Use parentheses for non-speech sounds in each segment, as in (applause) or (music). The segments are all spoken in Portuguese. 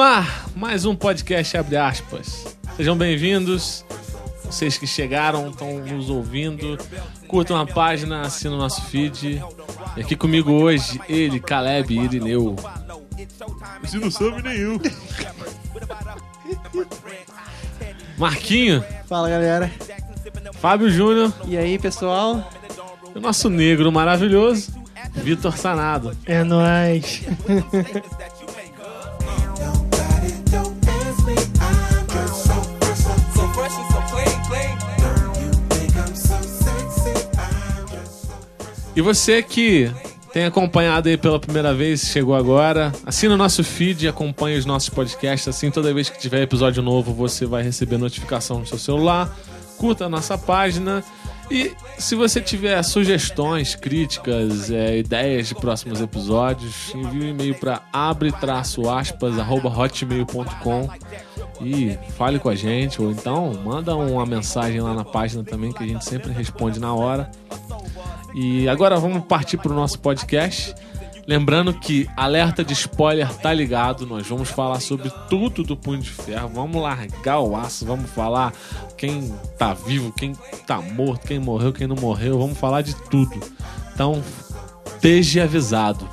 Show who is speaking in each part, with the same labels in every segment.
Speaker 1: ar mais um podcast Abre Aspas. Sejam bem-vindos. Vocês que chegaram, estão nos ouvindo. Curtam a página, assinam o nosso feed. E aqui comigo hoje, ele, Caleb Irineu.
Speaker 2: Se não sabe nem eu.
Speaker 1: Marquinho,
Speaker 3: Fala galera.
Speaker 1: Fábio Júnior
Speaker 3: E aí pessoal?
Speaker 1: e o nosso negro maravilhoso, Vitor Sanado.
Speaker 3: É nóis.
Speaker 1: E você que tem acompanhado aí pela primeira vez, chegou agora, assina o nosso feed e acompanha os nossos podcasts. Assim, toda vez que tiver episódio novo, você vai receber notificação no seu celular. Curta a nossa página. E se você tiver sugestões, críticas, é, ideias de próximos episódios, envie um e-mail para abre-aspas.hotmail.com e fale com a gente. Ou então manda uma mensagem lá na página também, que a gente sempre responde na hora. E agora vamos partir para o nosso podcast. Lembrando que alerta de spoiler tá ligado, nós vamos falar sobre tudo do Punho de Ferro, vamos largar o aço, vamos falar quem tá vivo, quem tá morto, quem morreu, quem não morreu, vamos falar de tudo. Então, esteja avisado.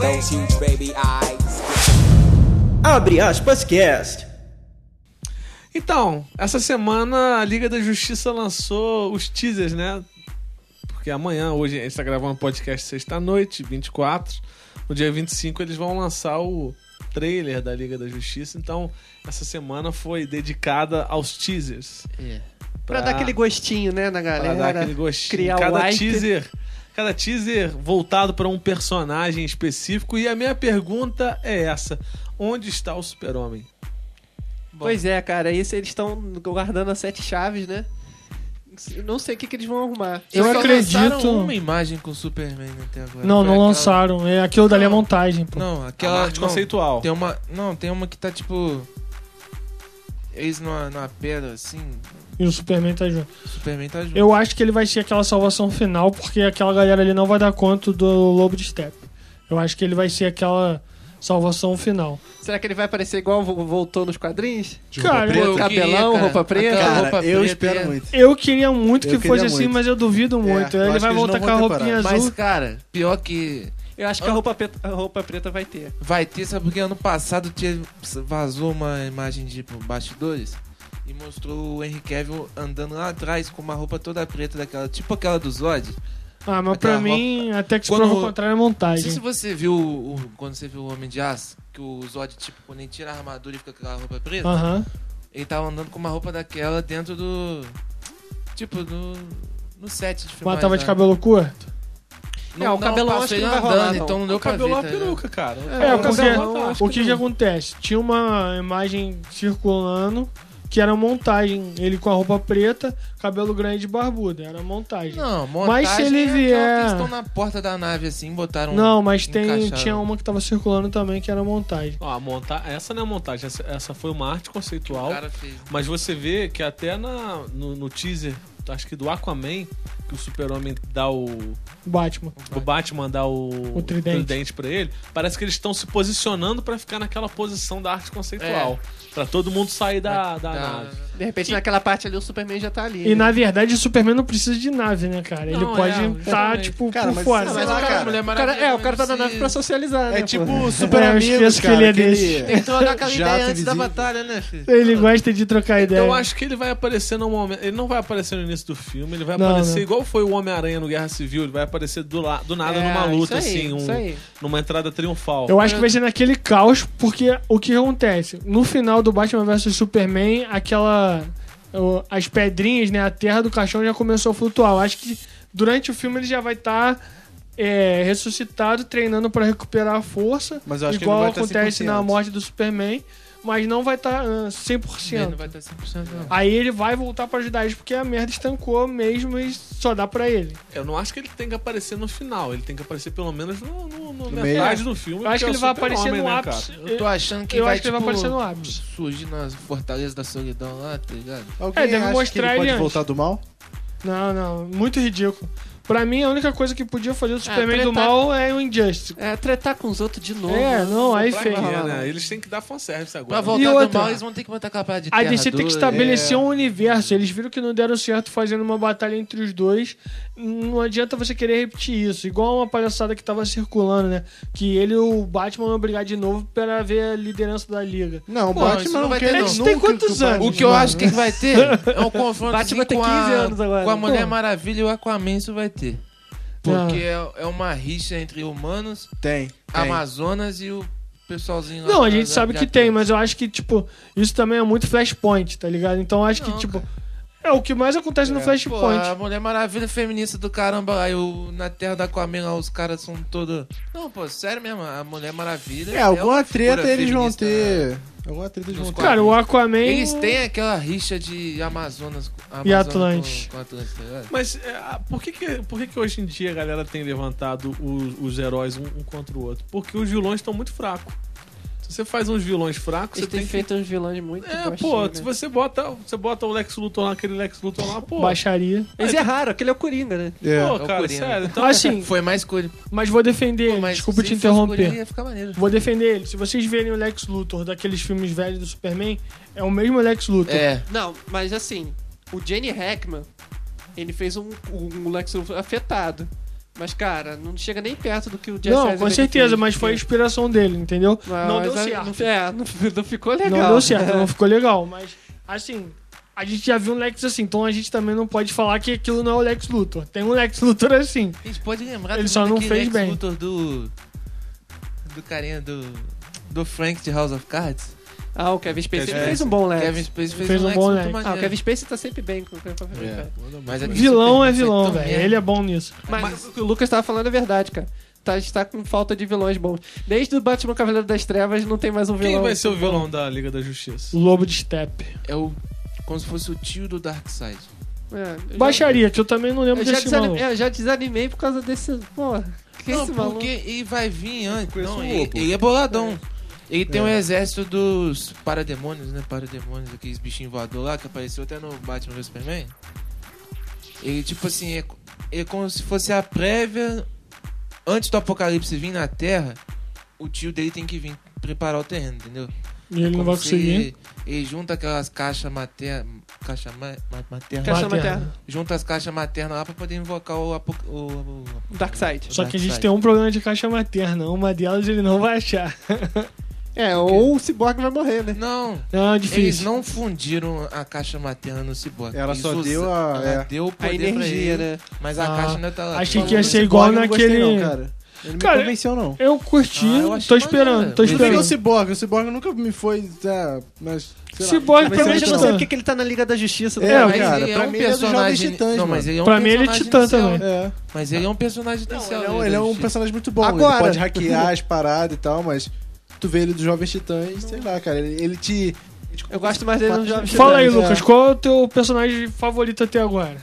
Speaker 4: Those huge baby eyes.
Speaker 5: Abre aspas cast.
Speaker 1: Então, essa semana a Liga da Justiça lançou os teasers, né? Porque amanhã, hoje, a gente tá gravando um podcast sexta-noite, 24. No dia 25 eles vão lançar o trailer da Liga da Justiça. Então, essa semana foi dedicada aos teasers.
Speaker 3: É, Pra dar aquele gostinho, né, na
Speaker 1: pra
Speaker 3: galera.
Speaker 1: dar aquele gostinho.
Speaker 3: Criar
Speaker 1: cada
Speaker 3: o hype.
Speaker 1: teaser, cada teaser voltado para um personagem específico. E a minha pergunta é essa: onde está o Super-Homem?
Speaker 3: Pois é, cara, isso eles estão guardando as sete chaves, né? Não sei o que, que eles vão arrumar.
Speaker 6: Eu
Speaker 2: Só
Speaker 6: acredito.
Speaker 2: lançaram uma imagem com o Superman até agora.
Speaker 6: Não,
Speaker 2: Foi
Speaker 6: não
Speaker 2: aquela-
Speaker 6: lançaram. É, aquilo dali é montagem, pô.
Speaker 5: Ah,
Speaker 2: Não,
Speaker 1: a
Speaker 2: aquela.
Speaker 1: arte
Speaker 2: não,
Speaker 1: conceitual.
Speaker 2: é tem uma. Não, tem uma que tá tipo. Eles numa, numa pedra assim.
Speaker 6: E o Superman tá junto.
Speaker 2: O Superman tá junto.
Speaker 6: Eu acho que ele vai ser aquela salvação final, porque aquela galera ali não vai dar conta do Lobo de Step. Eu acho que ele vai ser aquela salvação final.
Speaker 3: Será que ele vai aparecer igual vo- voltou nos quadrinhos?
Speaker 6: Cara, eu,
Speaker 3: Cabelão,
Speaker 2: cara.
Speaker 3: roupa preta?
Speaker 2: Aquela
Speaker 5: Cara,
Speaker 2: roupa
Speaker 5: eu
Speaker 2: preta é-
Speaker 5: espero muito.
Speaker 6: eu queria muito
Speaker 5: Eu
Speaker 6: que
Speaker 5: queria
Speaker 6: fosse assim,
Speaker 5: muito. É,
Speaker 6: mas eu duvido muito.
Speaker 5: eu
Speaker 6: ele
Speaker 5: acho
Speaker 6: vai
Speaker 5: que eles
Speaker 6: voltar
Speaker 5: não
Speaker 6: com
Speaker 5: vão
Speaker 6: a
Speaker 5: ter
Speaker 6: roupinha
Speaker 5: parado.
Speaker 2: Mas,
Speaker 6: azul.
Speaker 2: cara, pior que.
Speaker 3: Eu acho que a roupa, preta, a roupa preta vai ter.
Speaker 2: Vai ter, sabe porque ano passado tinha, vazou uma imagem de tipo, bastidores e mostrou o Henry Cavill andando lá atrás com uma roupa toda preta daquela, tipo aquela do Zod.
Speaker 6: Ah, mas pra
Speaker 2: Aquela
Speaker 6: mim, até que se
Speaker 2: Quando-
Speaker 6: prova o contrário é
Speaker 2: Não sei se
Speaker 6: montagem.
Speaker 2: você viu o- o- quando você viu o Homem de Aço, que o Zod, tipo, quando ele tira a armadura e fica com aquela roupa preta,
Speaker 6: Aham.
Speaker 2: ele tava andando com uma roupa daquela dentro do. Tipo, no. No set de filmagem.
Speaker 6: Mas tava
Speaker 5: né?
Speaker 6: de
Speaker 2: lá.
Speaker 6: cabelo curto?
Speaker 2: Não,
Speaker 3: É, o
Speaker 2: não,
Speaker 3: cabelão
Speaker 2: passou
Speaker 3: acho que não
Speaker 2: ele
Speaker 3: vai rolar,
Speaker 2: andando,
Speaker 3: não. né?
Speaker 2: então não deu
Speaker 1: O
Speaker 2: pra ver.
Speaker 1: cabelo é uma
Speaker 2: tá ligado?
Speaker 1: peruca, cara.
Speaker 6: É, tipo-
Speaker 1: o
Speaker 6: porque
Speaker 1: cabelo tá eu acho
Speaker 6: o que, que
Speaker 1: não.
Speaker 6: acontece? Tinha uma imagem circulando que era montagem. Ele com a roupa preta, cabelo grande e barbudo. Era montagem. Não,
Speaker 2: Não, montagem
Speaker 6: Mas se ele
Speaker 2: é aquela
Speaker 6: vier-
Speaker 2: que eles estão na porta da nave assim, botaram.
Speaker 6: mas tem,
Speaker 2: encaixaram.
Speaker 6: tinha um- uma que tava circulando também que era montagem.
Speaker 1: Ó, a monta... Essa não é montagem, essa, essa foi uma arte conceitual.
Speaker 2: O cara fez.
Speaker 1: Mas você vê que até na, no, no teaser, acho que do Aquaman, que o super-homem dá o.
Speaker 6: Batman.
Speaker 1: O Batman dá o,
Speaker 6: O tridente.
Speaker 1: pra ele, parece que eles estão se posicionando pra ficar naquela posição da arte conceitual.
Speaker 3: É.
Speaker 1: Pra todo mundo sair da,
Speaker 3: Ah,
Speaker 1: da, nave.
Speaker 3: De repente, naquela parte ali, o Superman já tá ali.
Speaker 6: E
Speaker 3: né?
Speaker 6: na verdade o Superman não precisa de nave, né, cara? Ele
Speaker 1: Não,
Speaker 6: pode
Speaker 1: é,
Speaker 6: tá,
Speaker 1: exatamente.
Speaker 6: tipo,
Speaker 5: Cara,
Speaker 6: por
Speaker 5: mas-
Speaker 6: fora.
Speaker 5: Ah,
Speaker 3: Mas
Speaker 5: lá,
Speaker 3: o cara-
Speaker 5: cara.
Speaker 2: Mulher
Speaker 3: o cara- é,
Speaker 2: Maravilha
Speaker 3: o cara tá na
Speaker 2: não
Speaker 3: nave pra
Speaker 2: precisa-
Speaker 3: socializar, né?
Speaker 5: É
Speaker 3: pô?
Speaker 5: tipo o super
Speaker 6: É, eu
Speaker 5: amigos,
Speaker 6: esqueço que
Speaker 5: cara,
Speaker 6: ele é
Speaker 5: aquele
Speaker 6: desse.
Speaker 2: Tem que trocar aquela
Speaker 5: Jato
Speaker 2: ideia antes da
Speaker 5: invisível.
Speaker 2: batalha, né, filho?
Speaker 6: Ele gosta de trocar ideia.
Speaker 1: Eu acho que ele vai aparecer no momento. Ele não vai aparecer no início do filme, ele vai
Speaker 6: Não,
Speaker 1: aparecer
Speaker 6: não.
Speaker 1: igual foi o Homem-Aranha no Guerra Civil, ele vai aparecer do, la... do nada
Speaker 3: É,
Speaker 1: numa luta,
Speaker 3: isso aí,
Speaker 1: assim, um-
Speaker 3: isso aí.
Speaker 1: numa entrada triunfal.
Speaker 6: Eu acho que vai ser naquele caos, porque o que acontece? No final do Batman vs Superman, aquela. o- As pedrinhas, né? A terra do caixão já começou a flutuar. Eu acho que durante o filme ele já vai estar ressuscitado, treinando pra recuperar a força.
Speaker 5: Mas eu acho que ele
Speaker 6: igual
Speaker 5: não vai tá
Speaker 6: acontece
Speaker 5: 100%.
Speaker 6: na morte do Superman. mas não vai tá, ah, estar 100%.
Speaker 2: Ele não vai estar 100% não.
Speaker 6: Aí ele vai voltar pra ajudar eles porque a merda estancou mesmo e só dá pra ele.
Speaker 1: Eu não acho que ele tem que aparecer no final. Ele tem que aparecer pelo menos no, no- no
Speaker 2: meio.
Speaker 1: metade do filme.
Speaker 6: Eu acho que
Speaker 1: porque
Speaker 6: ele
Speaker 1: é
Speaker 6: vai
Speaker 1: super-homem,
Speaker 6: aparecer no
Speaker 1: né,
Speaker 6: ápice.
Speaker 1: cara?
Speaker 2: Eu tô achando que
Speaker 6: eu
Speaker 2: ele vai,
Speaker 6: acho que ele vai
Speaker 2: tipo,
Speaker 6: aparecer no ápice.
Speaker 2: Surgir na Fortaleza da Solidão lá, tá ligado?
Speaker 7: Alguém
Speaker 6: É, deve
Speaker 7: acha
Speaker 6: mostrar
Speaker 7: que ele
Speaker 6: ele
Speaker 7: pode
Speaker 6: antes.
Speaker 7: voltar do mal?
Speaker 6: Não, não, muito ridículo. Pra mim, a única coisa que podia fazer o Superman
Speaker 3: tretar-
Speaker 6: do mal é o Injustice.
Speaker 3: É, tretar com os outros de novo.
Speaker 6: É, não, aí
Speaker 1: Pra
Speaker 6: feio.
Speaker 1: quê, né? Eles têm que dar fanservice agora.
Speaker 2: Pra
Speaker 1: né?
Speaker 2: voltar
Speaker 6: E
Speaker 2: do
Speaker 6: outra?
Speaker 2: mal, eles vão ter que botar aquela parada de
Speaker 6: A
Speaker 2: terra
Speaker 6: DC tem que
Speaker 2: dura.
Speaker 6: estabelecer um universo. Eles viram que não deram certo fazendo uma batalha entre os dois. Não adianta você querer repetir isso. Igual uma palhaçada que tava circulando, né? Que ele e o Batman vão brigar de novo para ver a liderança da liga.
Speaker 7: Não, o
Speaker 2: Pô,
Speaker 7: Batman
Speaker 2: isso não
Speaker 7: não
Speaker 2: vai
Speaker 7: quer
Speaker 2: ter, não.
Speaker 6: Eles têm
Speaker 7: nunca
Speaker 6: quantos
Speaker 7: o Batman-
Speaker 2: É. O que eu acho que vai
Speaker 6: (laughs)
Speaker 2: ter é um confronto
Speaker 3: Batman
Speaker 2: assim,
Speaker 3: tem
Speaker 2: com, a,
Speaker 3: 15 anos agora,
Speaker 2: com a
Speaker 3: né?
Speaker 2: Mulher
Speaker 6: Pô.
Speaker 2: Maravilha e o Aquaman isso vai ter. Porque
Speaker 6: Ah.
Speaker 2: é, é uma rixa entre humanos,
Speaker 7: Tem. tem.
Speaker 2: Amazonas e o pessoalzinho lá.
Speaker 6: Não, a
Speaker 2: da-
Speaker 6: gente
Speaker 2: da-
Speaker 6: sabe
Speaker 2: de
Speaker 6: que
Speaker 2: Atlas.
Speaker 6: tem, mas eu acho que, tipo, isso também é muito flashpoint, tá ligado? Então eu acho que,
Speaker 2: Não,
Speaker 6: tipo, é o que mais acontece no
Speaker 2: Pô,
Speaker 6: flashpoint.
Speaker 2: a Mulher Maravilha é feminista do caramba, aí o, na terra da Aquaman lá, os caras são todos... Não, pô, sério mesmo, a Mulher Maravilha...
Speaker 7: É, alguma
Speaker 2: uma figura
Speaker 7: treta eles vão
Speaker 2: feminista, né?
Speaker 7: ter. Alguma treta eles
Speaker 2: Nos
Speaker 7: vão ter.
Speaker 6: Cara, o Aquaman.
Speaker 2: Eles têm aquela rixa de Amazonas, com- Amazonas
Speaker 6: Atlantes.
Speaker 2: Com, com Atlantes, tá ligado?
Speaker 1: Mas é, a- por, que que, por que que hoje em dia a galera tem levantado os, os heróis um, um contra o outro? Porque os vilões estão muito fracos. Se você faz uns vilões fracos,
Speaker 3: Eles
Speaker 1: você
Speaker 3: têm
Speaker 1: tem que...
Speaker 3: feito uns vilões muito
Speaker 1: É,
Speaker 3: baixinhos,
Speaker 1: pô,
Speaker 3: né?
Speaker 1: se você bota, você bota o Lex Luthor lá, aquele Lex Luthor lá, pô...
Speaker 6: Baixaria.
Speaker 3: Eles erraram, aquele é o Coringa, né?
Speaker 7: É.
Speaker 1: Pô,
Speaker 2: o
Speaker 1: cara,
Speaker 2: Coringa.
Speaker 1: sério. Então,
Speaker 6: Assim,
Speaker 2: Foi mais coisa.
Speaker 6: mas vou defender ele.
Speaker 2: mas
Speaker 6: Desculpa
Speaker 2: se
Speaker 6: te
Speaker 2: fosse Coringa,
Speaker 6: interromper.
Speaker 2: Ia ficar maneiro. É.
Speaker 6: Vou defender ele. Se vocês verem o Lex Luthor daqueles filmes velhos do Superman, é o mesmo Lex Luthor.
Speaker 2: É.
Speaker 3: Não, mas assim, o Jenny Hackman, ele fez um, um Lex Luthor afetado. Mas, cara, não chega nem perto do que o Jesse
Speaker 6: Não,
Speaker 3: Eisenberg
Speaker 6: com certeza,
Speaker 3: fez,
Speaker 6: mas foi a
Speaker 3: porque-
Speaker 6: inspiração dele, entendeu? não deu
Speaker 3: mas,
Speaker 6: certo.
Speaker 3: Não, é, não, não ficou legal.
Speaker 6: Não
Speaker 3: (laughs)
Speaker 6: deu certo, não ficou legal, mas assim, a gente já viu um Lex assim, então a gente também não pode falar que aquilo não é o Lex Luthor. Tem um Lex Luthor assim.
Speaker 2: A gente pode lembrar também
Speaker 6: Ele só não
Speaker 2: daquele
Speaker 6: fez
Speaker 2: Lex
Speaker 6: bem.
Speaker 2: Luthor do. Do carinha do. Do Frank de House of Cards.
Speaker 3: Ah, o Kevin Spacey
Speaker 7: Kevin
Speaker 3: ele fez um bom Lex.
Speaker 2: Kevin Spacey fez,
Speaker 6: Fez um
Speaker 2: um Lex
Speaker 6: bom
Speaker 2: muito
Speaker 6: Lex.
Speaker 2: maneiro.
Speaker 3: Ah, o Kevin Spacey tá sempre bem com o Kevin Spacey,
Speaker 2: É.
Speaker 3: cara.
Speaker 2: Mas aquele
Speaker 6: Vilão
Speaker 2: Superman
Speaker 6: é
Speaker 2: foi
Speaker 6: vilão,
Speaker 2: tão
Speaker 6: velho.
Speaker 2: merda.
Speaker 6: Ele é bom nisso.
Speaker 3: Mas, o que o Lucas tava falando é verdade, cara. Tá, está com falta de vilões bons. Desde o Batman Cavaleiro das Trevas não tem mais um vilão.
Speaker 1: quem vai ser o vilão da Liga da Justiça?
Speaker 6: Lobo de Steppe.
Speaker 2: É o. Como se fosse o tio do Darkseid.
Speaker 3: É, eu já-
Speaker 6: Baixaria, que eu também não
Speaker 3: Eu
Speaker 6: lembro
Speaker 3: já,
Speaker 6: desse
Speaker 3: desanimei,
Speaker 6: maluco.
Speaker 3: eu já desanimei por causa desse. Pô, que
Speaker 2: não,
Speaker 3: esse maluco?
Speaker 2: porque ele vai vir antes.
Speaker 7: Conheço
Speaker 2: Não,
Speaker 7: o
Speaker 2: ele,
Speaker 7: Lobo.
Speaker 2: ele é boladão. Ele tem um exército dos parademônios, né? Parademônios, aqueles bichinhos voadores lá que apareceu até no Batman vs Superman. Ele, tipo assim, é, co- é como se fosse a prévia. Antes do apocalipse vir na Terra, o tio dele tem que vir preparar o terreno, entendeu?
Speaker 6: E ele não
Speaker 2: Como
Speaker 6: vai
Speaker 2: se
Speaker 6: conseguir.
Speaker 2: Ele junta aquelas caixas materna. Caixa ma- ma- materna.
Speaker 3: Caixa
Speaker 6: Bater.
Speaker 3: materna.
Speaker 2: Junta as caixas maternas lá pra poder invocar o, apo- o- o- o
Speaker 3: Darkseid.
Speaker 6: Só que a gente
Speaker 2: Darkseid.
Speaker 6: tem um problema de caixa materna. Uma delas ele não vai achar.
Speaker 7: É, ou o Cyborg vai morrer, né?
Speaker 2: Não,
Speaker 6: Não, é
Speaker 2: eles
Speaker 6: difícil.
Speaker 2: não fundiram a caixa materna no Cyborg.
Speaker 7: Ela
Speaker 2: Eles
Speaker 7: só
Speaker 2: usa-
Speaker 7: deu a-
Speaker 2: ela
Speaker 7: é.
Speaker 2: deu o
Speaker 3: A
Speaker 2: poder pra
Speaker 3: energia,
Speaker 2: ele,
Speaker 3: né?
Speaker 2: mas a
Speaker 6: Ah,
Speaker 2: caixa ainda tá lá.
Speaker 6: achei
Speaker 2: Falando
Speaker 6: que ia
Speaker 2: do
Speaker 6: ser
Speaker 2: Cyborg,
Speaker 6: igual
Speaker 7: eu não gostei,
Speaker 6: naquele-
Speaker 7: não, cara. Ele não
Speaker 6: Cara,
Speaker 7: me convenceu, não.
Speaker 6: Eu curti,
Speaker 2: Ah, eu achei
Speaker 6: tô
Speaker 2: maneiro.
Speaker 6: esperando, tô
Speaker 7: Eu prefiro o
Speaker 6: esperando.
Speaker 7: Cyborg. O Cyborg nunca me foi. tá, mas, sei lá,
Speaker 6: Cyborg
Speaker 7: nunca me
Speaker 6: pra mim
Speaker 7: convenceu,
Speaker 6: eu
Speaker 7: não.
Speaker 6: não sei porque
Speaker 3: ele tá na Liga da Justiça.
Speaker 7: É,
Speaker 2: Mas
Speaker 6: É,
Speaker 7: cara,
Speaker 2: ele é
Speaker 7: pra
Speaker 2: um
Speaker 7: mim ele é dos
Speaker 2: personagem.
Speaker 7: Jovens Titãs,
Speaker 2: não,
Speaker 7: mano.
Speaker 2: mas ele é um
Speaker 6: Pra mim ele é
Speaker 2: personagem
Speaker 6: titã
Speaker 2: do céu.
Speaker 6: também.
Speaker 7: É.
Speaker 2: Mas ele é um personagem do céu.
Speaker 7: Ele é
Speaker 2: né,
Speaker 7: um, ele é
Speaker 2: do
Speaker 7: um
Speaker 2: X.
Speaker 7: personagem muito bom.
Speaker 3: Agora-
Speaker 7: Ele pode hackear as paradas e tal, mas tu vê ele dos Jovens Titãs, sei lá, cara. Ele, ele te.
Speaker 3: É, Eu gosto mais dele no Jovem
Speaker 6: Fala aí,
Speaker 7: É.
Speaker 6: Lucas, qual é o teu personagem favorito até agora?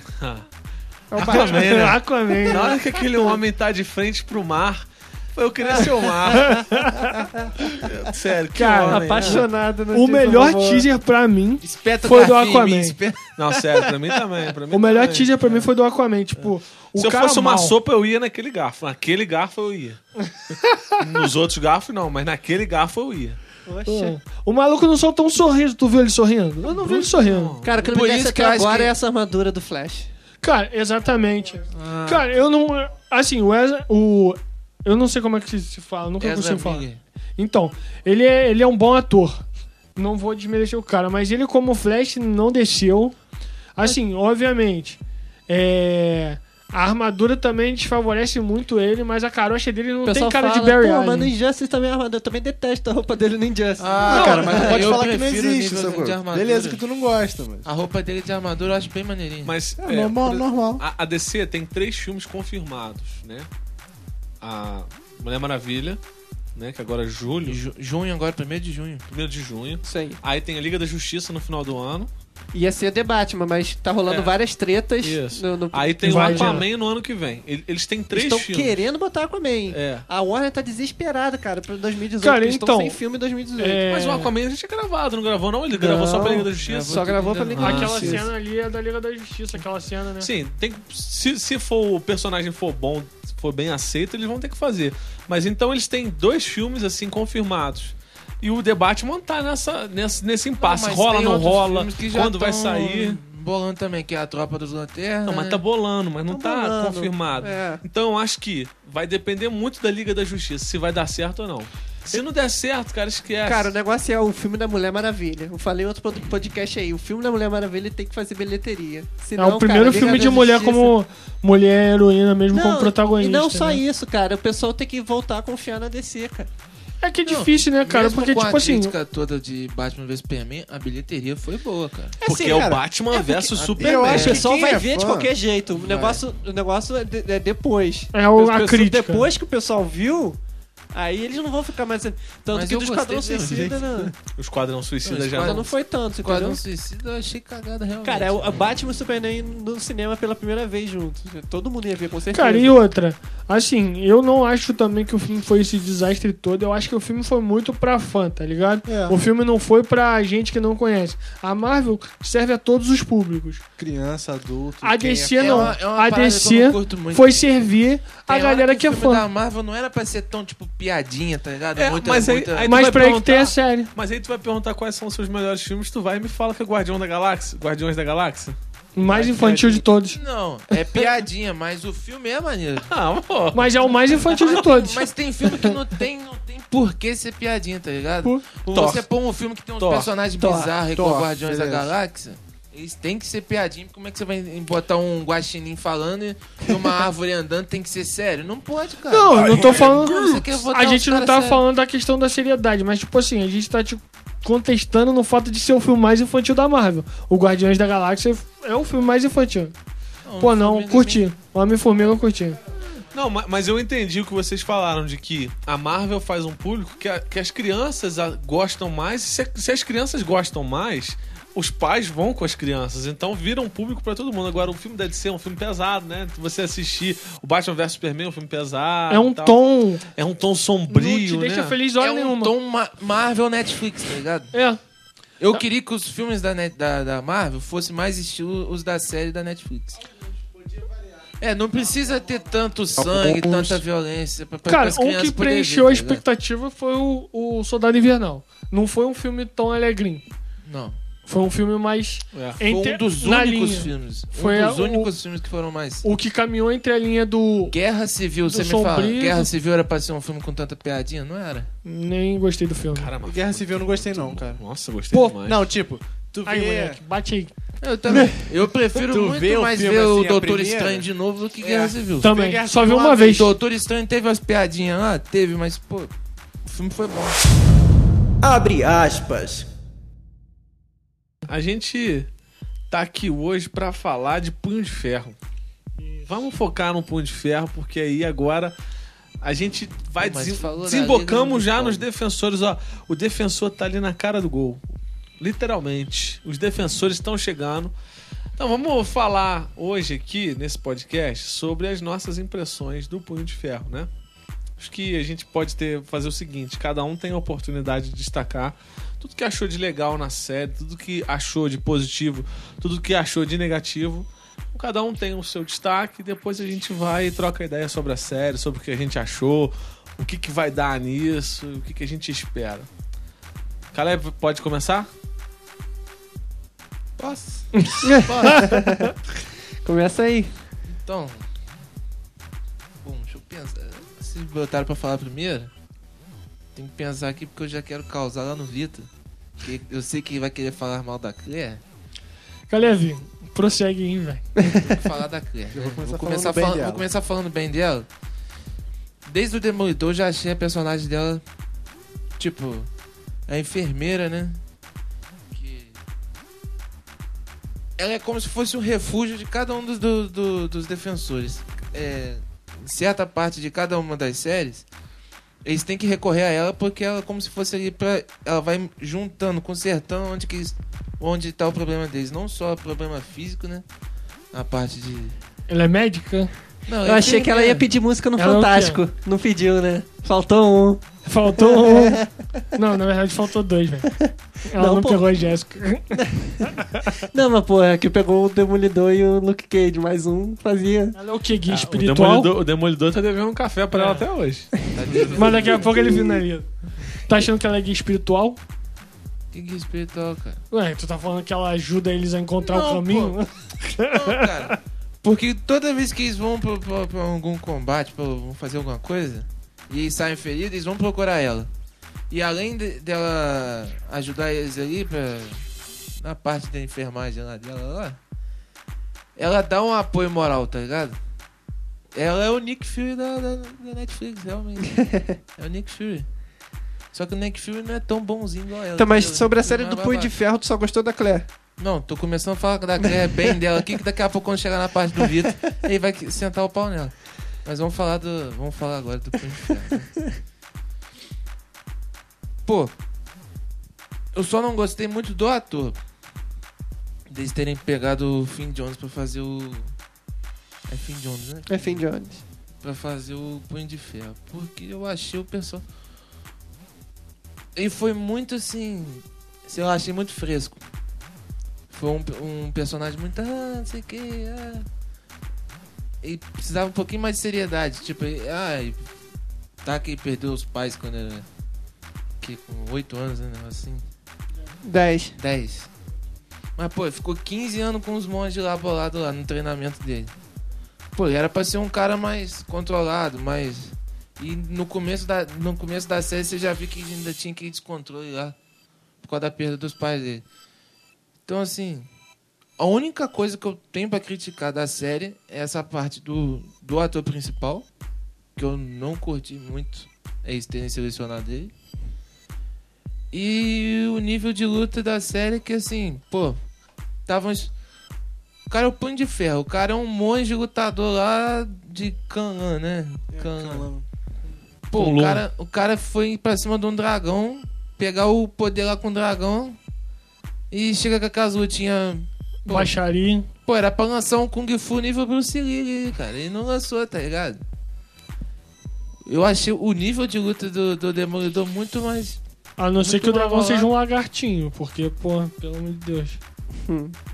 Speaker 1: É o Aquaman, né?
Speaker 6: Aquaman. né?
Speaker 1: Na hora que aquele homem tá de frente pro mar, eu queria ser o mar. (laughs) Sério, que
Speaker 6: Cara,
Speaker 1: homem, né?
Speaker 3: Apaixonado no
Speaker 6: O melhor
Speaker 3: É. teaser.
Speaker 6: teaser pra mim.
Speaker 2: Espeta
Speaker 6: Foi do
Speaker 2: garfinho em mim,
Speaker 6: Aquaman.
Speaker 2: espeta-
Speaker 1: Não, sério, pra mim também. Pra mim
Speaker 6: O melhor
Speaker 1: também.
Speaker 6: teaser pra mim foi do Aquaman. Tipo, o
Speaker 1: Se eu
Speaker 6: cara
Speaker 1: fosse uma
Speaker 6: mal.
Speaker 1: sopa, eu ia naquele garfo. Naquele garfo eu ia. (laughs) Nos outros garfos, não, mas naquele garfo eu ia.
Speaker 6: Pô, O maluco não soltou um sorriso. Tu viu ele sorrindo? Eu não vi ele sorrindo.
Speaker 3: Cara, o que não
Speaker 2: Por
Speaker 3: me desce
Speaker 2: isso que
Speaker 3: até
Speaker 2: eu acho
Speaker 3: agora
Speaker 2: que-
Speaker 3: é essa armadura do Flash.
Speaker 6: Cara, exatamente.
Speaker 2: Ah.
Speaker 6: Cara, eu não. Assim, o Ezra. O, eu não sei como é que se fala, nunca
Speaker 2: Ezra
Speaker 6: consigo falar.
Speaker 2: Miller.
Speaker 6: Então, ele é, ele é um bom ator. Não vou desmerecer o cara, mas ele, como Flash, não desceu. Assim, obviamente. é, A armadura também desfavorece muito ele, mas a carocha dele não
Speaker 3: O pessoal
Speaker 6: tem cara
Speaker 3: fala,
Speaker 6: de Barry
Speaker 3: Pô, mas no
Speaker 6: Allen.
Speaker 3: Injustice também é armadura. Eu também detesto a roupa dele no Injustice.
Speaker 2: Ah,
Speaker 7: Ah, cara, mas tu pode
Speaker 2: eu
Speaker 7: falar que não
Speaker 2: prefiro o
Speaker 7: existe,
Speaker 2: nível
Speaker 7: sacou?
Speaker 2: de armadura.
Speaker 7: Beleza, que tu não gosta, mas.
Speaker 2: A roupa dele de armadura eu acho bem maneirinha.
Speaker 1: Mas
Speaker 7: É,
Speaker 1: é,
Speaker 7: normal,
Speaker 1: por-
Speaker 7: normal.
Speaker 1: a, a DC tem três filmes confirmados, né? A Mulher Maravilha, né? Que agora é julho,
Speaker 2: Ju- junho agora, primeiro de junho.
Speaker 1: 1 de junho.
Speaker 3: Isso aí.
Speaker 1: Aí tem a Liga da Justiça no final do ano.
Speaker 3: Ia ser debate, mas tá rolando
Speaker 1: É.
Speaker 3: várias tretas.
Speaker 1: Isso.
Speaker 3: No, no...
Speaker 1: Aí tem o
Speaker 6: Vai,
Speaker 1: Aquaman no ano que vem. Ele- Eles têm três
Speaker 3: estão
Speaker 1: filmes.
Speaker 3: querendo botar Aquaman.
Speaker 1: É.
Speaker 3: A Warner tá desesperada, cara, pra 2018.
Speaker 6: Cara,
Speaker 3: eles
Speaker 6: então,
Speaker 3: estão sem filme em 2018.
Speaker 6: É,
Speaker 1: Mas o Aquaman a gente é gravado, não gravou não? Ele gravou só pra Liga da Justiça?
Speaker 3: Só gravou pra Liga da
Speaker 6: Aquela
Speaker 3: Justiça.
Speaker 6: cena ali é da Liga da Justiça, aquela cena, né?
Speaker 1: Sim, tem, se, se for, o personagem for bom, se for bem aceito, eles vão ter que fazer. Mas então eles têm dois filmes assim confirmados. E o debate tá nessa, nessa, nesse impasse.
Speaker 2: mas
Speaker 1: rola,
Speaker 2: tem
Speaker 1: não
Speaker 2: outros
Speaker 1: rola,
Speaker 2: filmes que já
Speaker 1: quando vai
Speaker 2: tão
Speaker 1: sair.
Speaker 2: Bolando também, que é a Tropa dos Lanternas.
Speaker 1: Não, mas tá
Speaker 2: né?
Speaker 1: bolando, mas não
Speaker 3: Tá
Speaker 1: tá
Speaker 3: bolando.
Speaker 1: confirmado.
Speaker 3: É.
Speaker 1: Então eu acho que vai depender muito da Liga da Justiça, se vai dar certo ou não. Se não der certo, cara, esquece.
Speaker 3: Cara, o negócio é o filme da Mulher Maravilha. Eu falei em outro pod- podcast aí. O filme da Mulher Maravilha tem que fazer bilheteria. Senão,
Speaker 6: é o primeiro
Speaker 3: cara,
Speaker 6: filme
Speaker 3: Liga
Speaker 6: de
Speaker 3: da
Speaker 6: mulher
Speaker 3: Justiça-
Speaker 6: como mulher heroína mesmo,
Speaker 3: Não,
Speaker 6: como protagonista.
Speaker 3: E não só
Speaker 6: né?
Speaker 3: isso, cara. O pessoal tem que voltar a confiar na DC, cara.
Speaker 6: É que é difícil, né, cara?
Speaker 2: Mesmo
Speaker 6: Porque,
Speaker 2: com
Speaker 6: tipo
Speaker 2: a
Speaker 6: assim.
Speaker 2: crítica toda de Batman vs Superman, a bilheteria foi boa, cara.
Speaker 1: porque
Speaker 7: assim,
Speaker 1: é o né?
Speaker 7: cara,
Speaker 1: Batman versus Superman.
Speaker 7: eu
Speaker 3: o
Speaker 7: acho
Speaker 3: pessoal
Speaker 7: que
Speaker 3: vai
Speaker 7: quem é
Speaker 3: ver de
Speaker 7: fã-
Speaker 3: qualquer jeito. O negócio, o negócio é, de- é depois.
Speaker 6: É o-
Speaker 3: O
Speaker 6: a
Speaker 3: pessoal-
Speaker 6: crítica.
Speaker 3: Depois que o pessoal viu, aí eles não vão ficar mais. assim. Tanto
Speaker 2: Mas
Speaker 3: que
Speaker 2: eu
Speaker 3: do Esquadrão
Speaker 2: gostei mesmo,
Speaker 3: Suicida não,
Speaker 1: O Esquadrão Suicida
Speaker 2: Não,
Speaker 1: já
Speaker 2: Esquadrão
Speaker 3: já
Speaker 1: não
Speaker 3: não foi tanto, entendeu?
Speaker 2: Esquadrão um Suicida eu achei cagada realmente.
Speaker 3: Cara, é o a Batman e o Superman no cinema pela primeira vez juntos. Todo mundo ia ver, com certeza.
Speaker 6: Cara, e outra. Assim, eu não acho também que o filme foi esse desastre todo. Eu acho que o filme foi muito pra fã, tá ligado?
Speaker 7: É.
Speaker 6: O filme não foi pra gente que não conhece. A Marvel serve a todos os públicos.
Speaker 7: Criança, adulto.
Speaker 6: A
Speaker 7: quem é
Speaker 6: DC
Speaker 7: fã.
Speaker 6: não.
Speaker 2: uma- é uma
Speaker 6: a
Speaker 2: parada que eu
Speaker 6: DC
Speaker 2: não curto muito.
Speaker 6: foi servir a
Speaker 2: Tem hora
Speaker 6: galera que é
Speaker 2: o filme
Speaker 6: fã.
Speaker 2: da Marvel não era pra ser tão, tipo, piadinha, tá ligado?
Speaker 1: É,
Speaker 2: muita,
Speaker 1: mas aí-
Speaker 2: muita...
Speaker 1: aí-
Speaker 6: Mas
Speaker 1: vai
Speaker 6: pra ele ter a
Speaker 1: perguntar?
Speaker 6: série.
Speaker 1: Mas aí tu vai perguntar quais são os seus melhores filmes, tu vai e me fala que é Guardião da Galáxia, Guardiões da Galáxia.
Speaker 6: Mais infantil de todos.
Speaker 2: Não, é piadinha, mas o filme é maneiro.
Speaker 1: Ah, pô.
Speaker 6: Mas é o mais infantil de todos.
Speaker 2: Mas tem filme que não tem, não tem por que ser piadinha, tá ligado?
Speaker 6: Por-
Speaker 2: Ou
Speaker 1: Thor.
Speaker 2: Você põe um filme que tem uns
Speaker 1: Thor.
Speaker 2: personagens
Speaker 3: Thor.
Speaker 2: bizarros
Speaker 7: Thor,
Speaker 2: igual Guardiões da
Speaker 7: beleza.
Speaker 2: Galáxia. Eles têm que ser piadinha, porque como é que você vai botar um guaxinim falando e
Speaker 6: (laughs)
Speaker 2: uma árvore andando tem que ser sério? Não pode, cara.
Speaker 6: Não, eu não tô falando.
Speaker 2: Como você quer botar
Speaker 6: A
Speaker 2: uns
Speaker 6: gente não
Speaker 2: cara
Speaker 6: tá
Speaker 2: sério?
Speaker 6: falando da questão da seriedade, mas tipo assim, a gente tá te contestando no fato de ser o filme mais infantil da Marvel. O Guardiões da Galáxia é o filme mais infantil. Pô, não,
Speaker 2: Homem-Formiga
Speaker 6: curti. Homem-Formiga eu curti.
Speaker 1: Não, ma- mas eu entendi o que vocês falaram de que a Marvel faz um público que, a- que as crianças a- gostam mais. e Se, a- se as crianças gostam mais, os pais vão com as crianças. Então vira um público pra todo mundo. Agora, o filme da DC é um filme pesado, né? Você assistir o Batman vs Superman é um filme pesado.
Speaker 2: Ah,
Speaker 6: é um
Speaker 1: e
Speaker 2: tá.
Speaker 1: tal.
Speaker 6: tom.
Speaker 1: É um tom
Speaker 6: não
Speaker 1: sombrio,
Speaker 6: te deixa
Speaker 1: né?
Speaker 6: feliz hora
Speaker 2: é um
Speaker 6: nenhuma.
Speaker 2: tom Ma- Marvel Netflix, tá ligado?
Speaker 6: É.
Speaker 2: Eu queria que os filmes da, Net- da, da Marvel fossem mais estilo os da série da Netflix. É, não precisa ter tanto sangue,
Speaker 7: Alguns-
Speaker 2: tanta violência pra, pra
Speaker 6: Cara,
Speaker 2: as
Speaker 6: o
Speaker 2: crianças
Speaker 6: que
Speaker 2: poderem ver,
Speaker 6: preencheu a
Speaker 2: tá ligado?
Speaker 6: expectativa foi o, o Soldado Invernal. Não foi um filme tão alegrinho.
Speaker 2: Não.
Speaker 6: Foi um filme mais.
Speaker 1: É.
Speaker 2: Foi
Speaker 6: entre-
Speaker 2: um dos
Speaker 6: na
Speaker 2: únicos
Speaker 6: linha.
Speaker 2: filmes.
Speaker 6: Foi
Speaker 2: um
Speaker 6: a-
Speaker 2: dos
Speaker 6: o-
Speaker 2: únicos filmes que foram mais.
Speaker 6: O que caminhou entre a linha do.
Speaker 2: Guerra Civil, você me fala.
Speaker 6: sombrio.
Speaker 2: Guerra Civil era pra ser um filme com tanta piadinha? Não era?
Speaker 6: Nem gostei do filme.
Speaker 1: Caramba.
Speaker 7: Guerra Civil eu não gostei, não, cara.
Speaker 1: Nossa, gostei
Speaker 7: Pô,
Speaker 1: demais.
Speaker 7: não, tipo, tu
Speaker 6: Aí,
Speaker 7: vê.
Speaker 2: é?
Speaker 6: moleque, bate aí.
Speaker 2: Eu também. Eu prefiro
Speaker 7: Tu
Speaker 2: muito
Speaker 7: vê o
Speaker 2: mais
Speaker 7: filme
Speaker 2: ver o
Speaker 7: assim, a
Speaker 2: Doutor
Speaker 7: primeira? É.
Speaker 2: Estranho de novo do que Guerra Civil.
Speaker 6: Também.
Speaker 7: Guerra
Speaker 6: Só vi
Speaker 7: Civil
Speaker 6: uma
Speaker 7: uma
Speaker 6: vez.
Speaker 2: Doutor Estranho teve as piadinhas lá? Teve, mas, pô, o filme foi bom.
Speaker 5: Abre aspas.
Speaker 1: A gente tá aqui hoje pra falar de Punho de Ferro. Vamos focar no Punho de Ferro, porque aí agora a gente vai
Speaker 2: Pô, mas
Speaker 1: desen-
Speaker 2: falou da Liga, não
Speaker 1: desembocamos já
Speaker 2: fala.
Speaker 1: nos defensores. Ó, o defensor tá ali na cara do gol. Literalmente. Os defensores estão chegando. Então vamos falar hoje aqui nesse podcast sobre as nossas impressões do Punho de Ferro, né? Acho que a gente pode ter fazer o seguinte: cada um tem a oportunidade de destacar tudo que achou de legal na série, tudo que achou de positivo, tudo que achou de negativo. Cada um tem o seu destaque e depois a gente vai e troca ideia sobre a série, sobre o que a gente achou, o que, que vai dar nisso, o que, que a gente espera. Caleb, pode começar?
Speaker 2: Posso?
Speaker 3: Começa aí.
Speaker 2: Então. Bom, deixa eu pensar. Se botaram pra falar primeiro, tem que pensar aqui porque eu já quero causar lá no Vitor. Porque eu sei que ele vai querer falar mal da Claire.
Speaker 6: Calevi, prossegue aí, velho.
Speaker 2: Vou falar da Claire. né? Vou
Speaker 7: começar
Speaker 2: começar,
Speaker 7: falando bem
Speaker 2: fala-
Speaker 7: dela.
Speaker 2: vou começar falando bem dela. Desde o Demolidor eu já achei a personagem dela. Tipo, a enfermeira, né? Que. Ela é como se fosse um refúgio de cada um dos, do- do- dos defensores. É, em certa parte de cada uma das séries, Eles têm que recorrer a ela porque ela é como se fosse ali pra. Ela vai juntando, consertando onde que eles- onde tá o problema deles. Não só o problema físico, né? A parte de.
Speaker 6: Ela é médica?
Speaker 2: Não,
Speaker 3: Eu achei que ela ia pedir música no
Speaker 6: Ela é o quê?
Speaker 3: Fantástico. Não pediu, né? Faltou um.
Speaker 6: Faltou um. (laughs) Não, na verdade faltou dois, velho. Ela não,
Speaker 3: Não, pô.
Speaker 6: pegou a Jéssica.
Speaker 3: Não, mas pô, é que pegou o Demolidor e o Luke Cage. Mais um fazia.
Speaker 6: Ela é o que? Guia
Speaker 1: O
Speaker 6: espiritual?
Speaker 1: demolidor, o Demolidor tá devendo um café pra ela até hoje.
Speaker 2: Tá
Speaker 6: Mas daqui a pouco ele finaliza. Tá achando que ela é guia espiritual?
Speaker 2: Que guia espiritual, cara.
Speaker 6: Ué, tu tá falando que ela ajuda eles a encontrar
Speaker 2: Não,
Speaker 6: o caminho?
Speaker 2: Não, cara. Porque toda vez que eles vão pra, pra- pra algum combate, pra, vão fazer alguma coisa, e eles saem feridos, eles vão procurar ela. E além de- dela ajudar eles ali pra, na parte da enfermagem lá dela lá, ela dá um apoio moral, tá ligado? Ela é o Nick Fury da, da- da
Speaker 5: (laughs)
Speaker 2: Netflix, realmente. é o Nick Fury. Só que o Nick Fury não é tão bonzinho igual ela.
Speaker 5: Então, mas
Speaker 2: entendeu?
Speaker 5: sobre a
Speaker 2: Ele
Speaker 5: série
Speaker 2: não é
Speaker 5: do Punho de
Speaker 2: babaca.
Speaker 5: Ferro, tu só gostou da Claire.
Speaker 2: Não, tô começando a falar da Claire bem dela aqui, que daqui a pouco quando chegar na parte do Vitor, ele vai que- sentar o pau nela. Mas vamos falar do. Vamos falar agora do Punho de Ferro. né? Pô, eu só não gostei muito do ator. Deles terem pegado o Finn Jones pra fazer o. É Finn Jones, né?
Speaker 3: É fim de Jones.
Speaker 2: Pra fazer o Punho de Ferro. Porque eu achei o pessoal. E foi muito assim. Sei lá, achei muito fresco. Foi um, um personagem muito. Ah, não sei o que. Ah. E precisava um pouquinho mais de seriedade. Tipo, ele- ah, e- tá que ele perdeu os pais quando era. Que com 8 anos, né? um negócio Assim.
Speaker 3: 10.
Speaker 2: 10. Mas, pô, ele ficou 15 anos com os monges lá bolado lá no treinamento dele. Pô, ele era pra ser um cara mais controlado, mais. E no começo da, no começo da série você já viu que ainda tinha aquele descontrole lá. Por causa da perda dos pais dele. Então, assim. A única coisa que eu tenho pra criticar da série é essa parte do, do ator principal. Que eu não curti muito é eles terem selecionado ele. E o nível de luta da série que assim, pô, tava. uns- O cara é o punho de ferro, o cara é um monge lutador lá de Kanlan, né? Kanlan. Pô, o
Speaker 1: Kanlan.
Speaker 2: cara, o cara foi pra cima de um dragão, pegar o poder lá com o dragão e chega com aquelas lutinhas. Pô,
Speaker 6: (laughs) Baixaria.
Speaker 2: pô, era pra lançar um Kung Fu nível Bruce Lee, ali, cara. Ele não lançou, tá ligado? Eu achei o nível de luta do, do Demolidor muito mais
Speaker 6: A não ser
Speaker 2: Muito
Speaker 6: que o
Speaker 2: mal
Speaker 6: dragão seja
Speaker 2: bolado.
Speaker 6: um lagartinho, porque, pô, pelo amor de Deus.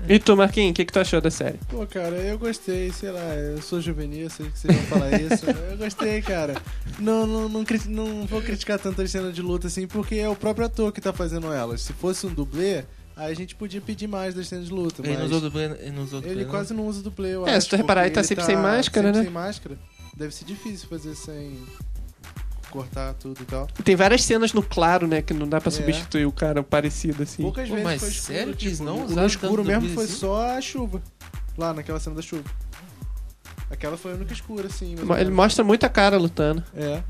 Speaker 3: E tu, Marquinhos, o que, que tu achou da série?
Speaker 7: Pô, cara, eu gostei, sei lá, eu sou juvenil, sei que vocês vão falar isso. Eu gostei, cara. Não, não, não, cri- não vou criticar tanto as cenas de luta assim, porque é o próprio ator que tá fazendo elas. Se fosse um dublê, aí a gente podia pedir mais das cenas de luta.
Speaker 2: Ele
Speaker 7: mas
Speaker 2: nos outros Breno- ele nos outros
Speaker 7: ele
Speaker 2: Breno.
Speaker 7: quase não usa dublê, eu
Speaker 3: É, se
Speaker 7: acho,
Speaker 3: tu reparar, ele
Speaker 7: porque
Speaker 3: tá sempre sem máscara,
Speaker 7: sempre
Speaker 3: né?
Speaker 7: sem máscara. Deve ser difícil fazer sem cortar tudo e tal.
Speaker 3: Tem várias cenas no claro, né? Que não dá pra
Speaker 7: É.
Speaker 3: substituir o cara parecido, assim.
Speaker 7: Poucas
Speaker 2: Pô,
Speaker 7: vezes
Speaker 2: mas
Speaker 7: foi escuro,
Speaker 2: sério que eles
Speaker 7: tipo,
Speaker 2: não
Speaker 7: o
Speaker 2: usaram
Speaker 7: escuro
Speaker 2: tanto
Speaker 7: mesmo
Speaker 2: dublê
Speaker 7: foi
Speaker 2: assim?
Speaker 7: só a chuva. Lá naquela cena da chuva. Aquela foi a única escura, assim. mais ou
Speaker 3: Ele
Speaker 7: menos.
Speaker 3: mostra muita cara lutando.
Speaker 7: É.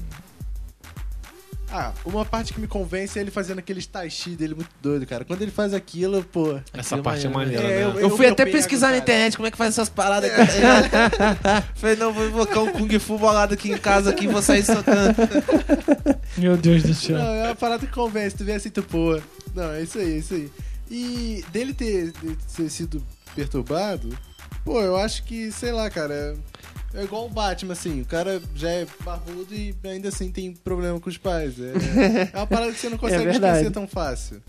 Speaker 7: Ah, uma parte que me convence é ele fazendo aqueles tai chi dele muito doido, cara. Quando ele faz aquilo, pô.
Speaker 1: Essa
Speaker 2: Aquilo é
Speaker 1: parte é
Speaker 2: maneiro,
Speaker 1: maneira,
Speaker 7: né?
Speaker 1: né?
Speaker 7: É,
Speaker 2: Eu, fui
Speaker 7: eu
Speaker 2: até
Speaker 7: pego,
Speaker 2: pesquisar na
Speaker 7: cara.
Speaker 2: internet como é que faz essas paradas. aqui, tá ligado? Falei, não, vou invocar um Kung Fu bolado aqui em casa aqui e vou sair soltando.
Speaker 6: Meu Deus do
Speaker 3: Então.
Speaker 6: céu.
Speaker 7: Não, é uma parada que convence, tu vê assim, tu, pô. Não, é isso aí, é isso aí. E dele ter, de ter sido perturbado, pô, eu acho que, sei lá, cara. É, é igual o Batman, assim. O cara já é barbudo e ainda assim tem problema com os pais.
Speaker 3: (laughs)
Speaker 7: É, é uma parada que você não consegue
Speaker 3: verdade.
Speaker 7: esquecer tão fácil.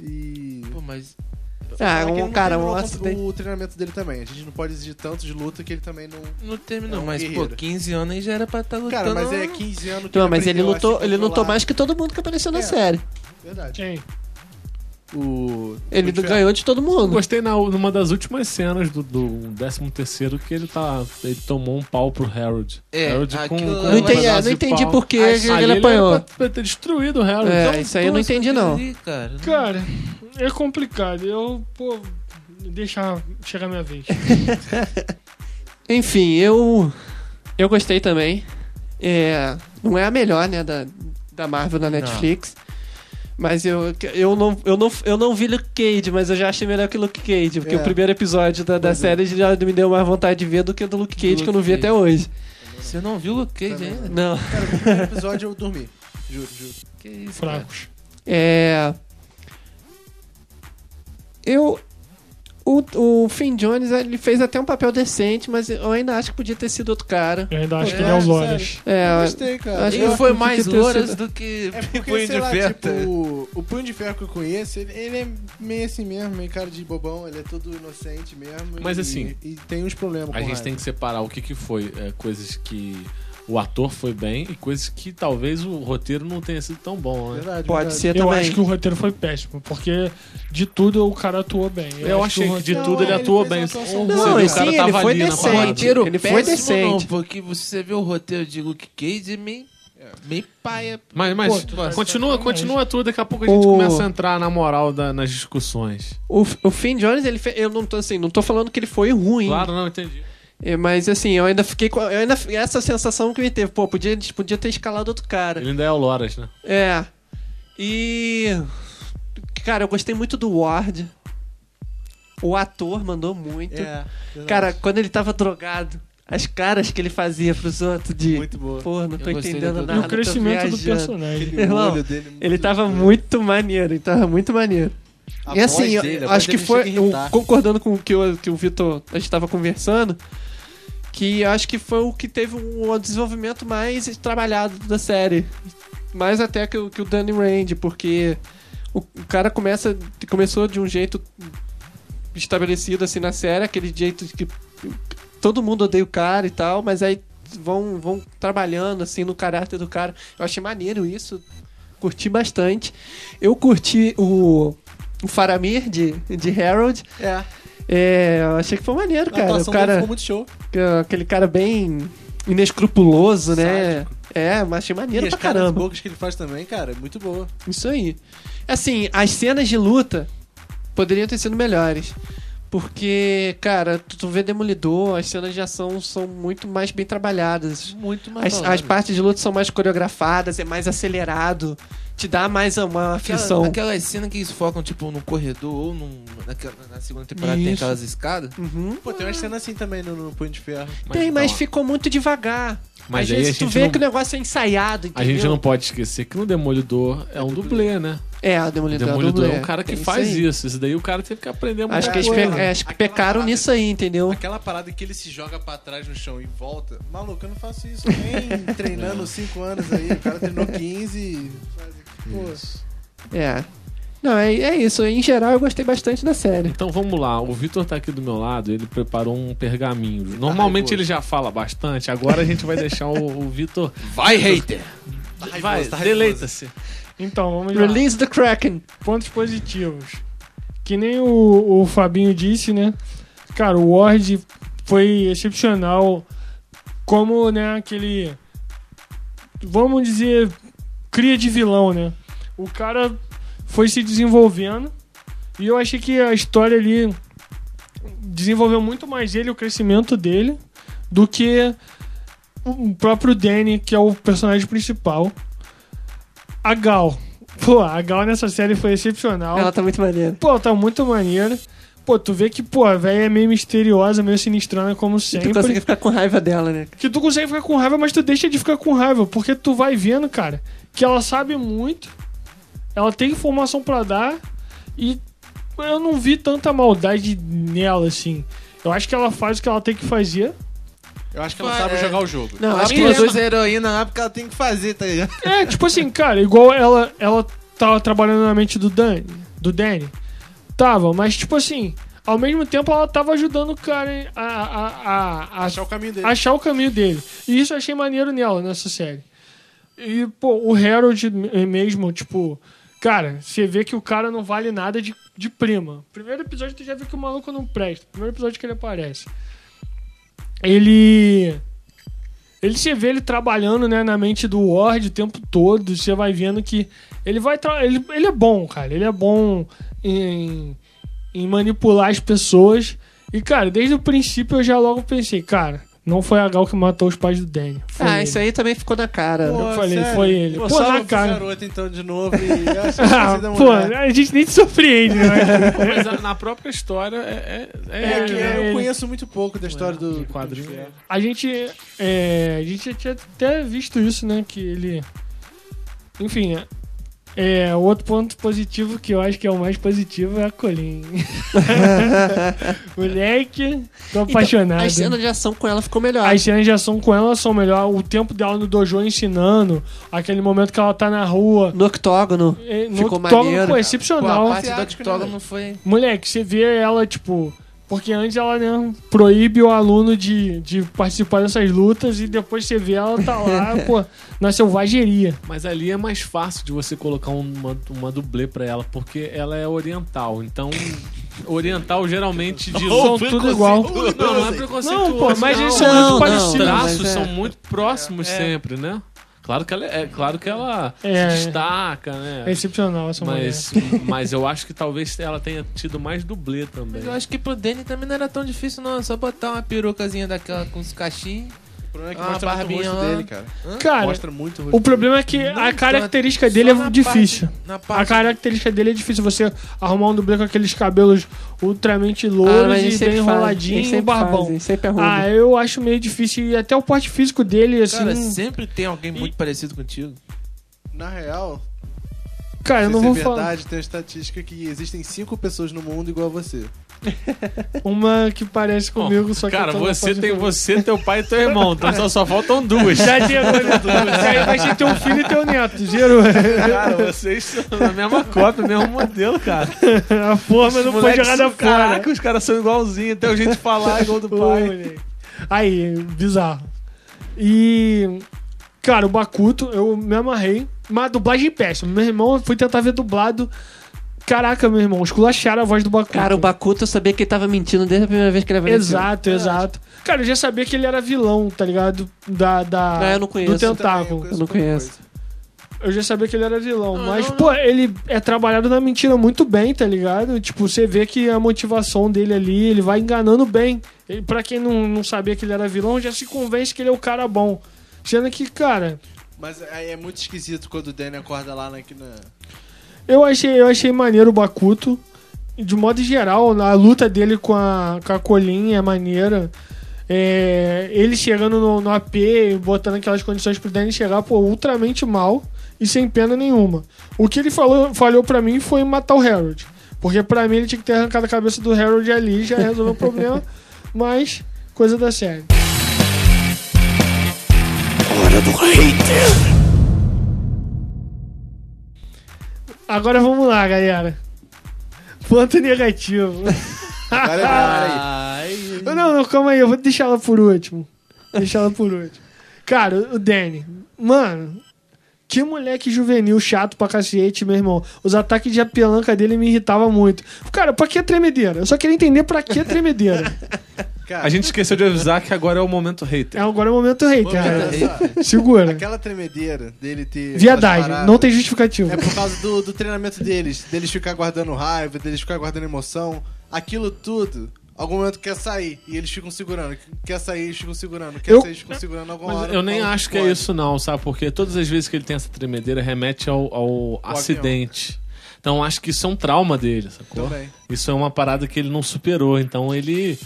Speaker 7: E.
Speaker 2: Pô, mas
Speaker 3: Ah,
Speaker 7: Fora é que ele
Speaker 3: um
Speaker 7: não
Speaker 3: cara,
Speaker 7: terminou
Speaker 3: um
Speaker 7: o
Speaker 3: acidente.
Speaker 7: contra- O treinamento dele também. A gente não pode exigir tanto de luta que ele também não.
Speaker 2: não terminou.
Speaker 7: É um
Speaker 2: mas,
Speaker 7: guerreiro.
Speaker 2: pô, 15 anos aí já era pra estar lutando.
Speaker 7: Cara, mas é 15 anos que
Speaker 3: Não, mas ele
Speaker 7: aprendeu a se
Speaker 3: lutou, ele lutou
Speaker 7: controlar.
Speaker 3: mais que todo mundo que apareceu na
Speaker 7: É.
Speaker 3: série.
Speaker 7: Verdade.
Speaker 6: Quem?
Speaker 7: O.
Speaker 3: Ele
Speaker 7: o Tchê-
Speaker 3: ganhou de todo
Speaker 1: Eu
Speaker 3: mundo.
Speaker 1: gostei na, numa das últimas cenas do, do 13 terceiro que ele tá. Ele tomou um pau pro Harold.
Speaker 2: É,
Speaker 1: Harold
Speaker 2: aquilo-
Speaker 1: um
Speaker 2: Não
Speaker 3: Não entendi,
Speaker 1: pedaço
Speaker 3: não
Speaker 1: de
Speaker 3: entendi
Speaker 1: pau.
Speaker 3: por que
Speaker 1: Aí
Speaker 3: ele,
Speaker 1: era
Speaker 3: apanhou.
Speaker 1: pra- pra ter destruído o Harold.
Speaker 3: É,
Speaker 1: Então,
Speaker 3: isso aí eu não
Speaker 1: então,
Speaker 3: entendi, não.
Speaker 2: Ih, cara, não-
Speaker 6: Cara, é complicado. Eu, pô, deixa chegar a minha vez.
Speaker 3: Enfim, eu. Eu gostei também. É, não é a melhor, né, da, da Marvel na Netflix. Mas eu, eu, não, eu, não, eu não vi Luke Cage, mas eu já achei melhor que Luke Cage. Porque
Speaker 7: É.
Speaker 3: o primeiro episódio da, da série já me deu mais vontade de ver do que o do Luke Cage, que eu não vi
Speaker 2: Luke
Speaker 3: até hoje.
Speaker 2: Você não viu o Luke Cage ainda?
Speaker 3: Não.
Speaker 7: Cara, no primeiro episódio eu dormi. Juro, juro.
Speaker 2: Que isso, cara.
Speaker 6: fracos.
Speaker 3: É. Eu. O, o Finn Jones ele fez até um papel decente, mas eu ainda acho que podia ter sido outro cara.
Speaker 6: Eu ainda acho que
Speaker 7: É,
Speaker 6: ele é o
Speaker 7: sério.
Speaker 6: Loras.
Speaker 3: É,
Speaker 7: Gostei, cara.
Speaker 3: acho
Speaker 7: Eu-
Speaker 2: Ele foi mais
Speaker 3: Podia ter
Speaker 2: louras
Speaker 3: sido-
Speaker 2: do que
Speaker 7: É porque,
Speaker 2: punho
Speaker 7: sei
Speaker 2: de
Speaker 7: lá,
Speaker 2: ferro.
Speaker 7: tipo, o Punho de Ferro que eu conheço, ele, ele é meio assim mesmo, meio cara de bobão, ele é todo inocente mesmo.
Speaker 1: Mas
Speaker 7: e-
Speaker 1: assim,
Speaker 7: E tem uns problemas
Speaker 1: A
Speaker 7: com
Speaker 1: gente tem que separar o que, que foi é, coisas que o ator foi bem e coisas que talvez o roteiro não tenha sido tão bom, né?
Speaker 7: Verdade,
Speaker 3: Pode
Speaker 7: verdade.
Speaker 3: ser
Speaker 6: Eu
Speaker 3: também.
Speaker 6: acho que o roteiro foi péssimo, porque de tudo o cara atuou bem.
Speaker 1: Eu,
Speaker 6: acho
Speaker 1: achei
Speaker 6: o
Speaker 1: que de
Speaker 6: roteiro-
Speaker 1: tudo ele
Speaker 7: ele
Speaker 1: atua
Speaker 7: fez
Speaker 1: bem.
Speaker 7: uma
Speaker 1: Você
Speaker 7: atuação
Speaker 1: vê,
Speaker 3: boa.
Speaker 1: o cara
Speaker 3: Sim,
Speaker 1: tava
Speaker 3: ele foi
Speaker 1: ali na
Speaker 3: decente.
Speaker 2: O
Speaker 1: parada.
Speaker 2: roteiro
Speaker 3: Ele foi
Speaker 2: péssimo,
Speaker 3: decente.
Speaker 2: não, porque você vê o roteiro de Luke Cage é meio, meio paia.
Speaker 1: Mas, mas
Speaker 6: Pô,
Speaker 1: continua,
Speaker 6: sacanagem.
Speaker 1: continua tudo, daqui a pouco a gente
Speaker 3: O-
Speaker 1: começa a entrar na moral da- nas discussões.
Speaker 3: O, o Finn Jones, ele fe- eu não tô assim, não tô falando que ele foi ruim.
Speaker 1: Claro, não, entendi.
Speaker 3: É, mas assim, eu ainda fiquei com. Eu ainda, essa sensação que me teve, pô, podia, podia ter escalado outro cara.
Speaker 1: Ele ainda é o Loras, né?
Speaker 3: É. E. Cara, eu gostei muito do Ward. O ator mandou muito.
Speaker 7: É,
Speaker 2: tipo,
Speaker 7: verdade.
Speaker 3: Cara, quando ele tava drogado, as caras que ele fazia pros outros de.
Speaker 7: muito boa.
Speaker 3: Pô, não
Speaker 2: Eu
Speaker 3: tô
Speaker 2: gostei
Speaker 3: entendendo
Speaker 2: do-
Speaker 6: E
Speaker 3: nada.
Speaker 6: o
Speaker 3: tô
Speaker 6: crescimento do
Speaker 3: tá viajando.
Speaker 6: personagem.
Speaker 7: Aquele
Speaker 3: irmão,
Speaker 7: olho dele, muito
Speaker 3: Ele tava
Speaker 7: doido.
Speaker 3: muito maneiro, ele tava muito maneiro.
Speaker 7: A
Speaker 3: e
Speaker 7: voz
Speaker 3: assim, eu
Speaker 7: dele, a voz
Speaker 3: acho que
Speaker 7: dele
Speaker 3: foi.
Speaker 7: chega a
Speaker 3: eu-
Speaker 7: irritar.
Speaker 3: concordando com o que, o que o Vitor a gente tava conversando, que eu acho que foi o que teve um, um desenvolvimento mais trabalhado da série. Mais até que, o- que o Danny Rand, porque o, o cara começa. Começou de um jeito estabelecido assim na série, aquele jeito de que todo mundo odeia o cara e tal, mas aí vão, vão trabalhando assim no caráter do cara. Eu achei maneiro isso. Curti bastante. Eu curti o, o Faramir de, de Harold.
Speaker 7: É, a
Speaker 3: É, eu achei que foi maneiro, cara. O
Speaker 7: atuação dele
Speaker 3: cara é
Speaker 7: ficou muito show.
Speaker 3: aquele cara bem inescrupuloso, né? É, mas achei maneiro
Speaker 7: e as
Speaker 3: pra
Speaker 7: caras
Speaker 3: caramba.
Speaker 7: bocas que ele faz também, cara, é muito boa.
Speaker 3: Isso aí. Assim, as cenas de luta poderiam ter sido melhores. Porque, cara, tu, tu vê Demolidor, as cenas de ação são muito mais bem trabalhadas.
Speaker 2: Muito
Speaker 1: é
Speaker 2: mais.
Speaker 3: As, as partes de luta são mais coreografadas, é mais acelerado, te dá mais uma aflição.
Speaker 2: Aquela, aquelas cenas que eles focam, tipo, no corredor ou num, naquela, na segunda temporada tem
Speaker 3: Isso.
Speaker 2: aquelas escadas.
Speaker 3: Uhum.
Speaker 7: Pô, tem uma cena assim também no, no Punho de Ferro.
Speaker 3: Tem, mas
Speaker 1: então,
Speaker 3: ficou muito devagar.
Speaker 1: Mas
Speaker 3: Às
Speaker 1: aí
Speaker 3: vezes
Speaker 1: a
Speaker 3: tu
Speaker 1: gente
Speaker 3: vê
Speaker 1: não-
Speaker 3: que o negócio é ensaiado,
Speaker 1: A
Speaker 3: entendeu?
Speaker 1: gente não pode esquecer que no Demolidor é um dublê, né?
Speaker 3: É, o
Speaker 1: O
Speaker 3: Demolidor,
Speaker 1: Demolidor é
Speaker 3: dublê.
Speaker 1: um cara que
Speaker 3: Tem
Speaker 1: faz
Speaker 3: aí.
Speaker 1: isso. Isso daí o cara teve que aprender muito.
Speaker 3: Acho que, eles
Speaker 7: coisa,
Speaker 3: pe-
Speaker 7: né?
Speaker 3: é, acho que
Speaker 7: Aquela
Speaker 3: pecaram
Speaker 7: parada-
Speaker 3: nisso aí, entendeu?
Speaker 7: Aquela parada que ele se joga pra trás no chão e volta. Maluco, eu não faço isso
Speaker 6: (laughs)
Speaker 7: nem treinando 5 anos aí. O cara treinou 15 e faz... Pô,
Speaker 3: É. Não, é, é isso. Em geral, eu gostei bastante da série.
Speaker 1: Então vamos lá, o Vitor tá aqui do meu lado, ele preparou um pergaminho. Normalmente
Speaker 7: nervoso.
Speaker 1: ele já fala bastante, agora a gente vai deixar o, o Vitor.
Speaker 2: Vai, hater!
Speaker 1: Vai,
Speaker 7: tá raivoso.
Speaker 1: deleita-se.
Speaker 6: Então, vamos lá.
Speaker 3: Release the Kraken.
Speaker 6: Pontos positivos. Que nem o, o Fabinho disse, né? Cara, o Ward foi excepcional. Como, né, aquele. Vamos dizer. Cria de vilão, né? O cara foi se desenvolvendo. E eu achei que a história ali desenvolveu muito mais ele, o crescimento dele, do que o próprio Danny, que é o personagem principal. A Gal. Pô, a Gal nessa série foi excepcional.
Speaker 3: Ela tá muito maneira.
Speaker 6: Pô, tá muito maneira. Pô, tu vê que, pô, a velha é meio misteriosa, meio sinistrana, como
Speaker 3: E tu
Speaker 6: sempre.
Speaker 3: consegue ficar Tipo assim, com raiva dela, né?
Speaker 6: Que tu consegue ficar com raiva, mas tu deixa de ficar com raiva, porque tu vai vendo, cara, que ela sabe muito, ela tem informação pra dar, e eu não vi tanta maldade nela, assim. Eu acho que ela faz o que ela tem que fazer.
Speaker 7: Eu acho que ela
Speaker 2: Vai,
Speaker 7: sabe
Speaker 2: é.
Speaker 7: jogar o jogo.
Speaker 3: Não,
Speaker 2: Ela
Speaker 3: acho que ela-
Speaker 2: produz a heroína lá porque ela tem que fazer, tá ligado?
Speaker 6: É, (laughs) tipo assim, cara, igual ela, ela tava trabalhando na mente do Danny, do Danny. Tava, mas tipo assim, ao mesmo tempo ela tava ajudando o cara hein, a, a, a, a-
Speaker 7: Achar o caminho dele.
Speaker 6: achar o caminho dele. E isso eu achei maneiro nela, nessa série. E, pô, o Harold me- mesmo, tipo, cara, você vê que o cara não vale nada de, de prima. Primeiro episódio tu já vê que o maluco não presta. Primeiro episódio que ele aparece. Ele. Ele você vê ele trabalhando né, na mente do Ward o tempo todo. Você vai vendo que ele vai. tra- Ele, ele é bom, cara. Ele é bom em, em manipular as pessoas. E, cara, desde o princípio eu já logo pensei, cara, não foi a Gal que matou os pais do Danny. Foi
Speaker 3: Ah,
Speaker 6: ele. (laughs)
Speaker 3: isso aí também ficou na cara.
Speaker 6: eu falei, Ah, foi ele. Pô,
Speaker 7: só
Speaker 6: na
Speaker 7: eu fiz
Speaker 6: cara.
Speaker 7: garota então de novo
Speaker 6: (laughs)
Speaker 7: e eu acho que eu esqueci da
Speaker 6: Ah, pô,
Speaker 7: mulher.
Speaker 6: a gente nem te surpreende, né?
Speaker 3: (laughs)
Speaker 1: Mas a- na própria história é. é- é-
Speaker 7: É que
Speaker 6: é,
Speaker 7: eu conheço muito pouco da história do, do
Speaker 1: quadrinho.
Speaker 7: Punho de Ferro.
Speaker 6: A gente. é, a gente já tinha até visto isso, né? Que ele. Enfim, é- é, o outro ponto positivo que eu acho que é o mais positivo é a Colin. Moleque, tô
Speaker 1: É,
Speaker 6: apaixonado.
Speaker 3: Então, As cenas de ação com ela ficou melhor.
Speaker 6: As cenas de ação com ela são melhor. O tempo dela no dojo ensinando, aquele momento que ela tá na rua.
Speaker 3: No octógono.
Speaker 6: é, No
Speaker 3: Ficou
Speaker 6: octógono,
Speaker 3: maneiro,
Speaker 6: pô,
Speaker 3: cara.
Speaker 2: Pô, a
Speaker 6: excepcional.
Speaker 2: parte do
Speaker 7: asiático, né,
Speaker 2: octógono foi.
Speaker 6: Moleque, você vê ela, tipo. Porque antes ela né, proíbe o aluno de, de participar dessas lutas e depois você vê ela tá lá, pô, na selvageria.
Speaker 1: Mas ali é mais fácil de você colocar uma, uma dublê pra ela, porque ela é oriental. Então, oriental geralmente de
Speaker 6: São tudo igual.
Speaker 1: Não, não é preconceituoso.
Speaker 6: Não, pô, mas eles
Speaker 1: não.
Speaker 3: Não,
Speaker 6: são muito
Speaker 3: não,
Speaker 1: Os
Speaker 6: parecidos.
Speaker 3: não.
Speaker 1: traços
Speaker 3: mas é-
Speaker 1: são muito próximos sempre, né? Claro que ela, é, claro que ela
Speaker 6: É.
Speaker 1: se destaca, né?
Speaker 6: É excepcional essa mulher.
Speaker 1: Mas, (laughs) mas eu acho que talvez ela tenha tido mais dublê também.
Speaker 2: Mas eu acho que pro Danny também não era tão difícil, não. É só botar uma perucazinha daquela com os cachinhos.
Speaker 7: O problema é que
Speaker 2: Ah,
Speaker 7: mostra muito o
Speaker 2: barbinha
Speaker 7: rosto
Speaker 2: lá.
Speaker 7: dele, cara.
Speaker 6: Cara,
Speaker 7: mostra muito o rosto
Speaker 6: o problema é que
Speaker 2: Não
Speaker 6: a
Speaker 2: tanto.
Speaker 6: característica
Speaker 2: Só
Speaker 6: dele
Speaker 2: na
Speaker 6: é
Speaker 2: parte-
Speaker 6: difícil.
Speaker 2: na
Speaker 6: A
Speaker 2: parte
Speaker 6: característica dele é difícil. Você arrumar um dublê com aqueles cabelos ultramente
Speaker 3: Ah, mas eles
Speaker 6: louros e bem
Speaker 3: sempre fazem,
Speaker 6: enroladinho
Speaker 3: eles
Speaker 6: e
Speaker 3: sempre
Speaker 6: barbão.
Speaker 3: fazem, sempre é ruim.
Speaker 6: Ah, eu acho meio difícil. E até o porte físico dele, assim.
Speaker 2: Cara,
Speaker 6: Cara,
Speaker 2: sempre tem alguém muito parecido contigo.
Speaker 7: dele. Na real,
Speaker 6: eu
Speaker 7: se
Speaker 6: não
Speaker 7: isso é
Speaker 6: vou falar.
Speaker 7: verdade, tem a estatística que existem cinco pessoas no mundo igual a você.
Speaker 6: Uma que parece comigo, só que.
Speaker 1: Cara,
Speaker 6: eu tô na
Speaker 1: você
Speaker 6: parte
Speaker 1: tem
Speaker 6: do-
Speaker 1: você, teu pai e teu irmão. Então só, só faltam duas. (laughs)
Speaker 6: Já gerou, né? Cara, Vai ter teu filho e teu neto. Gerou.
Speaker 1: Cara, vocês são a mesma cópia, mesmo modelo, cara.
Speaker 6: A forma não foi
Speaker 1: Moleque,
Speaker 6: jogada
Speaker 1: são-
Speaker 6: fora. né?
Speaker 1: Caraca, os caras são igualzinhos, até o jeito de falar é igual do
Speaker 6: Pô,
Speaker 1: pai.
Speaker 6: moleque. Aí, bizarro. E. Cara, o Bakuto, eu me amarrei. Mas a dublagem é péssima. Meu irmão, eu fui tentar ver dublado. Caraca, meu irmão, esculacharam a voz do Bakuto.
Speaker 3: Cara, o Bakuto é eu sabia que ele tava mentindo desde a primeira vez que ele apareceu.
Speaker 6: Exato, exato. Cara, eu já sabia que ele era vilão, tá ligado? Da. da
Speaker 3: Não, eu não
Speaker 6: Do
Speaker 3: conheço.
Speaker 6: tentáculo.
Speaker 7: Também é
Speaker 3: Eu não conheço.
Speaker 6: Eu já sabia que ele era vilão,
Speaker 2: Não,
Speaker 6: mas,
Speaker 2: não,
Speaker 6: pô, ele é trabalhado na mentira muito bem, tá ligado? Tipo, você vê que a motivação dele ali, ele vai enganando bem. Ele, pra quem não, não sabia que ele era vilão, já se convence que ele é o cara bom. Sendo que, cara,
Speaker 7: Mas aí é muito esquisito quando o Danny acorda lá na... na...
Speaker 6: eu achei, eu achei maneiro o Bakuto. De modo geral, a luta dele com a, com a Colin é maneira. É, ele chegando no, no AP, botando aquelas condições pro Danny chegar, pô, ultramente mal e sem pena nenhuma. O que ele falou, falhou para mim foi matar o Harold. Porque pra mim ele tinha que ter arrancado a cabeça do Harold ali, já resolveu o (laughs) problema. Mas, coisa da série. Agora vamos lá, galera. Ponto negativo.
Speaker 7: Cara,
Speaker 6: Ah,
Speaker 7: cara, aí.
Speaker 6: Não, não, calma aí, eu vou deixar ela por último. Deixar ela por último. Cara, o Danny. Mano, que moleque juvenil chato pra cacete, meu irmão. Os ataques de apelanca dele me irritavam muito. Cara, pra que tremedeira? Eu só queria entender pra que tremedeira.
Speaker 7: Cara,
Speaker 1: A gente esqueceu de avisar que agora é o momento hater.
Speaker 6: É, agora é o momento hater,
Speaker 7: olha
Speaker 6: cara. (laughs)
Speaker 7: só,
Speaker 6: Segura.
Speaker 7: Aquela tremedeira dele ter...
Speaker 6: Né? Viadagem,
Speaker 7: aquelas
Speaker 6: não tem
Speaker 7: paradas,
Speaker 6: justificativa.
Speaker 7: É por causa do, do treinamento deles. Deles ficar guardando raiva, deles ficar guardando emoção. Aquilo tudo... Algum momento quer sair e eles ficam segurando. Quer sair, eles ficam segurando. Quer
Speaker 6: Eu-
Speaker 7: sair, eles ficam segurando alguma
Speaker 1: Mas
Speaker 7: hora.
Speaker 1: eu nem
Speaker 7: falam,
Speaker 1: acho que é
Speaker 7: pode.
Speaker 1: isso, não, sabe? Porque todas as vezes que ele tem essa tremedeira remete ao, ao acidente. Então acho que isso é um trauma dele, sacou?
Speaker 7: Também.
Speaker 1: Isso é uma parada que ele não superou. Então ele.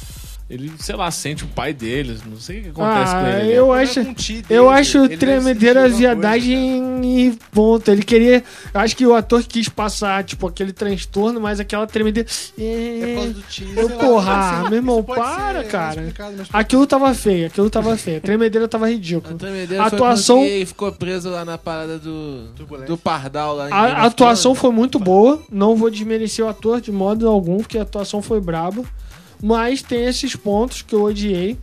Speaker 1: Ele, sei lá, sente o pai dele. Não sei o que acontece com
Speaker 6: Ah,
Speaker 1: ele.
Speaker 6: eu
Speaker 7: Não é
Speaker 6: acho.
Speaker 7: com o ti dele,
Speaker 6: Eu acho
Speaker 7: ele
Speaker 6: tremedeira
Speaker 7: sentiu alguma
Speaker 6: viadagem e ponto. Ele queria. Acho que o ator quis passar, tipo, aquele transtorno, mas aquela tremedeira.
Speaker 7: coisa, cara. É por causa do ti.
Speaker 6: Eu,
Speaker 7: sei lá,
Speaker 6: porra,
Speaker 7: pode ser-
Speaker 6: meu irmão,
Speaker 7: isso pode
Speaker 6: para,
Speaker 7: ser
Speaker 6: cara. Ah,
Speaker 7: explicado, mas-
Speaker 6: Aquilo tava feio, aquilo tava feio. A tremedeira tava ridículo.
Speaker 2: A
Speaker 6: Atuação-
Speaker 2: E ficou preso lá na parada do.
Speaker 7: Turbulência.
Speaker 2: Do Pardal lá né? em Game
Speaker 6: A
Speaker 2: of
Speaker 6: atuação
Speaker 2: Thrones.
Speaker 6: foi muito boa, não vou desmerecer o ator de modo algum, porque a atuação foi braba. Mas tem esses pontos que eu odiei.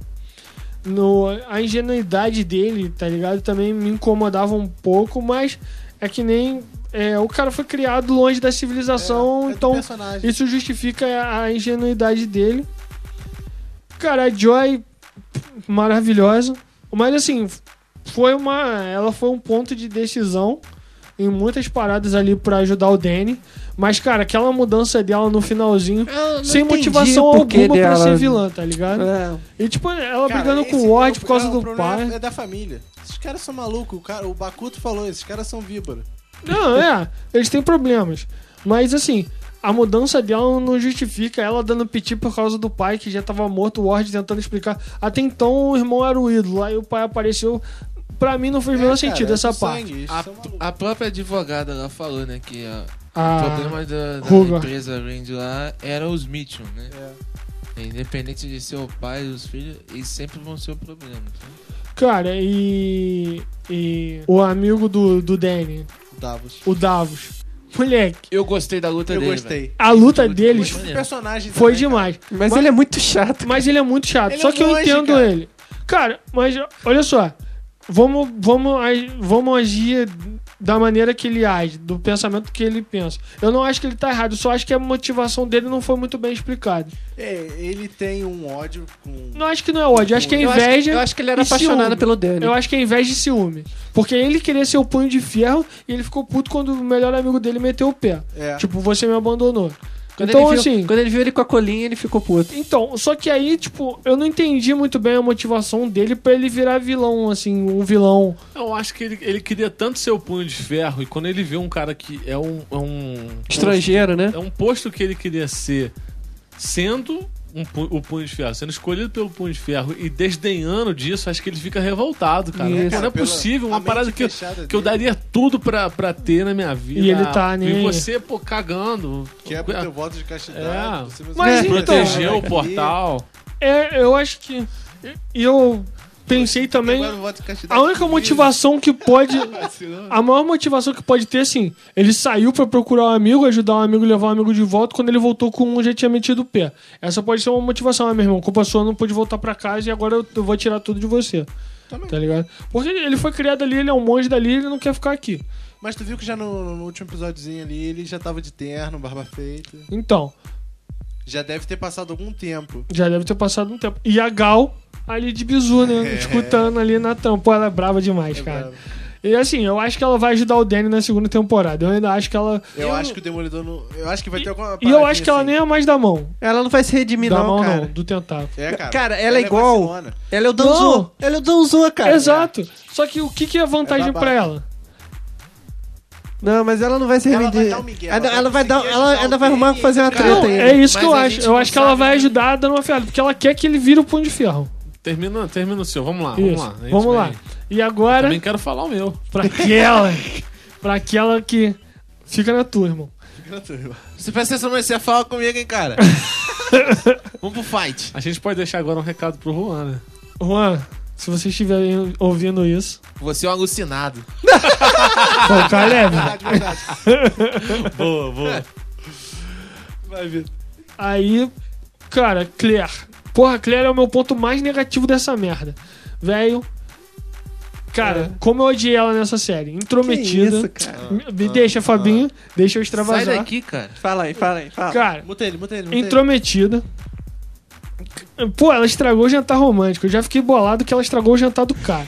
Speaker 6: No, a ingenuidade dele, tá ligado? Também me incomodava um pouco, mas é que nem. é, o cara foi criado longe da
Speaker 7: É
Speaker 6: civilização,
Speaker 7: do
Speaker 6: então
Speaker 7: personagem.
Speaker 6: Isso justifica a a ingenuidade dele. Cara, a Joy maravilhosa, mas assim, foi uma, ela foi um ponto de decisão em muitas paradas ali pra ajudar o Danny, mas cara, aquela mudança dela no finalzinho
Speaker 3: Eu não
Speaker 6: sem
Speaker 3: entendi
Speaker 6: motivação
Speaker 3: o porquê
Speaker 6: alguma pra
Speaker 3: dela.
Speaker 6: ser vilã, tá ligado?
Speaker 3: É.
Speaker 6: E tipo, ela
Speaker 7: Cara,
Speaker 6: brigando com
Speaker 7: esse
Speaker 6: o Ward
Speaker 7: é
Speaker 6: por causa
Speaker 7: é, o
Speaker 6: do
Speaker 7: problema
Speaker 6: pai.
Speaker 7: É da família. Esses caras são malucos. O, cara, o Bakuto falou, esses caras são víbora.
Speaker 6: Não, é, eles têm problemas. Mas assim, a mudança dela não justifica ela dando piti por causa do pai que já tava morto, o Ward tentando explicar. Até então o irmão era o ídolo, aí o pai apareceu. Pra mim não fez o
Speaker 7: É,
Speaker 6: menor
Speaker 7: cara,
Speaker 6: sentido
Speaker 7: é
Speaker 6: essa
Speaker 7: sangue,
Speaker 6: parte.
Speaker 7: isso é maluco.
Speaker 2: A, a própria advogada lá falou, né, que ó,
Speaker 7: um
Speaker 2: o
Speaker 6: Ah,
Speaker 2: problema da, da
Speaker 6: Ruga.
Speaker 2: empresa Range lá era os Mitchell, né?
Speaker 7: É.
Speaker 2: Independente de ser o pai, os filhos, eles sempre vão ser o problema. tá?
Speaker 6: cara, e. E. O amigo do, do Danny,
Speaker 7: Davos.
Speaker 6: o Davos. Moleque,
Speaker 2: Eu gostei da luta
Speaker 7: Eu
Speaker 2: dele. velho.
Speaker 7: gostei.
Speaker 6: a luta deles
Speaker 2: Foi
Speaker 7: O personagem
Speaker 6: foi
Speaker 7: também,
Speaker 6: demais.
Speaker 3: Mas ele é muito chato.
Speaker 6: Mas ele é muito chato.
Speaker 7: Ele
Speaker 6: Só
Speaker 7: é um
Speaker 6: que eu
Speaker 7: monge,
Speaker 6: entendo
Speaker 7: cara.
Speaker 6: ele. Cara, mas olha só. Vamos, vamos, ag- vamos agir da maneira que ele age, do pensamento que ele pensa. Eu não acho que ele tá errado, eu só acho que a motivação dele não foi muito bem explicada.
Speaker 7: É, ele tem um ódio com.
Speaker 6: Não acho que não é ódio, eu acho que é
Speaker 3: Eu acho,
Speaker 6: inveja.
Speaker 3: eu acho que ele era
Speaker 6: e ciúme.
Speaker 3: apaixonado pelo Danny.
Speaker 6: Eu acho que é inveja e ciúme. Porque ele queria ser o punho de ferro e ele ficou puto quando o melhor amigo dele meteu o pé.
Speaker 7: É.
Speaker 6: Tipo, você me abandonou.
Speaker 3: Quando
Speaker 6: então,
Speaker 3: ele viu,
Speaker 6: assim.
Speaker 3: Quando ele viu ele com a colinha, ele ficou puto.
Speaker 6: Então, só que aí, tipo, eu não entendi muito bem a motivação dele pra ele virar vilão, assim, um vilão.
Speaker 1: Eu acho que ele, ele queria tanto ser o punho de ferro e quando ele vê um cara que é um. É um
Speaker 3: Estrangeiro, né?
Speaker 1: É um posto que ele queria ser sendo um pu- o punho de ferro, sendo escolhido pelo punho de ferro e desdenhando disso, acho que ele fica revoltado, cara.
Speaker 3: Isso.
Speaker 1: Pô, não é
Speaker 7: Cara, pela-
Speaker 1: possível,
Speaker 7: a
Speaker 1: uma
Speaker 7: mente
Speaker 1: parada que, eu-
Speaker 7: fechada
Speaker 1: que eu
Speaker 7: dele.
Speaker 1: daria tudo pra, pra ter na minha vida.
Speaker 6: E ele tá nem-
Speaker 1: E você, pô, cagando.
Speaker 7: Quebra
Speaker 2: Tipo,
Speaker 7: o é teu voto de castidade.
Speaker 1: É.
Speaker 7: você mesmo-
Speaker 6: Mas
Speaker 7: É.
Speaker 6: então-
Speaker 1: Protegeu o portal.
Speaker 6: É, eu acho que. E eu pensei também.
Speaker 7: Quebra o voto de castidade.
Speaker 6: A única motivação que pode.
Speaker 7: Vacilou.
Speaker 6: A maior motivação que pode ter, assim, ele saiu pra procurar um amigo, ajudar um amigo, levar um amigo de volta. Quando ele voltou com um, já tinha metido o pé. Essa pode ser uma motivação, ah, meu irmão. Culpa sua, eu não pude voltar pra casa e agora eu- eu vou tirar tudo de você. Tá ligado? Porque ele foi criado ali, ele é um monge dali, ele não quer ficar aqui.
Speaker 7: Mas tu viu que já no, no último episódiozinho ali, ele já tava de terno, barba feita.
Speaker 6: Então,
Speaker 7: Já deve ter passado algum tempo.
Speaker 6: já deve ter passado um tempo. E a Gal ali de bizu, né? Escutando ali na tampa. Pô, Ela é brava demais, cara.
Speaker 7: brava.
Speaker 6: E assim, eu acho que ela vai ajudar o Danny na segunda temporada. Eu ainda acho que ela.
Speaker 7: Eu, acho que o Demolidor não. Eu acho que vai ter
Speaker 6: E
Speaker 7: alguma
Speaker 6: eu
Speaker 7: paradinha
Speaker 6: acho que ela
Speaker 7: assim.
Speaker 6: nem é mais da mão.
Speaker 3: Ela não vai se redimir,
Speaker 6: da
Speaker 3: não,
Speaker 6: mão
Speaker 3: É cara.
Speaker 6: não, do tentáculo.
Speaker 7: É, cara.
Speaker 3: Cara, ela é igual.
Speaker 7: vacilona.
Speaker 3: Ela é o Danzo.
Speaker 6: Não.
Speaker 3: Ela é o Danzo, cara.
Speaker 6: Exato. Só que o que, que é vantagem
Speaker 7: É babado.
Speaker 6: pra ela?
Speaker 3: É. Não, mas ela não vai se
Speaker 7: Ela vai
Speaker 3: redimir.
Speaker 7: dar o Miguel,
Speaker 3: Ela,
Speaker 7: ela
Speaker 3: ela vai
Speaker 7: vai
Speaker 3: dar.
Speaker 7: conseguir
Speaker 3: Ela,
Speaker 7: ajudar
Speaker 3: ela vai
Speaker 7: o
Speaker 3: arrumar
Speaker 7: Danny,
Speaker 3: fazer uma
Speaker 7: cara.
Speaker 3: treta
Speaker 6: Não,
Speaker 3: aí.
Speaker 6: é isso que
Speaker 2: Mas
Speaker 6: eu
Speaker 2: a
Speaker 6: acho.
Speaker 2: gente
Speaker 6: Eu
Speaker 2: não
Speaker 6: acho que ela
Speaker 2: sabe,
Speaker 6: vai
Speaker 2: né?
Speaker 6: ajudar dando uma ferrada, porque ela quer que ele vire o punho de ferro.
Speaker 1: Termina, termina o seu. Vamos lá,
Speaker 6: Isso.
Speaker 1: Ah, vamos lá. é A gente
Speaker 6: Vamos lá.
Speaker 1: vai-
Speaker 6: E agora,
Speaker 1: Também quero falar o meu.
Speaker 6: pra aquela. pra aquela que. Fica na tua, irmão.
Speaker 2: Você presta atenção, mas você fala comigo, hein,
Speaker 6: (laughs)
Speaker 2: cara? Vamos pro fight.
Speaker 1: A gente pode deixar agora um recado pro Juan, né?
Speaker 6: Juan, se você estiver aí ouvindo isso.
Speaker 2: Você é um alucinado.
Speaker 6: Pô, tá Caleb.
Speaker 7: Verdade, verdade.
Speaker 1: (laughs) Boa, boa.
Speaker 7: Vai ver.
Speaker 6: Aí, cara, Claire. Porra, Claire é o meu ponto mais negativo dessa merda. Velho. Cara, como eu odiei ela nessa série.
Speaker 3: Que
Speaker 6: Intrometida.
Speaker 3: isso, cara.
Speaker 6: Me- Me deixa, Fabinho. Deixa eu extravasar.
Speaker 2: Sai daqui, cara.
Speaker 3: Fala aí, fala aí, fala.
Speaker 6: Cara,
Speaker 7: Muta ele, muta ele. Muta
Speaker 6: intrometida. Pô, ela estragou o jantar romântico. Eu já fiquei bolado que ela estragou o jantar do cara.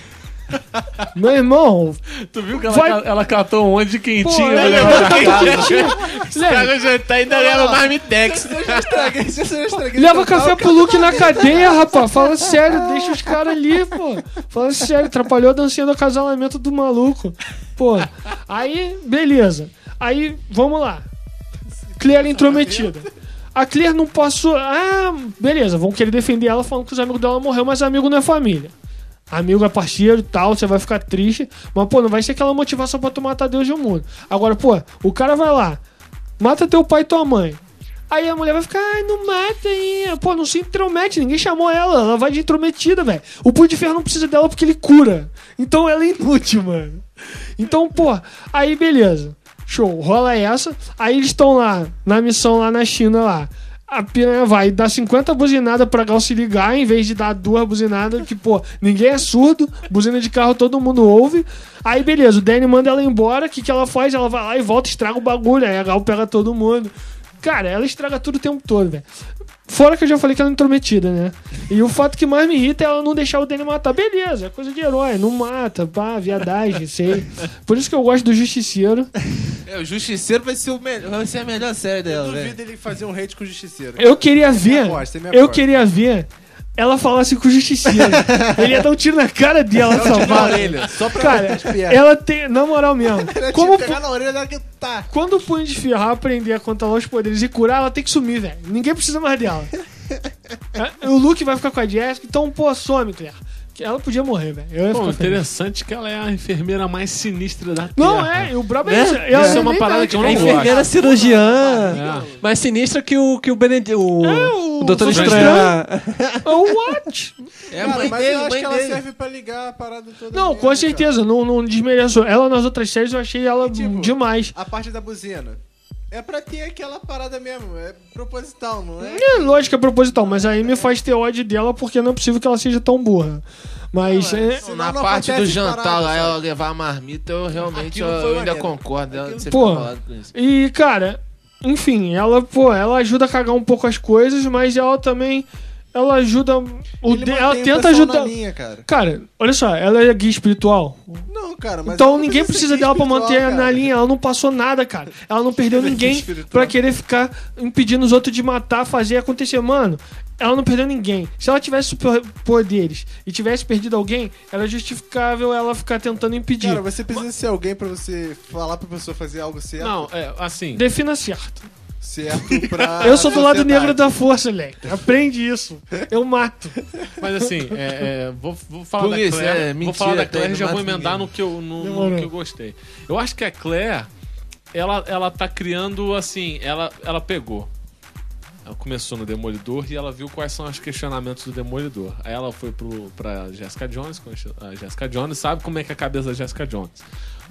Speaker 6: Meu irmão,
Speaker 1: Tu viu que ela,
Speaker 6: Vai-
Speaker 1: ca- ela catou um monte de
Speaker 6: pô,
Speaker 1: quentinho.
Speaker 6: ela
Speaker 1: né?
Speaker 6: levou o café. Leve,
Speaker 2: jantar ainda leva marmitex.
Speaker 7: ele. Se você não estraguei,
Speaker 6: Leva café pro Luke na cadeia, rapaz. Fala sério, deixa os caras ali, pô. Fala sério, atrapalhou a dancinha do acasalamento do maluco. Pô, aí, beleza. Aí, vamos lá. Claire é intrometida. A Claire não passou. Ah, beleza, vão querer defender ela falando que os amigos dela morreram, mas amigo não é família. Amigo é parceiro e tal, você vai ficar triste. Mas, pô, não vai ser aquela motivação pra tu matar Deus e o mundo. Agora, pô, o cara vai lá, mata teu pai e tua mãe. Aí a mulher vai ficar, ai, não mata aí. Pô, não se intromete, ninguém chamou ela. Ela vai de intrometida, velho. O Punho de Ferro não precisa dela porque ele cura. Então ela é inútil, mano. Então, pô, aí beleza. Show, rola essa. Aí eles estão lá, na missão lá na China lá. A piranha vai dar 50 buzinadas pra Gal se ligar, em vez de dar duas buzinadas, que, pô, ninguém é surdo, buzina de carro todo mundo ouve. Aí, beleza, o Danny manda ela embora, o que, que ela faz? Ela vai lá e volta, estraga o bagulho, aí a Gal pega todo mundo. Cara, ela estraga tudo o tempo todo, velho. Fora que eu já falei que ela é intrometida, né? E o fato que mais me irrita é ela não deixar o Danny matar. Beleza, é coisa de herói, não mata, pá,
Speaker 7: (laughs)
Speaker 6: viadagem, sei. Por isso que eu gosto do Justiceiro.
Speaker 2: É, o Justiceiro vai ser, o melhor, vai ser a melhor série dela, velho.
Speaker 7: Duvido ele fazer um hate com o Justiceiro.
Speaker 6: Eu queria ver.
Speaker 7: aposta, é minha
Speaker 6: Eu
Speaker 7: aposta.
Speaker 6: queria ver ela falasse com o
Speaker 7: (laughs)
Speaker 6: Justiceiro. Ele ia dar um tiro na cara dela,
Speaker 7: Ela tira um na
Speaker 6: salvar.
Speaker 7: orelha. Só pra
Speaker 6: Cara,
Speaker 7: as pernas.
Speaker 6: ela tem. Na moral mesmo.
Speaker 7: (laughs) Ela
Speaker 6: Como,
Speaker 7: Como pegar na orelha dela que tá.
Speaker 6: Quando o punho de ferro aprender a controlar os poderes e curar, ela tem que sumir, velho. é, Ninguém precisa mais dela. É, o Luke vai ficar com a Jessica, então, pô, some, Claire. que ela podia morrer, velho. Eu ia
Speaker 1: Pô,
Speaker 6: ficar feliz.
Speaker 1: interessante que ela é a enfermeira mais sinistra da Terra.
Speaker 6: Não, é, e o brabo é
Speaker 3: Né?
Speaker 6: isso.
Speaker 3: Isso
Speaker 6: ela
Speaker 1: Isso é uma
Speaker 6: nem
Speaker 1: parada
Speaker 6: vai-
Speaker 1: que eu
Speaker 3: A
Speaker 1: não
Speaker 3: enfermeira
Speaker 1: gosto.
Speaker 3: cirurgiã.
Speaker 6: um
Speaker 1: É.
Speaker 3: Mais sinistra que o, que o Benedito. O,
Speaker 6: É, o
Speaker 3: o Doutor
Speaker 1: Estranho.
Speaker 3: Estranho.
Speaker 6: Oh, what?
Speaker 2: É a
Speaker 7: Cara,
Speaker 2: mãe
Speaker 7: mas
Speaker 2: dele,
Speaker 7: eu acho
Speaker 2: mãe
Speaker 7: que ela
Speaker 2: dele.
Speaker 7: serve pra ligar a parada toda.
Speaker 6: Não,
Speaker 7: mesmo,
Speaker 6: com
Speaker 7: cara.
Speaker 6: certeza, não, não desmereço. Ela nas outras séries eu achei ela
Speaker 7: E, tipo,
Speaker 6: demais.
Speaker 7: A parte da buzina. É pra ter aquela parada mesmo. É proposital, não é?
Speaker 6: É, lógico que é proposital, mas aí me faz ter ódio dela porque não é possível que ela seja tão burra. Mas é,
Speaker 7: Senão
Speaker 2: Na
Speaker 7: não
Speaker 2: parte do
Speaker 7: acontece
Speaker 2: jantar
Speaker 7: parada,
Speaker 2: lá,
Speaker 7: sabe?
Speaker 2: ela levar a marmita, eu realmente eu,
Speaker 7: Aquilo foi
Speaker 2: ainda
Speaker 7: maneiro.
Speaker 2: concordo. Ela, você
Speaker 6: Pô.
Speaker 2: ficou bolado com isso.
Speaker 6: E, cara, enfim, ela, pô, ela ajuda a cagar um pouco as coisas, mas ela também. Ela ajuda. O
Speaker 7: Ele
Speaker 6: de-
Speaker 7: mantém
Speaker 6: ela
Speaker 7: o
Speaker 6: tenta
Speaker 7: pessoal
Speaker 6: ajudar.
Speaker 7: na linha, cara.
Speaker 6: Cara, olha só, ela é guia espiritual.
Speaker 7: Não, cara, mas
Speaker 6: então
Speaker 7: ela não
Speaker 6: ninguém
Speaker 7: ser
Speaker 6: precisa dela pra
Speaker 7: espiritual,
Speaker 6: manter
Speaker 7: cara.
Speaker 6: na linha. Ela não passou nada, cara. Ela não
Speaker 7: (laughs)
Speaker 6: perdeu ninguém
Speaker 7: espiritual.
Speaker 6: pra querer ficar impedindo os outros de matar, fazer acontecer. Mano, ela não perdeu ninguém. Se ela tivesse super poderes e tivesse perdido alguém, era justificável ela ficar tentando impedir.
Speaker 7: Cara, você precisa ser alguém pra você falar pra pessoa fazer algo certo.
Speaker 1: Não, é, assim.
Speaker 6: Defina certo.
Speaker 7: Certo pra.
Speaker 6: Eu sou do lado
Speaker 7: sociedade.
Speaker 6: negro da força, Leque. Aprende isso. Eu mato.
Speaker 1: Mas assim, é, é, vou, vou falar
Speaker 2: Polícia,
Speaker 1: da Claire.
Speaker 2: é,
Speaker 1: vou
Speaker 2: mentira,
Speaker 1: falar da
Speaker 2: tá
Speaker 1: Claire
Speaker 2: aí,
Speaker 1: e já
Speaker 2: não
Speaker 1: vou
Speaker 2: mata
Speaker 1: emendar
Speaker 2: ninguém.
Speaker 1: no que, eu, no- no,
Speaker 6: Demorou.
Speaker 1: que eu gostei. Eu acho que a Claire, ela, ela tá criando assim, ela, ela pegou. Ela começou no Demolidor e ela viu quais são os questionamentos do Demolidor. Aí ela foi pro, pra Jessica Jones, conhece a Jessica Jones sabe como é que é a cabeça da Jessica Jones.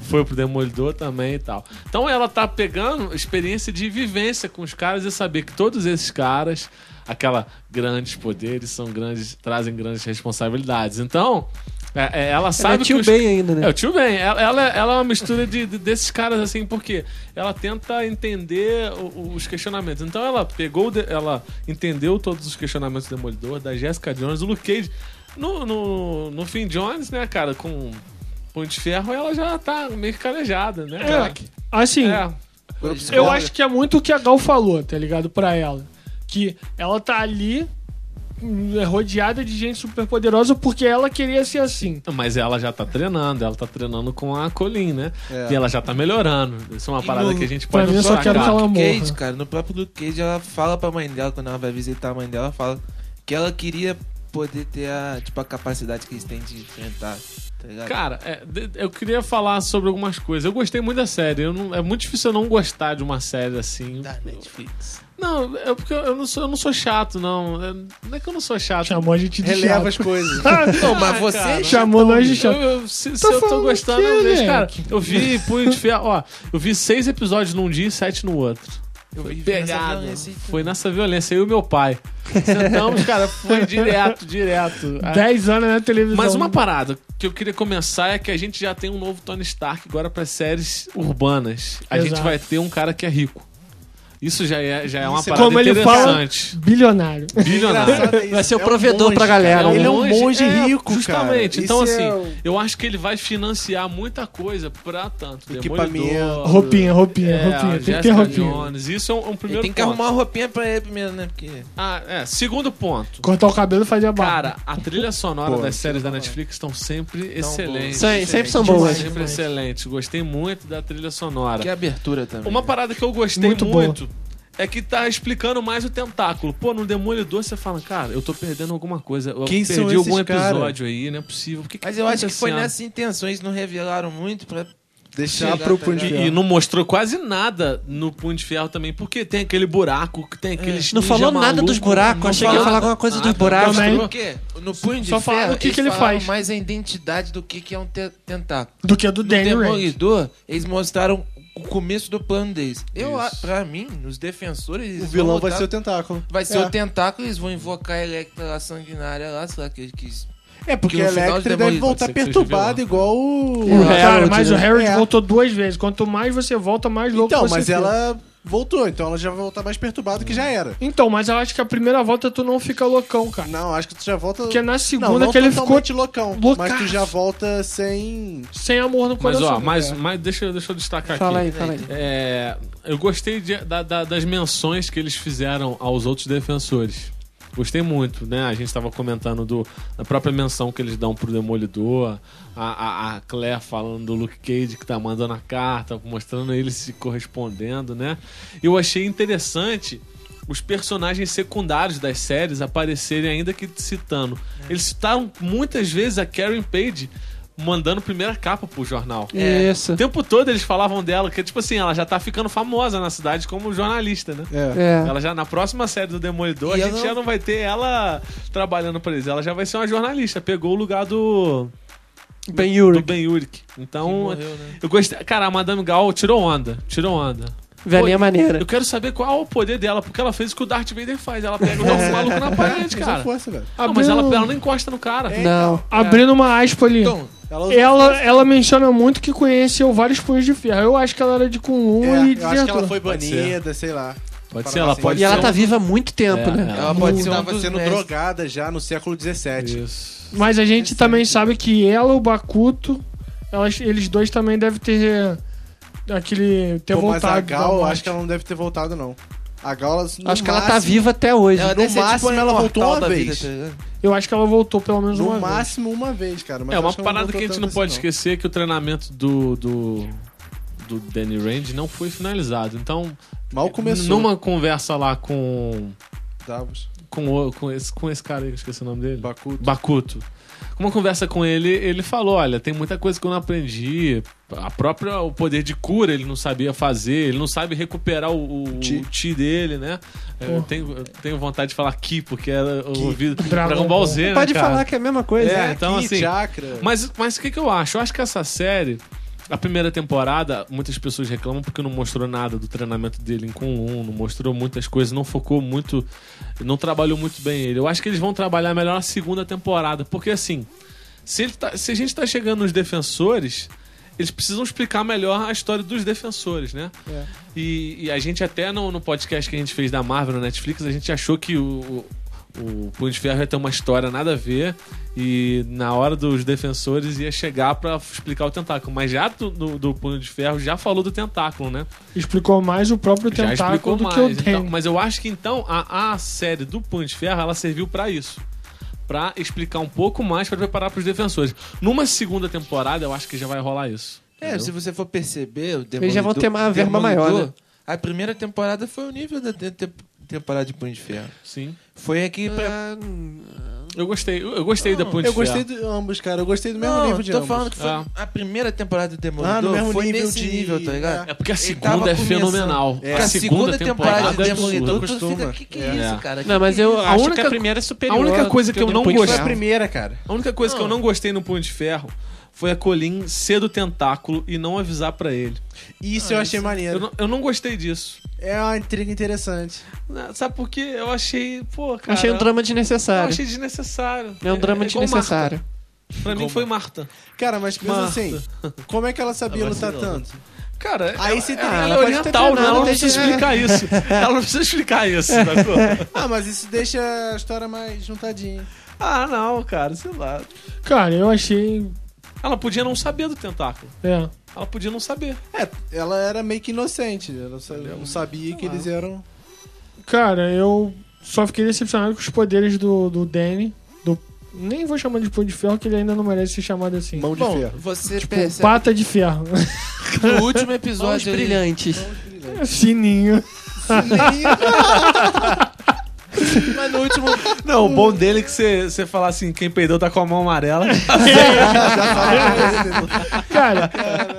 Speaker 1: Foi pro Demolidor também e tal. Então ela tá pegando experiência de vivência com os caras e saber que todos esses caras, aquela grandes poderes, são grandes, trazem grandes responsabilidades. Então, é- é- ela sabe
Speaker 3: tio
Speaker 1: que os-
Speaker 3: Ben ainda, né?
Speaker 1: É, o tio Ben. Ela, ela, ela é uma mistura de, de- desses caras, assim, porque ela tenta entender o- o- os questionamentos. Então ela pegou, o de- ela entendeu todos os questionamentos do Demolidor, da Jessica Jones, do Luke Cage. No, no, no fim, Jones, né, cara, com Punho de Ferro, ela já tá meio que calejada,
Speaker 6: É,
Speaker 1: né? cara?
Speaker 6: Assim,
Speaker 1: É.
Speaker 6: eu acho que é muito o que a Gal falou, tá ligado? Pra ela. Que ela tá ali hum, é rodeada de gente super poderosa porque ela queria ser assim.
Speaker 1: Mas ela já tá treinando, ela tá treinando com a Colin, né?
Speaker 7: É.
Speaker 1: E ela já tá melhorando. Isso é uma
Speaker 2: E
Speaker 1: parada
Speaker 2: no-
Speaker 1: que a gente
Speaker 6: Pra
Speaker 1: pode
Speaker 6: mim, eu só
Speaker 1: observar,
Speaker 6: quero um que
Speaker 1: cara.
Speaker 3: é
Speaker 6: ela
Speaker 2: Cage,
Speaker 3: né?
Speaker 6: morra.
Speaker 2: cara, no próprio Luke Cage, ela fala pra mãe dela, quando ela vai visitar a mãe dela, ela fala que ela queria poder ter a, tipo, a capacidade que eles têm de enfrentar, tá ligado?
Speaker 1: Cara, é, de- eu queria falar sobre algumas coisas. Eu gostei muito da série. Eu não- é muito difícil eu não gostar de uma série assim.
Speaker 2: da Netflix.
Speaker 1: Não, é porque eu, eu não, sou, eu não sou chato, não. É- não é que eu não sou chato. ah,
Speaker 6: Chamou a gente de
Speaker 7: Releva
Speaker 6: chato.
Speaker 7: as (laughs) coisas.
Speaker 2: Não, mas você é
Speaker 6: Chamou nós de
Speaker 1: Eu,
Speaker 6: chato.
Speaker 1: eu- se se
Speaker 6: Tá
Speaker 1: eu tô
Speaker 6: falando
Speaker 1: gostando,
Speaker 6: que
Speaker 1: eu
Speaker 6: é,
Speaker 1: vejo.
Speaker 6: né?
Speaker 1: Cara, eu vi Punho de Ferro. Ó, eu vi seis episódios num dia e sete no outro.
Speaker 2: Eu vi
Speaker 1: Pegado.
Speaker 2: violência. então.
Speaker 1: Foi nessa violência. Eu e meu pai. Sentamos, cara, foi direto, direto. Aí-
Speaker 6: 10 anos na televisão.
Speaker 1: Mas uma parada que eu queria começar é que a gente já tem um novo Tony Stark agora para séries urbanas. A
Speaker 6: Exato.
Speaker 1: gente vai ter um cara que é rico. Isso já é, já é uma parada
Speaker 6: Como ele fala,
Speaker 1: interessante.
Speaker 6: bilionário.
Speaker 1: Bilionário.
Speaker 3: Vai
Speaker 2: é um
Speaker 3: ser o provedor pra galera. né?
Speaker 7: Ele é um
Speaker 1: monge-
Speaker 7: monge
Speaker 1: é,
Speaker 7: rico, cara.
Speaker 1: Justamente. Então,
Speaker 7: Isso
Speaker 1: assim,
Speaker 7: é
Speaker 1: eu acho que ele vai financiar muita coisa pra tanto.
Speaker 7: Equipamento.
Speaker 1: Demolidor,
Speaker 6: Roupinha, roupinha,
Speaker 1: é,
Speaker 6: roupinha. Tem que ter
Speaker 1: Jessica
Speaker 6: roupinha.
Speaker 1: Jones. Isso é um, um
Speaker 2: Ele
Speaker 1: primeiro
Speaker 2: tem que
Speaker 1: ponto.
Speaker 2: arrumar uma roupinha pra ele primeiro, né? Porque.
Speaker 1: Ah, é. Segundo ponto.
Speaker 6: Cortar o cabelo e fazer a barba.
Speaker 1: Cara, a trilha sonora
Speaker 7: Pô,
Speaker 1: das séries da Netflix estão sempre excelentes.
Speaker 3: Sempre- sempre são
Speaker 1: Demais,
Speaker 3: boas.
Speaker 1: Sempre
Speaker 6: Demais.
Speaker 1: excelentes. Gostei muito da trilha
Speaker 2: Que
Speaker 1: sonora.
Speaker 2: abertura também.
Speaker 1: Uma
Speaker 2: né?
Speaker 1: parada que eu gostei muito,
Speaker 6: Muito boa.
Speaker 1: é que tá explicando mais o tentáculo. Pô, no Demolidor você fala, cara, eu tô perdendo alguma coisa. Eu
Speaker 7: Quem
Speaker 1: perdi
Speaker 7: são esses
Speaker 1: algum
Speaker 7: cara?
Speaker 1: episódio aí, não é possível. O que que
Speaker 2: Mas
Speaker 1: tá
Speaker 2: eu acho que foi
Speaker 1: acontecendo?
Speaker 2: nessas intenções, não revelaram muito pra.
Speaker 7: Deixar
Speaker 2: Chega,
Speaker 7: pro
Speaker 2: tá
Speaker 7: punho de
Speaker 1: E, e
Speaker 7: ferro.
Speaker 1: não mostrou quase nada no Punho de Ferro também, porque tem aquele buraco, que tem aqueles.
Speaker 3: É. Não
Speaker 1: ninja
Speaker 3: falou nada
Speaker 1: maluco,
Speaker 3: dos buracos.
Speaker 1: não
Speaker 3: Achei que ia
Speaker 1: falou
Speaker 3: falar alguma
Speaker 1: nada. Ah, tá,
Speaker 3: coisa
Speaker 1: Nada.
Speaker 3: dos buracos.
Speaker 6: Também.
Speaker 2: Por quê? No punho de
Speaker 6: Só falaram
Speaker 2: ferro,
Speaker 6: o que
Speaker 2: eles
Speaker 6: que ele
Speaker 2: falaram
Speaker 6: faz.
Speaker 2: mais a identidade do que, que é um te- tentáculo.
Speaker 6: Do que a do
Speaker 2: no
Speaker 6: Danny Rand.
Speaker 2: Demolidor, eles mostraram o começo do plano deles. Eu, a-
Speaker 1: Isso.
Speaker 2: pra mim, nos defensores, eles
Speaker 7: O
Speaker 2: vão
Speaker 7: vilão vai
Speaker 2: botar-
Speaker 7: ser o tentáculo.
Speaker 2: vai ser
Speaker 7: é.
Speaker 2: o tentáculo, eles vão invocar a Electra lá sanguinária lá, sei lá, que, que...
Speaker 7: É, porque
Speaker 2: que
Speaker 7: a
Speaker 2: no final
Speaker 7: Electra
Speaker 2: ele
Speaker 7: deve
Speaker 2: demônio,
Speaker 7: voltar
Speaker 1: pode ser que
Speaker 7: perturbada
Speaker 1: seja
Speaker 7: igual
Speaker 3: O
Speaker 7: o.
Speaker 3: Harold,
Speaker 6: Cara, mas
Speaker 3: né?
Speaker 6: o Harold
Speaker 7: É.
Speaker 6: voltou duas vezes. Quanto mais você volta, mais louco
Speaker 7: Então,
Speaker 6: você
Speaker 7: mas
Speaker 6: fica.
Speaker 7: ela voltou, então ela já vai voltar mais perturbada que já era.
Speaker 6: Então, mas eu acho que a primeira volta tu não fica loucão, cara.
Speaker 7: Não, acho que tu já volta.
Speaker 6: Porque na segunda
Speaker 7: não, não
Speaker 6: que ele ficou
Speaker 7: totalmente loucão. Mas tu
Speaker 6: loucaço.
Speaker 7: já volta sem.
Speaker 6: sem amor no
Speaker 1: Mas,
Speaker 6: coração.
Speaker 1: ó, mas, mas deixa, eu- deixa eu destacar
Speaker 3: Fala
Speaker 1: aqui.
Speaker 3: aí, fala aí.
Speaker 1: É, eu gostei de- da- da- das menções que eles fizeram aos outros defensores. Gostei muito, né? A gente estava comentando do, da própria menção que eles dão pro Demolidor, a, a, a Claire falando do Luke Cage que tá mandando a carta, mostrando eles se correspondendo, né? Eu achei interessante os personagens secundários das séries aparecerem ainda que citando. Eles citaram muitas vezes a Karen Page mandando primeira capa pro jornal.
Speaker 3: É, Isso.
Speaker 1: O tempo todo eles falavam dela, que tipo assim, ela já tá ficando famosa na cidade como jornalista, né?
Speaker 3: É.
Speaker 7: É.
Speaker 1: Ela já, na próxima série do Demolidor,
Speaker 2: E
Speaker 1: a
Speaker 2: eu
Speaker 1: gente
Speaker 2: não-
Speaker 1: já não vai ter ela trabalhando pra eles. Ela já vai ser uma jornalista. Pegou o lugar do,
Speaker 3: Ben
Speaker 1: do
Speaker 3: Urich.
Speaker 1: Ben Urich. Então,
Speaker 2: Morreu, né?
Speaker 1: eu gostei. Cara, a Madame Gal tirou onda. Tirou onda.
Speaker 3: Velhinha maneira.
Speaker 1: Eu quero saber qual é o poder dela, porque ela fez o que o Darth Vader faz. Ela pega o nosso maluco na
Speaker 7: (laughs)
Speaker 1: parede,
Speaker 7: Mas é
Speaker 1: cara.
Speaker 7: força, velho.
Speaker 1: Não, mas ela, ela não encosta no
Speaker 3: É.
Speaker 1: cara.
Speaker 3: Não.
Speaker 6: Abrindo uma aspa ali.
Speaker 2: Então,
Speaker 7: Ela usa
Speaker 6: Ela, ela menciona muito que conheceu vários punhos de ferro. Eu acho que ela era de Kung
Speaker 7: É,
Speaker 6: Lun e
Speaker 7: eu acho que ela
Speaker 6: desertor.
Speaker 7: foi banida, sei lá.
Speaker 1: Pode ser, ela pode
Speaker 3: E ela
Speaker 1: ser
Speaker 3: tá
Speaker 1: um-
Speaker 3: viva há muito
Speaker 1: É,
Speaker 3: tempo, né?
Speaker 2: ela
Speaker 7: Pode
Speaker 2: pode ser um
Speaker 7: estava
Speaker 2: dos
Speaker 7: sendo
Speaker 2: mestres.
Speaker 7: drogada já no século XVII.
Speaker 1: Isso.
Speaker 6: Mas a gente também sabe que ela, o Bakuto, elas, eles dois também devem ter aquele ter
Speaker 7: Pô, mas
Speaker 6: voltado.
Speaker 7: a
Speaker 6: da
Speaker 7: Gal, eu
Speaker 6: morte.
Speaker 7: acho que ela não deve ter voltado, não. A Gal, ela, no
Speaker 3: Acho que ela tá
Speaker 7: máximo-
Speaker 3: viva até hoje.
Speaker 2: Ela
Speaker 7: no
Speaker 2: deve ser tipo
Speaker 7: máximo
Speaker 2: um
Speaker 7: ela voltou
Speaker 2: imortal
Speaker 7: uma
Speaker 2: da vida,
Speaker 7: vez.
Speaker 2: tá ligado?
Speaker 6: Eu acho que ela voltou pelo menos uma
Speaker 7: No
Speaker 6: vez.
Speaker 7: máximo uma vez, cara. mas
Speaker 1: É,
Speaker 7: eu
Speaker 1: uma
Speaker 7: acho
Speaker 1: parada
Speaker 7: não
Speaker 1: que a gente
Speaker 7: voltou
Speaker 1: não
Speaker 7: tanto
Speaker 1: pode
Speaker 7: assim,
Speaker 1: esquecer é que o treinamento do, do, do Danny Rand não foi finalizado. Então,
Speaker 7: Mal começou.
Speaker 1: numa conversa lá com,
Speaker 7: Davos,
Speaker 1: com, o- com, esse, com esse cara aí, que eu esqueci o nome dele.
Speaker 7: Bakuto.
Speaker 1: Bakuto. Uma conversa com ele, ele falou: olha, tem muita coisa que eu não aprendi. A própria, o poder de cura ele não sabia fazer, ele não sabe recuperar o, o,
Speaker 7: Chi.
Speaker 1: o chi dele, né? Eu tenho, eu tenho vontade de falar ki, porque era o ouvido
Speaker 6: Dragon
Speaker 1: Dragon
Speaker 6: Ball.
Speaker 1: Ball Z. né,
Speaker 3: Pode
Speaker 1: cara?
Speaker 3: falar que é a mesma coisa.
Speaker 1: É,
Speaker 3: né?
Speaker 1: então
Speaker 7: Ki,
Speaker 1: assim.
Speaker 7: chakra.
Speaker 1: Mas, mas o que, que eu acho? Eu acho que essa série, a primeira temporada, muitas pessoas reclamam porque não mostrou nada do treinamento dele em Kunlun, não mostrou muitas coisas, não focou muito, não trabalhou muito bem ele. Eu acho que eles vão trabalhar melhor na segunda temporada, porque assim, se, ele tá- se a gente tá chegando nos defensores, eles precisam explicar melhor a história dos defensores, né? E, e a gente até no, no podcast que a gente fez da Marvel na Netflix, a gente achou que o, o, o Punho de Ferro ia ter uma história nada a ver e na hora dos defensores ia chegar pra explicar o tentáculo. Mas já do, do, do Punho de Ferro já falou do tentáculo, né?
Speaker 6: Explicou mais o próprio
Speaker 1: Já
Speaker 6: tentáculo
Speaker 1: explicou
Speaker 6: do
Speaker 1: mais.
Speaker 6: que eu
Speaker 1: então.
Speaker 6: tenho.
Speaker 1: mas eu acho que então a, a série do Punho de Ferro ela serviu pra isso. Pra explicar um pouco mais, pra preparar pros defensores. Numa segunda temporada, eu acho que já vai rolar isso.
Speaker 2: É, se você for perceber, o Demolidor,
Speaker 3: Eles já vão ter uma verba
Speaker 2: Demolidor,
Speaker 3: maior, né?
Speaker 2: A primeira temporada foi o nível da te- te- temporada de Punho de Ferro.
Speaker 1: Sim.
Speaker 2: Foi aqui pra...
Speaker 3: Ah,
Speaker 1: Eu gostei. Eu, eu gostei da Punho de
Speaker 7: Eu gostei
Speaker 1: Ferro.
Speaker 7: de ambos, cara. Eu gostei do mesmo
Speaker 2: não,
Speaker 7: nível de
Speaker 2: tô
Speaker 7: ambos.
Speaker 2: falando que foi
Speaker 1: Ah.
Speaker 2: a primeira temporada do Demolidor
Speaker 7: Ah, no mesmo
Speaker 2: foi
Speaker 7: nível
Speaker 2: nesse
Speaker 7: de-
Speaker 2: nível, tá ligado?
Speaker 1: É porque a
Speaker 2: Ele
Speaker 1: segunda
Speaker 2: tava
Speaker 1: é
Speaker 2: começando.
Speaker 1: fenomenal.
Speaker 2: É, a segunda temporada de
Speaker 1: é absurda.
Speaker 2: Demolidor, tu
Speaker 7: Costuma.
Speaker 2: fica, que que é,
Speaker 1: É.
Speaker 2: isso, cara?
Speaker 3: Não,
Speaker 2: Que
Speaker 3: mas
Speaker 2: que
Speaker 3: eu
Speaker 2: é
Speaker 1: A
Speaker 3: acho que
Speaker 1: única-
Speaker 3: a primeira é superior.
Speaker 1: a única coisa que eu não
Speaker 7: Foi a
Speaker 1: gostei-
Speaker 7: primeira, cara.
Speaker 1: A única coisa
Speaker 3: Ah.
Speaker 1: que eu
Speaker 2: Não.
Speaker 1: não gostei no Punho de Ferro foi a Colin ser do tentáculo e não avisar pra ele.
Speaker 7: Isso eu achei maneiro.
Speaker 1: Ah, Eu não, eu não gostei disso.
Speaker 7: É uma intriga interessante.
Speaker 1: Né, Sabe por quê? Eu achei, pô, cara.
Speaker 3: Achei um drama
Speaker 1: Eu
Speaker 3: desnecessário.
Speaker 1: achei desnecessário.
Speaker 3: É um drama
Speaker 1: igual
Speaker 3: desnecessário.
Speaker 1: Marta. Pra mim foi Marta.
Speaker 7: Cara, mas pensa
Speaker 1: Marta.
Speaker 7: assim, como é que ela sabia lutar tanto?
Speaker 1: Cara,
Speaker 7: Aí você tem-
Speaker 1: ela,
Speaker 7: ela
Speaker 1: é
Speaker 7: pode ter
Speaker 1: oriental, né?
Speaker 7: treinado
Speaker 1: Ela não
Speaker 7: desde-
Speaker 1: precisa explicar isso. (laughs) Ela não precisa explicar isso, sacou?
Speaker 7: Ah, mas isso deixa a história mais juntadinha.
Speaker 1: ah, não, cara, sei lá.
Speaker 6: Cara, eu achei.
Speaker 1: Ela podia não saber do tentáculo.
Speaker 6: É.
Speaker 1: Ela podia não saber.
Speaker 7: É, ela era meio que inocente. Ela sa- não sabia que eles eram.
Speaker 6: Cara, eu só fiquei decepcionado com os poderes do, do Danny. Do... Nem vou chamar de punho de ferro, que ele ainda não merece ser chamado assim.
Speaker 7: Mão de
Speaker 2: Bom,
Speaker 7: ferro.
Speaker 2: você
Speaker 6: Tipo, (laughs)
Speaker 2: percebe
Speaker 6: pata de ferro.
Speaker 2: que no
Speaker 3: (laughs)
Speaker 2: último
Speaker 3: Olhos
Speaker 2: episódio ali,
Speaker 3: brilhantes.
Speaker 6: (laughs) Sininho.
Speaker 2: mas no (laughs) último
Speaker 1: Não, o bom dele é que você você falar assim, quem perdeu tá com a mão amarela.
Speaker 7: (laughs) é
Speaker 6: Cara,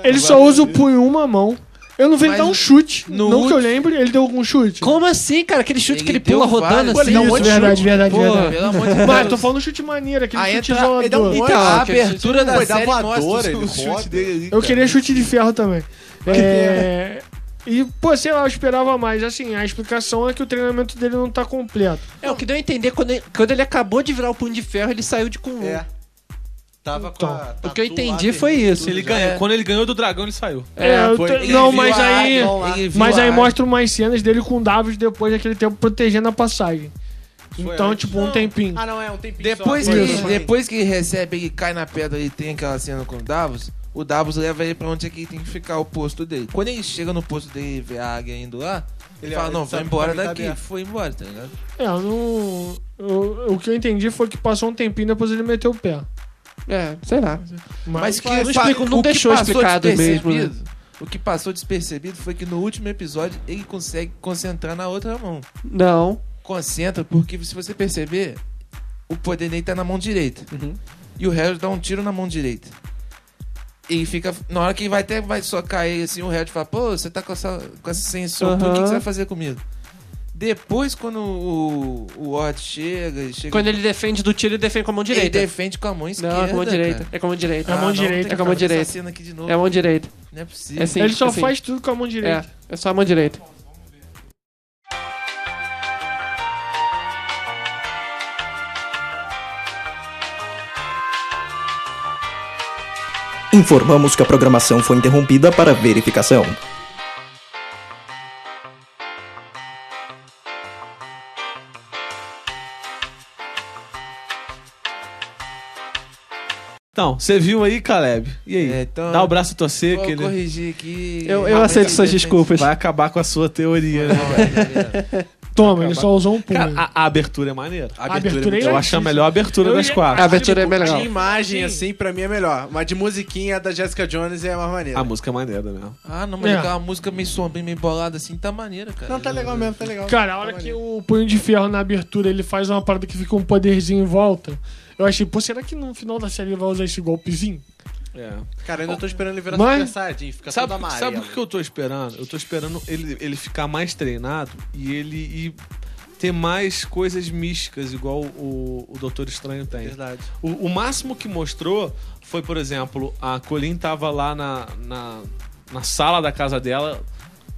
Speaker 6: ele só usa o punho em uma mão. Eu não vi ele
Speaker 2: Mas
Speaker 6: dar um chute.
Speaker 2: no
Speaker 6: não que eu
Speaker 2: último-
Speaker 6: lembre, ele deu algum chute.
Speaker 3: Como assim, cara? Aquele chute
Speaker 2: Ele
Speaker 3: que ele
Speaker 2: deu
Speaker 3: pula rodando
Speaker 2: vários.
Speaker 6: Pô, ele
Speaker 3: assim.
Speaker 6: dá um monte de verdade, verdade,
Speaker 3: Pô,
Speaker 6: verdade.
Speaker 2: Pelo amor de Deus.
Speaker 6: Mas tô falando chute maneira, aquele
Speaker 2: Aí
Speaker 6: chute
Speaker 2: entra-
Speaker 6: isolador.
Speaker 7: Ele dá um
Speaker 3: Então,
Speaker 2: a
Speaker 3: aquele chute-
Speaker 2: abertura da
Speaker 7: Pô, ele dá
Speaker 2: série
Speaker 7: voadora,
Speaker 2: mostra
Speaker 7: ele
Speaker 2: o
Speaker 7: roda.
Speaker 2: chute dele.
Speaker 6: Eu queria chute de ferro também. É, E, pô, sei lá, eu esperava mais. Assim, a explicação é que o treinamento dele não tá completo.
Speaker 3: É, o que deu a entender quando ele, quando ele acabou de virar o punho de ferro, ele saiu de um. Kunlun.
Speaker 7: É. Tava com
Speaker 2: Então,
Speaker 7: a
Speaker 3: O
Speaker 7: tatu
Speaker 3: que eu
Speaker 7: lá
Speaker 3: entendi
Speaker 7: vermelha.
Speaker 3: foi isso.
Speaker 1: Ele (laughs)
Speaker 3: Ele...
Speaker 1: ganhou. Quando ele ganhou do dragão, ele saiu.
Speaker 6: É, eu
Speaker 7: foi-
Speaker 6: tô-
Speaker 7: ele
Speaker 6: não,
Speaker 7: viu
Speaker 6: mas
Speaker 7: a
Speaker 6: aí.
Speaker 7: Arion lá.
Speaker 2: Ele viu
Speaker 6: Mas
Speaker 2: a
Speaker 6: aí
Speaker 2: área.
Speaker 6: mostra umas cenas dele com o Davos depois daquele tempo protegendo a passagem. Então, tipo, um tempinho.
Speaker 7: Ah, não, é um tempinho
Speaker 2: Depois
Speaker 7: só.
Speaker 2: que,
Speaker 7: Isso.
Speaker 2: depois que ele recebe e cai na pedra e tem aquela cena com o Davos, o Davos leva ele pra onde é que tem que ficar o posto dele. Quando ele chega no posto dele e vê a águia indo lá, ele,
Speaker 7: Ele-
Speaker 2: fala,
Speaker 7: ele
Speaker 2: não, vai
Speaker 7: sabe
Speaker 2: embora
Speaker 7: que tá
Speaker 2: daqui.
Speaker 7: aberto.
Speaker 2: Foi embora, tá ligado?
Speaker 6: É, eu não. eu- o que eu entendi foi que passou um tempinho depois ele meteu o pé.
Speaker 3: É, sei lá.
Speaker 6: Mas,
Speaker 2: Mas que
Speaker 3: não explico, não
Speaker 2: o que
Speaker 3: deixou
Speaker 2: passou
Speaker 3: explicado mesmo,
Speaker 2: despercebido, O que passou despercebido foi que no último episódio ele consegue concentrar na outra mão.
Speaker 3: Não.
Speaker 2: Concentra, porque se você perceber, o poder dele tá na mão direita.
Speaker 3: Uhum.
Speaker 2: E o Harold dá um tiro na mão direita. Ele fica. Na hora que vai até vai socar ele assim, o Harold fala, pô, você tá com essa, com essa sensor, o que,
Speaker 3: Aham.
Speaker 2: que você vai fazer comigo? Depois, quando o, o Ward chega, ele chega.
Speaker 3: Quando ele defende do tiro, ele defende com a mão
Speaker 2: ele
Speaker 3: direita.
Speaker 2: defende com a mão esquerda.
Speaker 3: Não, é com a mão direita.
Speaker 2: cara. Ah,
Speaker 3: É com a mão direita.
Speaker 6: É a mão
Speaker 2: não,
Speaker 6: direita,
Speaker 2: tem que
Speaker 3: é com a mão
Speaker 2: fazer essa
Speaker 3: direita.
Speaker 2: cena aqui de novo.
Speaker 3: É a mão direita.
Speaker 2: Não é possível.
Speaker 3: É assim,
Speaker 6: Ele só
Speaker 3: assim.
Speaker 6: faz tudo com a mão direita.
Speaker 3: É, é só a mão direita.
Speaker 5: Informamos que a programação foi interrompida para verificação.
Speaker 1: Então, você viu aí, Caleb? E aí?
Speaker 2: É, então-
Speaker 1: Dá o braço a torcer,
Speaker 2: Vou
Speaker 1: que ele
Speaker 2: corrigir aqui.
Speaker 3: é Eu, eu
Speaker 2: Realmente
Speaker 3: aceito
Speaker 2: ele
Speaker 3: suas
Speaker 2: defende-
Speaker 3: desculpas.
Speaker 1: vai acabar com a sua teoria. né?
Speaker 2: (laughs) Não, é,
Speaker 6: Toma, ele só usou um punho.
Speaker 1: Cara, a, a abertura é maneira.
Speaker 7: A
Speaker 6: A abertura é
Speaker 1: Eu acho a melhor abertura
Speaker 6: Eu
Speaker 1: das
Speaker 6: ia- Ah,
Speaker 1: quatro.
Speaker 3: A abertura é melhor.
Speaker 7: De imagem, assim, pra mim é melhor. Mas de musiquinha, a da Jessica Jones é mais maneira.
Speaker 1: A música é maneira mesmo.
Speaker 2: Ah, não, mas
Speaker 6: É.
Speaker 2: aquela música meio sombria, meio bolada assim, tá maneira, cara.
Speaker 7: Não, tá legal mesmo, tá legal.
Speaker 6: Cara, a hora que o punho de ferro na abertura ele faz uma parada que fica um poderzinho em volta. Eu achei, pô, será que no final da série ele vai usar esse golpezinho?
Speaker 7: Cara, ainda tô esperando ele virar
Speaker 6: Mas-
Speaker 7: Super Saiyajin, fica todo
Speaker 1: Sabe,
Speaker 7: amarelo.
Speaker 1: sabe o que eu tô esperando? Eu tô esperando ele, ele ficar mais treinado e ele e ter mais coisas místicas, igual o, o Doutor Estranho tem.
Speaker 7: É Verdade.
Speaker 1: O, o máximo que mostrou foi, por exemplo, a Colin tava lá na, na, na sala da casa dela,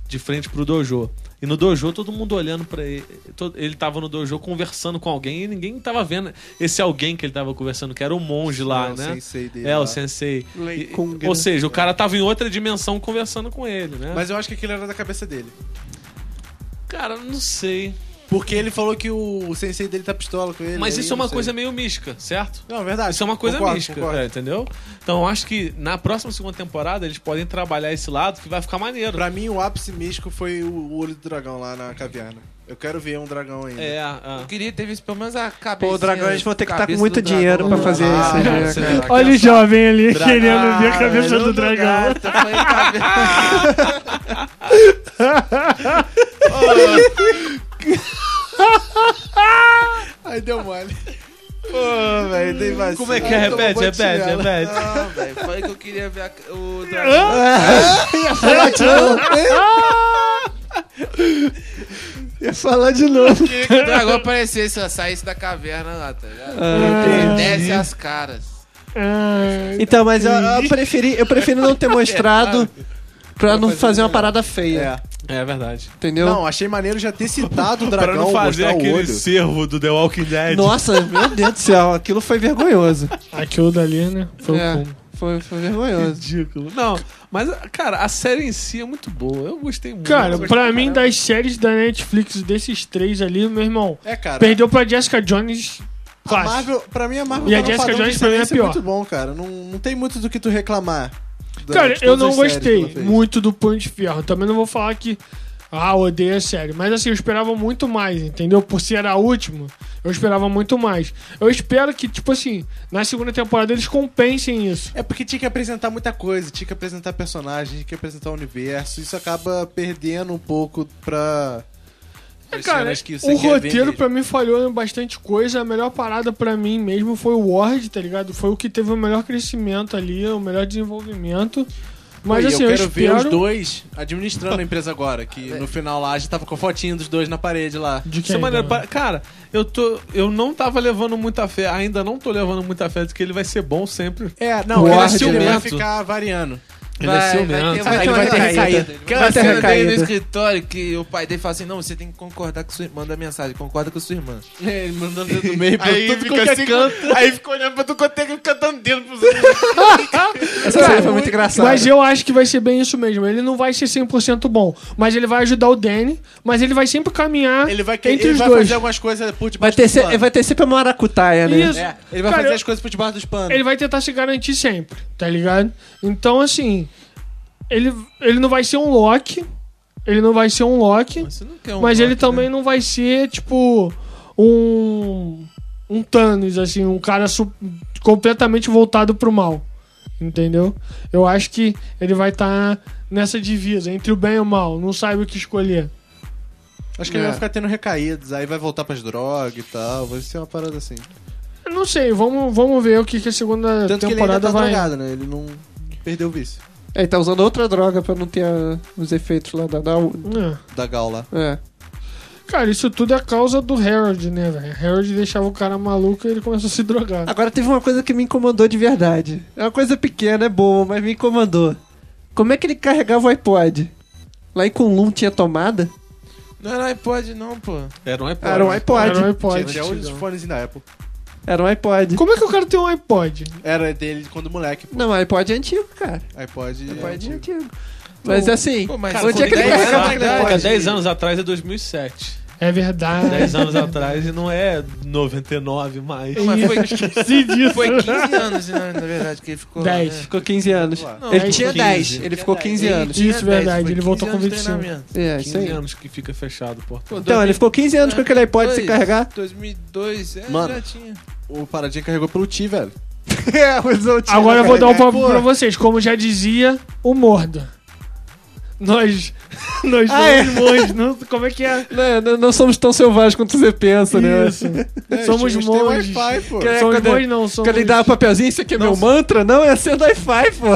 Speaker 1: de frente pro dojo. E no dojo, todo mundo olhando pra ele. to- Ele tava no dojo conversando com alguém e ninguém tava vendo esse alguém que ele tava conversando, que era o monge lá,
Speaker 7: É, o
Speaker 1: né?
Speaker 7: sensei dele
Speaker 1: é, o
Speaker 7: lá.
Speaker 1: sensei.
Speaker 3: Lei
Speaker 1: E-
Speaker 3: Kung, né?
Speaker 1: ou seja, o cara tava em outra dimensão conversando com ele, né?
Speaker 7: Mas eu acho que aquilo era da cabeça dele.
Speaker 1: cara, não sei.
Speaker 7: Porque ele falou que o sensei dele tá pistola com ele.
Speaker 1: Mas
Speaker 7: aí
Speaker 1: isso é uma
Speaker 7: não sei.
Speaker 1: coisa meio mística, certo?
Speaker 7: Não, é verdade.
Speaker 1: Isso é uma coisa
Speaker 7: Concordo,
Speaker 1: mística,
Speaker 7: concordo.
Speaker 1: é, entendeu? Então eu acho que na próxima segunda temporada eles podem trabalhar esse lado que vai ficar maneiro.
Speaker 7: Pra mim, o ápice místico foi o o olho do dragão lá na caverna. Eu quero ver um dragão ainda.
Speaker 1: É,
Speaker 2: Eu
Speaker 1: é.
Speaker 2: queria ter visto pelo menos a cabeça.
Speaker 3: Pô, o dragão, eles vão ter que estar com muito dinheiro pra fazer
Speaker 7: Ah,
Speaker 3: isso.
Speaker 7: cara,
Speaker 3: né,
Speaker 1: você-
Speaker 3: cara?
Speaker 2: tá
Speaker 6: Olha o jovem ali
Speaker 1: Dra-
Speaker 6: querendo
Speaker 2: Ah,
Speaker 6: ver a cabeça
Speaker 2: Olhou
Speaker 6: do
Speaker 2: no
Speaker 6: dragão.
Speaker 2: gato, foi cabe-
Speaker 7: Aí deu
Speaker 1: (laughs)
Speaker 7: mole. Pô, velho, tem vacina.
Speaker 1: Como é que é?
Speaker 7: Ai, tomou
Speaker 1: Repete,
Speaker 7: banho de
Speaker 1: repete,
Speaker 7: chinelo.
Speaker 1: repete.
Speaker 2: Não, velho, foi que eu queria ver a- o dragão.
Speaker 6: Ah!
Speaker 3: Ia falar de novo.
Speaker 2: Eu queria que o dragão aparecesse, ó, saísse da caverna lá, tá ligado?
Speaker 3: Ah,
Speaker 2: Desce as caras.
Speaker 6: Ah,
Speaker 3: Então, mas eu, eu preferi, eu prefiro não (laughs) ter mostrado pra não fazer É uma parada feia,
Speaker 1: É verdade.
Speaker 3: entendeu?
Speaker 7: Não, achei maneiro já
Speaker 6: (laughs)
Speaker 7: ter citado o dragão.
Speaker 1: pra não fazer
Speaker 7: mostrar o
Speaker 1: aquele
Speaker 7: olho.
Speaker 1: cervo do The Walking Dead.
Speaker 3: Nossa, meu Deus do céu, aquilo é foi vergonhoso.
Speaker 6: aquilo dali, né? Foi
Speaker 3: É,
Speaker 6: o combo.
Speaker 3: foi, foi vergonhoso.
Speaker 1: Ridículo. Não, mas, cara, a série em si é muito boa. Eu gostei muito.
Speaker 6: Cara,
Speaker 1: Eu gostei
Speaker 6: pra mim,
Speaker 1: caramba.
Speaker 6: das séries da Netflix, desses três ali, meu irmão,
Speaker 7: É, cara.
Speaker 6: perdeu pra Jessica Jones
Speaker 7: A
Speaker 6: fácil.
Speaker 7: Marvel, pra mim, a Marvel
Speaker 6: E
Speaker 7: tá
Speaker 6: a
Speaker 7: num
Speaker 6: Jessica
Speaker 7: padrão de
Speaker 6: Jones, pra mim, é
Speaker 7: excelência
Speaker 6: pior.
Speaker 7: muito bom, cara. Não, não tem muito do que tu reclamar.
Speaker 6: Cara,
Speaker 7: durante
Speaker 6: eu
Speaker 7: todas
Speaker 6: não
Speaker 7: as séries que
Speaker 6: gostei
Speaker 7: ela fez.
Speaker 6: muito do Punho de Ferro. Também não vou falar que. Ah, odeio a série. Mas assim, eu esperava muito mais, entendeu? Por ser a última, eu esperava muito mais. Eu espero que, tipo assim, na segunda temporada eles compensem isso.
Speaker 7: É porque tinha que apresentar muita coisa, tinha que apresentar personagem, tinha que apresentar o universo. Isso acaba perdendo um pouco pra.
Speaker 6: É,
Speaker 7: pras
Speaker 6: cara,
Speaker 7: cenas que você
Speaker 6: o
Speaker 7: quer
Speaker 6: roteiro
Speaker 7: vender.
Speaker 6: pra mim falhou em bastante coisa. A melhor parada pra mim mesmo foi o Ward, tá ligado? Foi o que teve o melhor crescimento ali, o melhor desenvolvimento. Mas
Speaker 7: Pô, e
Speaker 6: assim,
Speaker 7: eu
Speaker 6: eu,
Speaker 7: quero ver
Speaker 6: espero
Speaker 7: os dois administrando a empresa agora, que no final lá já tava com a fotinha dos dois na parede lá.
Speaker 6: de
Speaker 1: Isso é
Speaker 6: quem,
Speaker 1: maneiro.
Speaker 6: né?
Speaker 1: Pa- Cara, eu, tô, eu não tava levando muita fé, ainda não tô levando muita fé de que ele vai ser bom sempre.
Speaker 7: É, não,
Speaker 1: O
Speaker 7: ele,
Speaker 1: Ward,
Speaker 7: vai- ele
Speaker 1: né?
Speaker 7: vai ficar variando.
Speaker 1: Ele é vai, ser o
Speaker 2: vai, ter,
Speaker 1: mesmo.
Speaker 2: vai,
Speaker 3: Vai ter
Speaker 2: ter, vai ter
Speaker 3: uma recaída.
Speaker 2: recaída. Aquela
Speaker 3: Vai ter
Speaker 2: cena dele no
Speaker 3: recaída.
Speaker 2: escritório que o pai dele fala assim: não, você tem que concordar com sua irmã. Manda mensagem, concorda com sua irmã.
Speaker 7: É, Ele mandando dedo no meio pra
Speaker 2: Aí
Speaker 7: tudo
Speaker 2: fica
Speaker 7: quanto é
Speaker 2: assim,
Speaker 7: canto. Aí fica olhando pra tudo quanto é canto, cantando dedo pros outros.
Speaker 3: Essa série foi muito engraçada.
Speaker 6: Mas eu acho que vai ser bem isso mesmo. Ele não vai ser 100% bom, mas ele vai ajudar o Danny, mas ele vai sempre caminhar
Speaker 7: Ele vai, que-
Speaker 6: entre
Speaker 7: ele
Speaker 6: os
Speaker 7: vai
Speaker 6: dois.
Speaker 7: fazer algumas coisas por
Speaker 3: Vai
Speaker 7: debaixo
Speaker 3: ter,
Speaker 7: dos
Speaker 3: se-
Speaker 7: panos.
Speaker 3: vai ter sempre uma maracutaia, né?
Speaker 6: Isso.
Speaker 7: É, ele vai
Speaker 6: Cara,
Speaker 7: fazer
Speaker 6: eu-
Speaker 7: as coisas por debaixo dos panos.
Speaker 6: Ele vai tentar se garantir sempre, tá ligado? Então, assim, ele, ele não vai ser um Loki, ele não vai ser um Loki,
Speaker 2: Você não quer um
Speaker 6: mas ele
Speaker 2: rock,
Speaker 6: também não vai ser, tipo, um um Thanos, assim, um cara su- completamente voltado pro mal. entendeu? Eu acho que ele vai estar nessa divisa, entre o bem e o mal, não sabe o que escolher.
Speaker 7: Acho que ele
Speaker 3: É.
Speaker 7: vai ficar tendo recaídas, aí vai voltar pras drogas e tal. Vai ser uma parada assim.
Speaker 6: Eu Não sei, vamos, vamos ver o que, que a segunda
Speaker 7: Tanto que ele ainda
Speaker 6: temporada
Speaker 7: tá
Speaker 6: vai.
Speaker 7: drogado, né? Ele não perdeu o vício
Speaker 3: É, Ele tá usando outra droga pra não ter ah, os efeitos lá da. da
Speaker 6: É.
Speaker 7: da Gal lá.
Speaker 3: é.
Speaker 6: Cara, isso tudo é causa do Harold, né, velho? Harold deixava o cara maluco e ele começou a se drogar.
Speaker 3: Agora teve uma coisa que me incomodou de verdade. É uma coisa pequena, é boa, mas me incomodou. Como é que ele carregava o iPod? Lá em Kunlun tinha tomada?
Speaker 2: Não era iPod, não, pô.
Speaker 1: Era um iPod.
Speaker 3: Era um iPod.
Speaker 6: Era um iPod.
Speaker 7: Tinha os fones da Apple.
Speaker 3: Era um iPod.
Speaker 6: Como é que o cara tem um iPod?
Speaker 7: Era dele quando moleque.
Speaker 3: Não, mas iPod é antigo, cara.
Speaker 7: iPod.
Speaker 3: iPod é antigo. Mas assim,
Speaker 2: Pô, mas
Speaker 3: Cara, onde é que ele
Speaker 2: dez
Speaker 3: carregava?
Speaker 2: anos, né?
Speaker 1: Caraca, 10 anos atrás é 2007.
Speaker 6: É verdade.
Speaker 1: 10 anos atrás e não é 99 mais.
Speaker 2: Mas foi,
Speaker 6: Esqueci disso.
Speaker 2: foi 15 anos, né, na verdade, que ele ficou lá,
Speaker 6: 10.
Speaker 2: né?
Speaker 3: ficou 15 anos.
Speaker 7: Não,
Speaker 3: ele
Speaker 6: é
Speaker 3: tinha
Speaker 1: 15.
Speaker 3: 10, ele ficou 15 anos.
Speaker 6: Isso,
Speaker 2: Tinha
Speaker 6: verdade,
Speaker 2: foi
Speaker 6: ele voltou
Speaker 2: 15
Speaker 6: com
Speaker 2: anos de
Speaker 6: 25.
Speaker 2: treinamento.
Speaker 3: É, isso
Speaker 1: 15
Speaker 3: aí.
Speaker 1: anos que fica fechado o portão.
Speaker 3: Então, ele ficou 15 anos com aquele iPod sem
Speaker 2: Dois,
Speaker 3: carregar.
Speaker 2: 2002, é,
Speaker 7: Mano.
Speaker 2: já tinha.
Speaker 7: O Paradinha carregou pelo Ti, velho.
Speaker 3: (laughs) É, mas eu tinha,
Speaker 6: Agora eu vou
Speaker 3: cara.
Speaker 6: dar um papo pra vocês. Como já dizia o Morda. Nós. (laughs) Nós
Speaker 3: Ah, é?
Speaker 6: somos monges. não- como é que é?
Speaker 3: Não, não- não somos tão selvagens quanto você pensa, né?
Speaker 6: Isso.
Speaker 7: É,
Speaker 6: Somos
Speaker 7: a gente
Speaker 6: monges.
Speaker 7: Tem Wi-Fi, pô.
Speaker 3: Que-
Speaker 6: Somos
Speaker 3: Cadê?
Speaker 6: monges, não. Somos.
Speaker 3: Quer ele dar papelzinho? Isso aqui é meu mantra? Não, é ser do Wi-Fi, pô.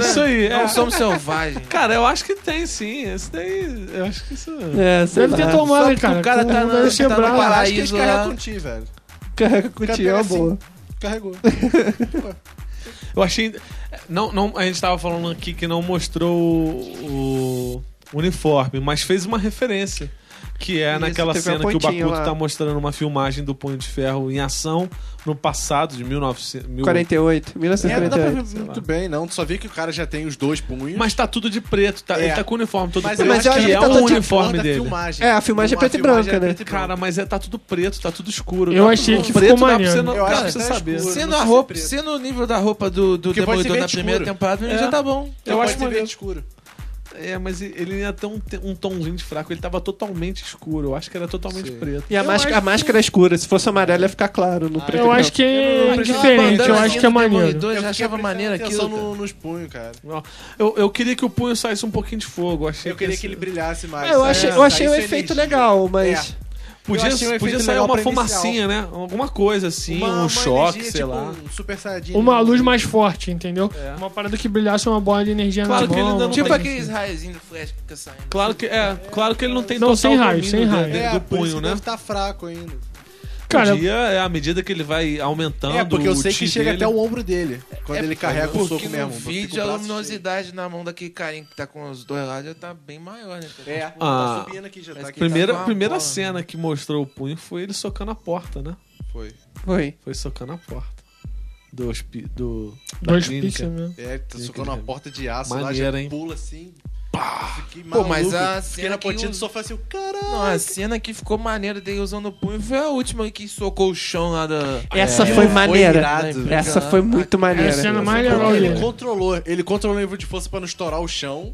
Speaker 1: Isso aí, é.
Speaker 2: Não (laughs) somos selvagens.
Speaker 1: Cara, eu acho que tem sim. Esse daí, eu acho que isso.
Speaker 3: É, sei
Speaker 6: Deve ter
Speaker 3: lá.
Speaker 6: tomado,
Speaker 2: Sabe que
Speaker 6: cara.
Speaker 2: o cara tá
Speaker 6: com-
Speaker 2: na-
Speaker 6: deve
Speaker 2: tá
Speaker 6: ser
Speaker 2: na
Speaker 6: bravo.
Speaker 2: parada.
Speaker 7: Acho que eles
Speaker 2: Paraíso
Speaker 7: carregam
Speaker 2: lá.
Speaker 7: com o Ti, velho.
Speaker 3: Carrega com o
Speaker 7: Cara,
Speaker 3: tio, é
Speaker 7: pega
Speaker 3: uma
Speaker 7: assim.
Speaker 3: boa.
Speaker 7: Carregou.
Speaker 1: Eu achei. Não, não, a gente tava falando aqui que não mostrou o, o uniforme, mas fez uma referência. Que é
Speaker 3: Isso,
Speaker 1: naquela
Speaker 3: teve uma
Speaker 1: cena que o
Speaker 3: pontinha
Speaker 1: Bakuto
Speaker 3: lá.
Speaker 1: tá mostrando uma filmagem do Punho de Ferro em ação no passado, de 1900. mil-
Speaker 3: 48,
Speaker 7: É, não dá pra ver
Speaker 3: 1948.
Speaker 7: muito bem, não. Tu só vê que o cara já tem os dois punhos.
Speaker 1: Mas tá tudo de preto, tá,
Speaker 7: É.
Speaker 1: ele tá com o uniforme todo
Speaker 7: Mas
Speaker 1: preto.
Speaker 7: eu acho
Speaker 1: que
Speaker 3: que
Speaker 1: é
Speaker 3: ele tá
Speaker 1: um
Speaker 3: todo de
Speaker 1: uniforme dele.
Speaker 7: Filmagem.
Speaker 3: É, a filmagem é
Speaker 7: Uma
Speaker 3: preto e
Speaker 7: filmagem
Speaker 3: branca,
Speaker 7: é
Speaker 3: né?
Speaker 7: preto e branco.
Speaker 1: Cara, mas é, tá tudo preto, tá tudo escuro.
Speaker 6: Eu
Speaker 1: tá
Speaker 6: achei
Speaker 1: tudo
Speaker 6: que ficou
Speaker 1: dá pra
Speaker 6: maneiro.
Speaker 1: você não-
Speaker 7: Eu
Speaker 1: dá
Speaker 7: acho
Speaker 1: pra
Speaker 7: que
Speaker 1: você
Speaker 7: tá
Speaker 1: saber.
Speaker 7: escuro.
Speaker 2: Sendo,
Speaker 7: não
Speaker 2: a
Speaker 7: pode
Speaker 2: roupa,
Speaker 7: ser preto.
Speaker 2: sendo o nível da roupa do, do
Speaker 7: Porque
Speaker 2: Demolidor
Speaker 7: pode ser
Speaker 2: na
Speaker 7: verde
Speaker 2: primeira
Speaker 7: escuro.
Speaker 2: temporada,
Speaker 1: É.
Speaker 2: já tá bom.
Speaker 1: Eu acho
Speaker 7: que
Speaker 1: maneiro.
Speaker 7: escuro.
Speaker 1: É, mas ele ia ter um, te- um tomzinho de fraco, ele tava totalmente escuro. Eu acho que era totalmente
Speaker 7: Sim.
Speaker 1: preto.
Speaker 3: E a máscara, a máscara é escura, se fosse amarela ia ficar claro no preto. e
Speaker 6: Eu
Speaker 3: branco.
Speaker 6: acho que é
Speaker 7: Aquela
Speaker 6: diferente. Eu
Speaker 2: bandana
Speaker 6: acho que é
Speaker 2: do
Speaker 6: maneiro.
Speaker 2: Demolidor, já
Speaker 7: fiquei
Speaker 2: achava
Speaker 7: prestando
Speaker 2: maneiro aquilo.
Speaker 7: atenção
Speaker 2: cara.
Speaker 7: no- nos punhos, cara.
Speaker 1: Eu, eu queria que o punho saísse um pouquinho de fogo. Eu, assim, achei
Speaker 7: Eu queria
Speaker 1: esse-
Speaker 7: que ele brilhasse mais.
Speaker 3: É, eu
Speaker 7: É,
Speaker 3: achei, eu
Speaker 7: tá,
Speaker 3: achei
Speaker 7: isso
Speaker 3: um
Speaker 7: é
Speaker 3: efeito
Speaker 7: nítido.
Speaker 3: legal, mas.
Speaker 1: Podia,
Speaker 7: Eu achei um efeito
Speaker 1: podia sair
Speaker 7: legal
Speaker 1: uma
Speaker 7: pra inicial.
Speaker 1: fumacinha, né? Alguma coisa assim,
Speaker 7: Uma-
Speaker 1: um
Speaker 7: uma
Speaker 1: choque,
Speaker 7: energia,
Speaker 1: sei
Speaker 7: tipo,
Speaker 1: lá.
Speaker 7: um super saiyajin.
Speaker 6: Uma luz mais forte, entendeu?
Speaker 1: É.
Speaker 6: Uma parada que brilhasse uma bola de energia
Speaker 1: Claro
Speaker 6: na
Speaker 1: que ele
Speaker 6: mão,
Speaker 1: ainda não
Speaker 6: uma
Speaker 1: tem-
Speaker 2: Tipo
Speaker 6: parada
Speaker 2: aqueles raiozinhos do Flash que fica saindo.
Speaker 1: Claro que, é, claro que ele não tem
Speaker 6: Não,
Speaker 1: total
Speaker 6: sem raio,
Speaker 1: domínio
Speaker 6: sem
Speaker 1: do-
Speaker 6: raio.
Speaker 1: do,
Speaker 7: É, por isso
Speaker 1: punho,
Speaker 7: que
Speaker 1: né?
Speaker 7: deve tá fraco ainda.
Speaker 6: Cara,
Speaker 1: Podia, é, à medida que ele vai aumentando
Speaker 7: É, porque eu
Speaker 1: o
Speaker 7: sei
Speaker 1: ti
Speaker 7: que chega
Speaker 1: dele-
Speaker 7: até o ombro dele. Quando ele carrega o
Speaker 2: Porque
Speaker 7: soco
Speaker 2: no
Speaker 7: mesmo.
Speaker 2: vídeo a luminosidade na mão daquele carinha que tá com os dois lados já tá bem maior, né? cara?
Speaker 7: É,
Speaker 1: Ah,
Speaker 7: tá subindo aqui já. Tá
Speaker 2: parece que
Speaker 7: aqui,
Speaker 2: primeiro-
Speaker 1: Primeira,
Speaker 2: Tá com uma
Speaker 1: primeira
Speaker 2: bola.
Speaker 1: cena que mostrou o punho foi ele socando a porta, né?
Speaker 7: tá. Foi.
Speaker 3: Foi.
Speaker 1: Foi socando a porta. Do, hospi- do, da
Speaker 6: dois
Speaker 1: clínica.
Speaker 6: pixels mesmo.
Speaker 7: É, tá socando uma porta de aço
Speaker 1: Maneiro,
Speaker 7: lá, já
Speaker 1: hein?
Speaker 7: pula assim. Fiquei
Speaker 2: Pô,
Speaker 7: maluco.
Speaker 2: mas a
Speaker 7: Fiquei
Speaker 2: cena
Speaker 7: na
Speaker 2: que
Speaker 7: pontinha do
Speaker 2: us-
Speaker 7: sofá assim, o caralho.
Speaker 2: Não, a cena que ficou maneira dele usando o punho foi a última que socou o chão lá da.
Speaker 3: Essa
Speaker 7: É,
Speaker 3: foi
Speaker 7: foi
Speaker 3: maneira.
Speaker 7: irado.
Speaker 3: Essa foi muito maneira.
Speaker 6: É a cena mais legal
Speaker 7: Porque ele
Speaker 6: dele.
Speaker 7: controlou, ele controlou o nível de força pra não estourar o chão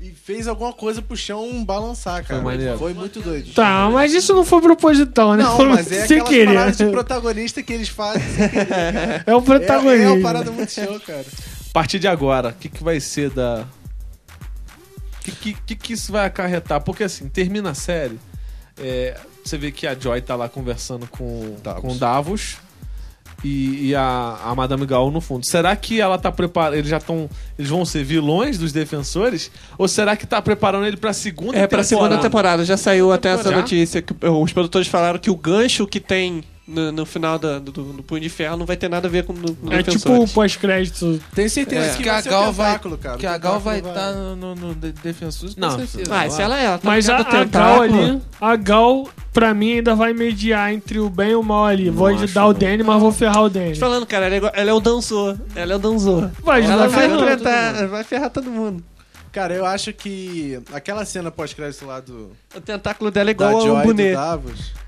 Speaker 7: e fez alguma coisa pro chão balançar, cara.
Speaker 1: maneiro.
Speaker 7: Foi muito doido.
Speaker 6: Tá, mas isso não foi proposital, né?
Speaker 7: Não,
Speaker 6: Foi
Speaker 7: mas é
Speaker 6: sem
Speaker 7: aquelas
Speaker 6: querer.
Speaker 7: paradas de protagonista que eles fazem sem querer. cara.
Speaker 6: (laughs) É o
Speaker 7: É, é uma
Speaker 6: protagonista.
Speaker 7: parada muito show, cara.
Speaker 1: A partir de agora, o que, que vai ser da. O que, que, que, que isso vai acarretar? Porque assim, termina a série, é, você vê que a Joy tá lá conversando com
Speaker 7: Davos.
Speaker 1: com Davos e, e a, a Madame Gaul no fundo. Será que ela tá preparando. Eles já estão. Eles vão ser vilões dos defensores? Ou será que tá preparando ele pra segunda
Speaker 3: É, pra segunda temporada. Já saiu até essa
Speaker 1: Já?
Speaker 3: notícia. Que os produtores falaram que o gancho que tem no, no final da- do, do Punho de Ferro não vai ter nada a ver com o do, do
Speaker 6: É tipo
Speaker 3: Defensores.
Speaker 6: o pós-crédito.
Speaker 2: Tá
Speaker 7: Tenho certeza
Speaker 2: É. que a
Speaker 7: ser o
Speaker 2: Gal vai.
Speaker 7: tentáculo, cara.
Speaker 2: Que
Speaker 7: O
Speaker 2: a Gal
Speaker 7: tentáculo
Speaker 2: vai tá- estar no, no, no de- Defensores, com
Speaker 1: Não,
Speaker 2: certeza.
Speaker 3: Ah, se ela é. Ela tá
Speaker 6: Mas a,
Speaker 3: ligada ao
Speaker 6: a Gal
Speaker 3: tentáculo.
Speaker 6: ali, a Gal, pra mim, ainda vai mediar entre o bem e o mal ali. Vou
Speaker 1: acho,
Speaker 6: ajudar o
Speaker 1: não.
Speaker 6: Danny, mas vou ferrar o Danny.
Speaker 3: Tô Falando, cara, ela é, igual- ela é o dançou. Ela é o dançou.
Speaker 6: Vai
Speaker 3: Ela,
Speaker 6: ajudar o
Speaker 3: vai,
Speaker 6: Fernando.
Speaker 3: enfrentar, vai ferrar todo mundo.
Speaker 7: Cara, eu acho que aquela cena pós-crédito lá do
Speaker 3: O tentáculo dela é
Speaker 7: da
Speaker 3: igual
Speaker 7: Joy
Speaker 3: ao É.
Speaker 7: e
Speaker 3: Bunê.
Speaker 7: do Davos.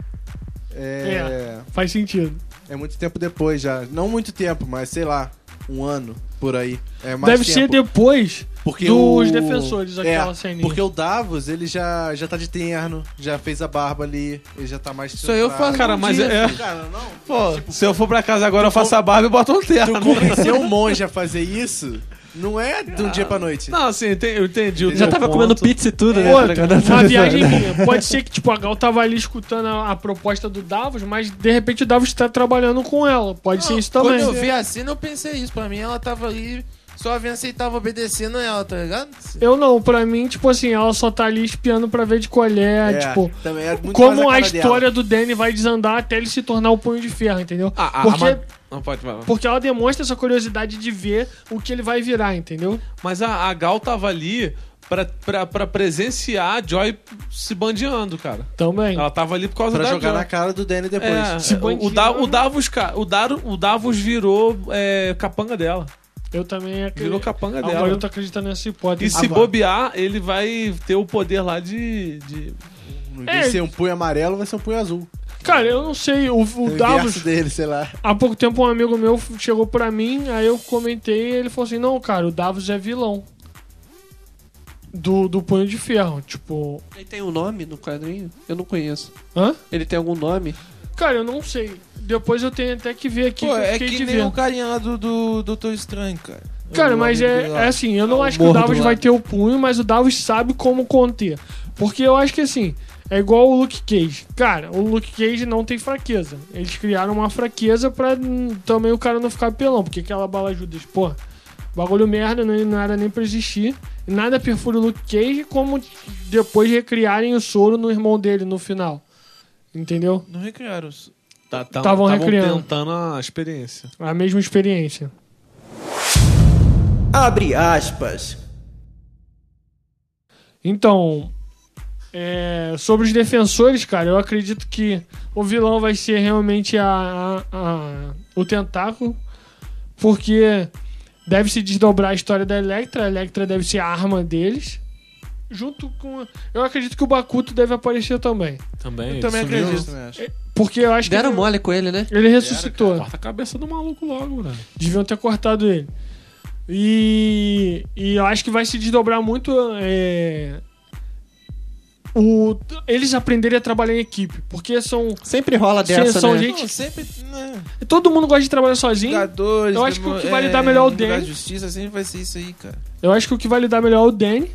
Speaker 7: É,
Speaker 6: Faz sentido.
Speaker 7: é. muito tempo depois já. Não muito tempo, mas sei lá. um ano por aí. É mais
Speaker 6: Deve ser
Speaker 7: tempo.
Speaker 6: depois
Speaker 7: Porque
Speaker 6: dos
Speaker 7: o-
Speaker 6: defensores, aquela
Speaker 7: é,
Speaker 6: ceninha.
Speaker 7: Porque o Davos, ele já, já tá de terno, já fez a barba ali, ele já tá mais...
Speaker 2: Só eu falo,
Speaker 1: Cara, mas é.
Speaker 3: assim,
Speaker 7: Cara, não.
Speaker 8: Pô,
Speaker 3: tipo,
Speaker 8: se eu for pra casa agora, eu faço a barba e boto um terno.
Speaker 1: (laughs)
Speaker 7: Tu convencer um monge a fazer isso, não é de um dia pra noite.
Speaker 1: Não, assim, eu ente- eu entendi. o
Speaker 7: Já
Speaker 3: Já
Speaker 1: teu
Speaker 3: tava
Speaker 1: ponto.
Speaker 3: comendo pizza e tudo, né? Tá
Speaker 6: Outra,
Speaker 3: ligado?
Speaker 6: (laughs) uma
Speaker 3: (laughs)
Speaker 6: viagem minha. Pode ser que, tipo, a Gal tava ali escutando a, a proposta do Davos, mas de repente o Davos tá trabalhando com ela. Pode ser isso
Speaker 2: Quando
Speaker 6: também.
Speaker 2: eu vi a cena, eu pensei isso. Pra mim, ela tava ali, só a Vinci tava obedecendo ela, tá ligado?
Speaker 6: Eu não, pra mim, tipo assim, ela só tá ali espiando pra ver de colher,
Speaker 7: É,
Speaker 6: tipo.
Speaker 7: também é muito mais
Speaker 6: Como a
Speaker 7: cara
Speaker 6: história do Danny vai desandar até ele se tornar o punho de ferro, entendeu?
Speaker 8: Ah, ah,
Speaker 6: porque,
Speaker 8: mas- Não pode falar.
Speaker 6: porque ela demonstra essa curiosidade de ver o que ele vai virar, entendeu?
Speaker 1: Mas a, a Gal tava ali pra, pra, pra presenciar a Joy se bandeando, cara.
Speaker 6: Também.
Speaker 1: Ela tava ali por causa
Speaker 7: Pra
Speaker 1: da
Speaker 7: jogar
Speaker 6: né?
Speaker 1: Joy.
Speaker 7: na cara do Danny depois.
Speaker 1: É,
Speaker 6: Se
Speaker 1: o, o,
Speaker 6: bandeando.
Speaker 1: da, o, Davos, ca- o, Dar, o Davos virou é, capanga dela.
Speaker 6: Eu também
Speaker 1: Virou
Speaker 6: acredito.
Speaker 1: capanga
Speaker 6: Agora eu
Speaker 1: dela.
Speaker 6: tô acreditando nessa
Speaker 1: E
Speaker 6: hipótese.
Speaker 1: se
Speaker 6: Ah,
Speaker 1: bobear, ele vai ter o poder lá de. de-
Speaker 7: Em vez
Speaker 6: É.
Speaker 7: de ser um punho amarelo, vai ser um punho azul. É
Speaker 6: Cara, eu não sei, o, o
Speaker 7: inverso
Speaker 6: Davos.
Speaker 7: dele, sei lá.
Speaker 6: Há pouco tempo um amigo meu chegou pra mim, aí eu comentei e ele falou assim, não, cara, o Davos é vilão. Do, do Punho de Ferro, tipo...
Speaker 3: Ele tem um nome no quadrinho? Eu não conheço.
Speaker 6: Hã?
Speaker 3: Ele tem algum nome?
Speaker 6: Cara, eu não sei. Depois eu tenho até que ver aqui,
Speaker 2: Pô,
Speaker 6: que eu
Speaker 2: é
Speaker 6: fiquei
Speaker 2: que
Speaker 6: de
Speaker 2: nem
Speaker 6: ver.
Speaker 2: o carinha lá do, do Doutor Estranho, cara.
Speaker 6: Cara,
Speaker 2: O
Speaker 6: mas
Speaker 2: amigo
Speaker 6: é,
Speaker 2: dele lá.
Speaker 6: é assim, eu não
Speaker 2: Ah, o
Speaker 6: acho que o
Speaker 2: morro do
Speaker 6: Davos
Speaker 2: lado.
Speaker 6: vai ter o punho, mas o Davos sabe como conter. Porque eu acho que assim, é igual o Luke Cage. Cara, o Luke Cage não tem fraqueza. Eles criaram uma fraqueza pra hum, também o cara não ficar pelão, porque aquela bala ajuda, pô. Bagulho merda, não, não era nem pra existir. Nada perfura o Luke Cage, como depois recriarem o soro no irmão dele no final. Entendeu?
Speaker 2: Não recriaram. os-
Speaker 1: tá- tá- tavam
Speaker 6: Tavam recriando.
Speaker 1: tentando a experiência.
Speaker 6: A mesma experiência.
Speaker 5: Abre aspas.
Speaker 6: Então, é, sobre os defensores, cara, eu acredito que o vilão vai ser realmente a, a- a- o tentáculo, porque deve se desdobrar a história da Electra, a Electra deve ser a arma deles. Junto com. Eu acredito que o Bakuto deve aparecer também.
Speaker 1: Também. ele
Speaker 2: Também
Speaker 1: sumiu.
Speaker 2: acredito.
Speaker 6: Porque eu acho
Speaker 3: Deram
Speaker 6: que.
Speaker 3: mole com ele, né?
Speaker 6: Ele, ele ressuscitou.
Speaker 1: Corta a cabeça do maluco logo, né? velho.
Speaker 6: Deviam ter cortado ele. E, e eu acho que vai se desdobrar muito é, o, eles aprenderem a trabalhar em equipe. Porque são.
Speaker 3: Sempre rola
Speaker 6: Sim,
Speaker 3: dessa,
Speaker 6: são
Speaker 3: né?
Speaker 6: gente-
Speaker 2: Não, sempre. Né,
Speaker 6: Todo mundo gosta de trabalhar sozinho.
Speaker 2: jogadores.
Speaker 6: Eu acho que o que vai
Speaker 2: é,
Speaker 6: lidar melhor é o
Speaker 2: lugar
Speaker 6: Danny.
Speaker 2: de justiça sempre vai ser isso aí, cara.
Speaker 6: Eu acho que o que vai lidar melhor é o Danny.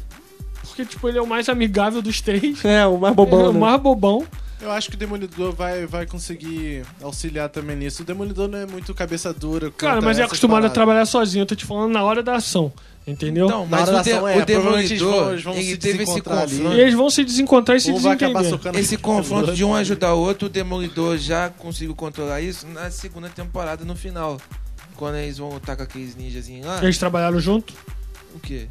Speaker 6: Porque, tipo, ele é o mais amigável dos três.
Speaker 3: É, o mais
Speaker 6: ele é
Speaker 3: bobão.
Speaker 6: o
Speaker 3: né?
Speaker 6: mais bobão.
Speaker 7: Eu acho que o Demolidor vai, vai conseguir auxiliar também nisso. O Demolidor não é muito cabeça dura.
Speaker 6: Cara,
Speaker 7: quanto
Speaker 6: mas é
Speaker 7: essas
Speaker 6: acostumado a
Speaker 7: paradas.
Speaker 6: trabalhar sozinho. Eu tô te falando na hora da ação. Entendeu?
Speaker 2: Então,
Speaker 7: Na
Speaker 2: mas
Speaker 7: hora
Speaker 2: o,
Speaker 7: da
Speaker 2: de,
Speaker 7: ação, é,
Speaker 2: o
Speaker 7: provavelmente eles vão-
Speaker 2: Demolidor,
Speaker 7: eles vão
Speaker 2: ele
Speaker 7: se
Speaker 2: teve esse
Speaker 7: desencontrar ali.
Speaker 2: confronto.
Speaker 6: e eles vão se desencontrar e se
Speaker 7: Ou vai acabar
Speaker 6: desentender.
Speaker 7: socando (laughs)
Speaker 2: Esse
Speaker 7: na
Speaker 2: confronto
Speaker 7: cara do
Speaker 2: de um ajudar o outro, o Demolidor já conseguiu controlar isso na segunda temporada, no final. Quando eles vão lutar com aqueles ninjazinhos lá.
Speaker 6: Eles trabalharam junto.
Speaker 2: O quê?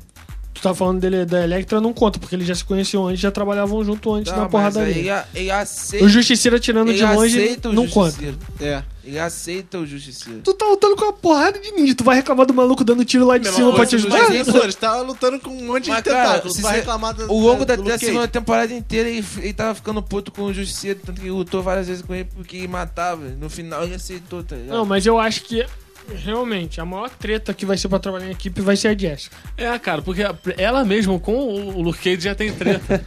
Speaker 6: Tu tá falando dele da Electra, não conta, porque eles já se conheciam antes, já trabalhavam junto antes
Speaker 2: Tá,
Speaker 6: na
Speaker 2: mas
Speaker 6: porradaria.
Speaker 2: aí a- ele aceita.
Speaker 6: O Justiceiro atirando
Speaker 2: ele
Speaker 6: de longe
Speaker 2: aceita o
Speaker 6: não conta.
Speaker 2: justiceiro.
Speaker 7: outro. É.
Speaker 2: Ele aceita o justiceiro.
Speaker 6: Tu tá lutando com uma porrada de ninja, tu vai reclamar do maluco dando tiro lá de cima pra te
Speaker 7: Mas,
Speaker 6: ajudar?
Speaker 2: mas
Speaker 7: hein,
Speaker 2: isso-
Speaker 7: pô, eles tava lutando com um monte de
Speaker 2: Mas, cara,
Speaker 7: tentáculos.
Speaker 2: se
Speaker 7: Vai
Speaker 2: você-
Speaker 7: reclamar do,
Speaker 2: O tá longo
Speaker 7: do
Speaker 2: da,
Speaker 7: Luke
Speaker 2: da
Speaker 7: Cage.
Speaker 2: segunda temporada inteira, ele, ele tava ficando puto com o justiceiro, tanto que ele lutou várias vezes com ele porque ele matava. No final ele aceitou, tá ligado?
Speaker 6: Não, mas eu acho que realmente a maior treta que vai ser pra trabalhar em equipe vai ser a Jessica.
Speaker 1: É, cara, porque ela mesma com o Luke Cage já tem treta.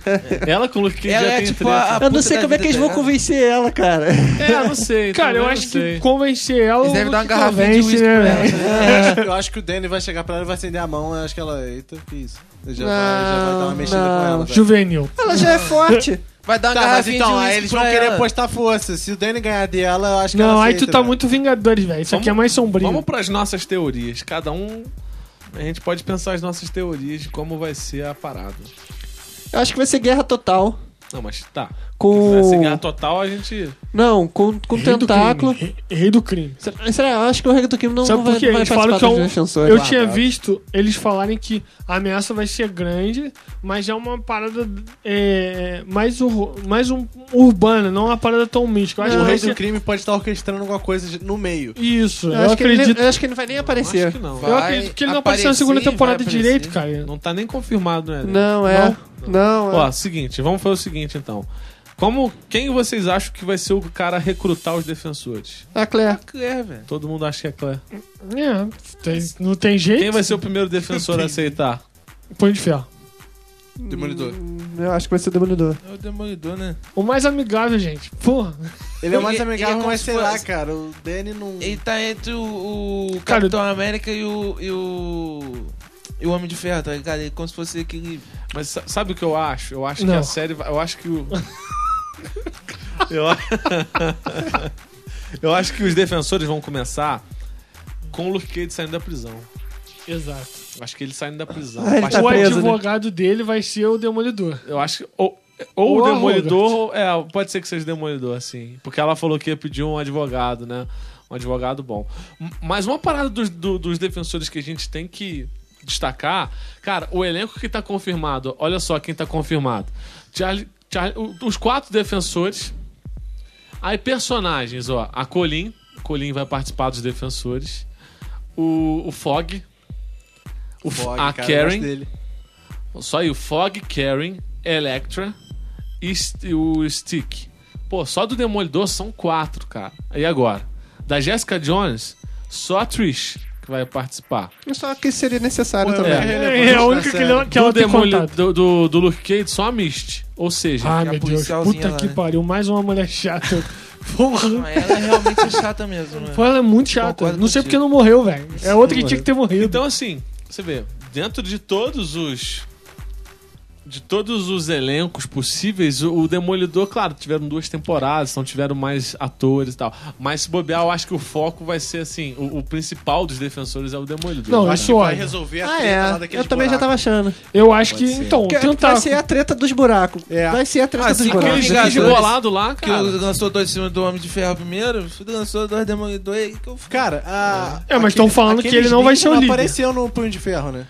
Speaker 1: ela com o Luke Cage
Speaker 2: Ela
Speaker 1: já
Speaker 2: é
Speaker 1: tem
Speaker 2: tipo
Speaker 1: treta.
Speaker 2: a, a
Speaker 3: Eu não
Speaker 2: puta
Speaker 3: sei
Speaker 2: da
Speaker 3: como é que
Speaker 2: vida,
Speaker 3: eles
Speaker 2: tá
Speaker 3: vão
Speaker 2: ligado?
Speaker 3: convencer ela, cara.
Speaker 1: É, não sei.
Speaker 6: (laughs) Cara, eu
Speaker 1: também
Speaker 6: acho
Speaker 1: não
Speaker 6: que
Speaker 1: sei.
Speaker 6: convencer ela. é
Speaker 2: Eles devem
Speaker 6: o
Speaker 2: dar uma
Speaker 6: que
Speaker 2: garrafinha de
Speaker 6: convence,
Speaker 2: uísque
Speaker 6: né,
Speaker 2: pra
Speaker 6: velho?
Speaker 2: ela.
Speaker 7: Eu acho que- (laughs) Eu acho que o Danny vai chegar pra ela e vai acender a mão. Eu acho que ela. Eita, que isso? Já, vai, já vai dar uma mexida
Speaker 3: não.
Speaker 7: com ela. velho.
Speaker 6: Juvenil.
Speaker 3: Ela já é forte.
Speaker 2: Vai dar uma
Speaker 7: Tá, mas
Speaker 2: garrafinha
Speaker 7: então,
Speaker 2: de
Speaker 7: aí
Speaker 2: uísque
Speaker 7: eles vão
Speaker 2: pra
Speaker 7: querer
Speaker 2: ela.
Speaker 7: postar força. Se o Danny ganhar dela, eu acho que
Speaker 6: Não,
Speaker 7: ela
Speaker 6: aí tu
Speaker 7: aceita,
Speaker 6: tá
Speaker 7: velho.
Speaker 6: muito Vingadores, velho. Isso aqui é mais sombrio.
Speaker 1: Vamos para as nossas teorias. Cada um. A gente pode pensar as nossas teorias de como vai ser a parada.
Speaker 3: Eu acho que vai ser guerra total.
Speaker 1: Não, mas tá. Se
Speaker 3: Com.
Speaker 1: tivesse ganhar total, a gente.
Speaker 3: Não, com, com
Speaker 6: Rei do
Speaker 3: tentáculo.
Speaker 6: crime. Re- Rei do crime.
Speaker 3: Será, será- eu acho que o Rei do Crime não,
Speaker 6: Sabe
Speaker 3: não vai,
Speaker 6: por quê?
Speaker 3: não vai
Speaker 6: Eles falam
Speaker 3: participar
Speaker 6: que é
Speaker 3: dos
Speaker 6: um-
Speaker 3: defensores.
Speaker 6: Eu tinha visto eles falarem que a ameaça vai ser grande, mas é uma parada é, mais, ur- mais um, urbana, não uma parada tão mística. Eu acho
Speaker 7: O
Speaker 6: que
Speaker 7: rei
Speaker 6: vai
Speaker 7: do
Speaker 6: ser...
Speaker 7: crime pode estar orquestrando alguma coisa no meio.
Speaker 6: Isso, eu,
Speaker 3: Eu, acho que ele nem-
Speaker 6: acredito.
Speaker 3: eu acho que ele não vai nem aparecer.
Speaker 1: Acho que não.
Speaker 2: Vai
Speaker 6: Eu acredito que ele não apareceu na
Speaker 2: aparecer,
Speaker 6: segunda
Speaker 2: vai
Speaker 6: temporada
Speaker 2: aparecer.
Speaker 6: direito, cara.
Speaker 1: Não tá nem confirmado, né?
Speaker 3: Não, é. Não, é.
Speaker 1: Ó, seguinte, vamos fazer o seguinte então. Como quem vocês acham que vai ser o cara a recrutar os defensores?
Speaker 3: É A Claire.
Speaker 2: Claire, velho.
Speaker 1: Todo mundo acha que é Claire.
Speaker 6: É, tem- não tem jeito.
Speaker 1: Quem vai ser o primeiro defensor a aceitar?
Speaker 6: Punho de ferro.
Speaker 7: Demolidor.
Speaker 3: Eu acho que vai ser o Demolidor.
Speaker 2: Hum, É o Demolidor, né?
Speaker 6: O mais amigável, gente. Porra.
Speaker 7: Ele é o mais
Speaker 2: Ele- ele é
Speaker 7: amigável,
Speaker 2: como
Speaker 7: mas
Speaker 2: se
Speaker 7: sei lá,
Speaker 2: fosse-
Speaker 7: cara. O Danny não.
Speaker 2: Ele tá entre o, o
Speaker 6: Cara,
Speaker 2: Capitão América e o, e o. e o Homem de Ferro, tá ligado? É como se fosse aquele.
Speaker 1: Mas sa- sabe o que eu acho? Eu acho que
Speaker 6: Não.
Speaker 1: a série vai. Eu acho que o. (laughs) eu... a- (laughs) eu acho que os defensores vão começar com o Luke Cage saindo da prisão.
Speaker 6: Exato.
Speaker 1: Eu acho que ele saindo da prisão.
Speaker 3: Ah, ele
Speaker 1: Mas
Speaker 3: tá
Speaker 6: o
Speaker 3: preso, né?
Speaker 6: advogado dele vai ser o Demolidor.
Speaker 1: Eu acho que. Ou, ou
Speaker 6: Ou
Speaker 1: o
Speaker 6: a
Speaker 1: demolidor. ou- É, pode ser que seja o demolidor, assim. Porque ela falou que ia pedir um advogado, né? Um advogado bom. M- Mas uma parada dos, do- dos defensores que a gente tem que destacar, cara, o elenco que tá confirmado, olha só quem tá confirmado. Charlie, Charlie- o- os quatro defensores. Aí personagens, ó. A Colin. Colin vai participar dos defensores. O, o Fog. O, F-
Speaker 7: Fog,
Speaker 1: a
Speaker 7: cara, eu gosto
Speaker 1: Karen.
Speaker 7: dele.
Speaker 1: Só aí o Fog, Karen, Electra e St- o Stick. Pô, só do Demolidor são quatro, cara. E agora? Da Jessica Jones, só a Trish que vai participar.
Speaker 3: Só que seria necessário
Speaker 7: Pô,
Speaker 3: também.
Speaker 1: é.
Speaker 6: É, a única que, ele- que ela
Speaker 1: do,
Speaker 6: tem
Speaker 1: Demoli-
Speaker 6: contato.
Speaker 1: do, do, do Luke Cage, só a Mist. Ou seja,
Speaker 6: Ah,
Speaker 2: que é a
Speaker 6: meu Deus.
Speaker 2: policialzinha
Speaker 6: Puta
Speaker 2: lá,
Speaker 6: que
Speaker 2: né?
Speaker 6: pariu. Mais uma mulher chata. Porra.
Speaker 2: Mas ela é realmente (laughs) chata mesmo, né?
Speaker 6: Pô, Ela é muito chata.
Speaker 2: Concordo
Speaker 6: Não sei
Speaker 2: contigo.
Speaker 6: porque não morreu, velho. É outra que tinha que ter morrido.
Speaker 1: Então, assim, você vê, dentro de todos os. De todos os elencos possíveis, o o Demolidor, claro, tiveram duas temporadas, então tiveram mais atores e tal. Mas se bobear, eu acho que o foco vai ser assim: o, o principal dos defensores é o Demolidor.
Speaker 6: Não,
Speaker 1: Eu
Speaker 6: eu
Speaker 1: acho
Speaker 6: sou
Speaker 7: Vai
Speaker 6: olha.
Speaker 7: resolver a
Speaker 3: Ah,
Speaker 7: treta lá
Speaker 3: é.
Speaker 7: daquele tipo,
Speaker 3: Eu também já tava achando.
Speaker 6: Eu acho que.
Speaker 7: ser.
Speaker 6: Então,
Speaker 3: Que-
Speaker 6: tentar.
Speaker 3: Vai ser a treta dos buracos.
Speaker 7: É.
Speaker 3: Vai ser a treta
Speaker 2: Ah,
Speaker 3: dos
Speaker 2: sim,
Speaker 1: que
Speaker 3: buracos.
Speaker 1: aquele
Speaker 2: Vingadores.
Speaker 1: gente bolado lá,
Speaker 2: Que
Speaker 1: cara.
Speaker 2: eu lançou dois em cima do Homem de Ferro primeiro, lançou dois Demolidor e que eu fico.
Speaker 7: ah, Cara, a.
Speaker 6: É, mas
Speaker 7: aquele-
Speaker 6: tão falando que
Speaker 7: aqueles
Speaker 6: ele não vai
Speaker 7: ninjas
Speaker 6: ser o líder.
Speaker 7: Não apareceu no Punho de Ferro, né?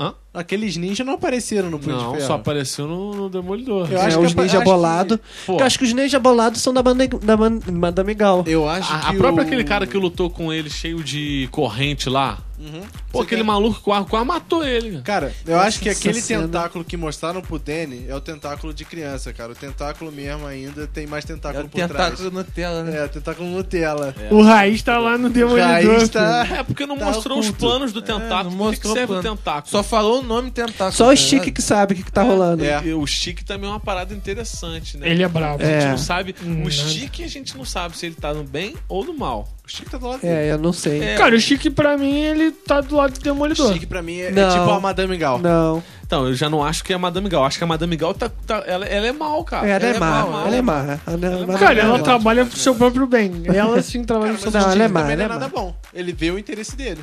Speaker 1: Hã?
Speaker 7: Aqueles ninjas não apareceram no Punho
Speaker 1: Não,
Speaker 7: de Ferro.
Speaker 1: só apareceu no, no Demolidor.
Speaker 7: Eu
Speaker 3: É,
Speaker 7: acho que
Speaker 3: os
Speaker 7: apa-
Speaker 3: ninja
Speaker 7: acho que-
Speaker 3: bolado.
Speaker 1: Pô,
Speaker 3: Eu acho que os ninja bolados são da banda da man- Madame Gal.
Speaker 7: Eu acho
Speaker 1: a, a
Speaker 7: que.
Speaker 1: própria
Speaker 7: o-
Speaker 1: aquele cara que lutou com ele cheio de corrente lá.
Speaker 7: Uhum.
Speaker 1: Pô,
Speaker 7: Você
Speaker 1: aquele
Speaker 7: quer-
Speaker 1: maluco com a, com a matou ele. cara.
Speaker 7: Cara, eu acho que
Speaker 3: essa
Speaker 7: aquele
Speaker 3: cena-
Speaker 7: tentáculo que mostraram pro Danny é o tentáculo de criança, cara. O tentáculo mesmo ainda tem mais
Speaker 2: É
Speaker 7: tentáculo
Speaker 2: o
Speaker 7: Tá por
Speaker 2: tentáculo Nutella,
Speaker 7: trás.
Speaker 2: né?
Speaker 7: É, o tentáculo Nutella.
Speaker 6: O Raiz tá lá no Demolidor.
Speaker 7: Raiz tá-
Speaker 1: É porque não
Speaker 7: Tá
Speaker 1: mostrou os
Speaker 7: oculto.
Speaker 1: planos do
Speaker 2: não
Speaker 1: tentáculo. Por que que
Speaker 2: mostrou
Speaker 1: serve o
Speaker 2: plano.
Speaker 1: tentáculo?
Speaker 2: Só falou o nome tentáculo.
Speaker 3: Só
Speaker 2: tá
Speaker 3: o Chique
Speaker 2: ligado?
Speaker 3: que sabe o que, que tá rolando.
Speaker 7: É.
Speaker 1: E o Chique também é uma parada interessante, né?
Speaker 6: Ele é brabo.
Speaker 1: A gente
Speaker 3: É.
Speaker 1: não sabe.
Speaker 6: Hum,
Speaker 1: O Chique a gente não sabe se ele tá no bem ou no mal.
Speaker 7: O Chico tá do lado dele.
Speaker 3: É, eu não sei.
Speaker 1: É.
Speaker 6: Cara, o Chique pra mim, ele tá do lado do
Speaker 7: O
Speaker 6: Demolidor.
Speaker 7: Chico pra mim é, é
Speaker 3: Não.
Speaker 7: tipo a Madame Gal.
Speaker 3: Não.
Speaker 1: Então, eu já não acho que é a Madame Gal. Acho que a Madame Gal tá. tá- ela, ela é mal, cara.
Speaker 3: Ela é má,
Speaker 1: mal,
Speaker 3: ela é má.
Speaker 6: Cara, ela
Speaker 3: tá
Speaker 6: trabalha pro seu próprio bem. Ela sim trabalha pro seu
Speaker 3: Não,
Speaker 6: próprio
Speaker 3: ela é
Speaker 6: bem.
Speaker 3: má,
Speaker 7: Também não
Speaker 3: ela
Speaker 7: é
Speaker 3: é má.
Speaker 7: nada bom. Ele vê o interesse dele.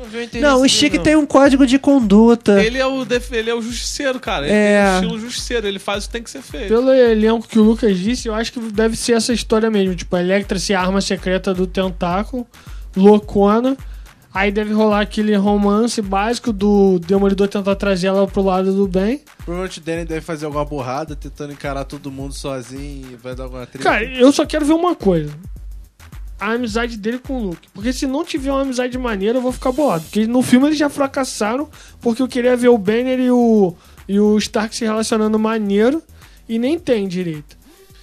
Speaker 2: Não viu o interesse
Speaker 3: Não, o
Speaker 2: dele,
Speaker 3: Chique
Speaker 2: não.
Speaker 3: tem um código de conduta.
Speaker 1: Ele é o, def- ele é o justiceiro, cara. Ele
Speaker 3: É.
Speaker 1: tem um estilo justiceiro. Ele faz o que tem que ser feito.
Speaker 6: Pelo elenco que o Lucas disse, eu acho que deve ser essa história mesmo. Tipo, a Electra se arma secreta do tentáculo, loucona. Aí deve rolar aquele romance básico do Demolidor tentar trazer ela pro lado do bem.
Speaker 7: Provavelmente o Danny deve fazer alguma borrada, tentando encarar todo mundo sozinho e vai dar alguma treta.
Speaker 6: Cara, eu só quero ver uma coisa. A amizade dele com o Luke. Porque se não tiver uma amizade maneira, eu vou ficar bolado. Porque no filme eles já fracassaram, porque eu queria ver o Banner e o, e o Stark se relacionando maneiro e nem tem direito.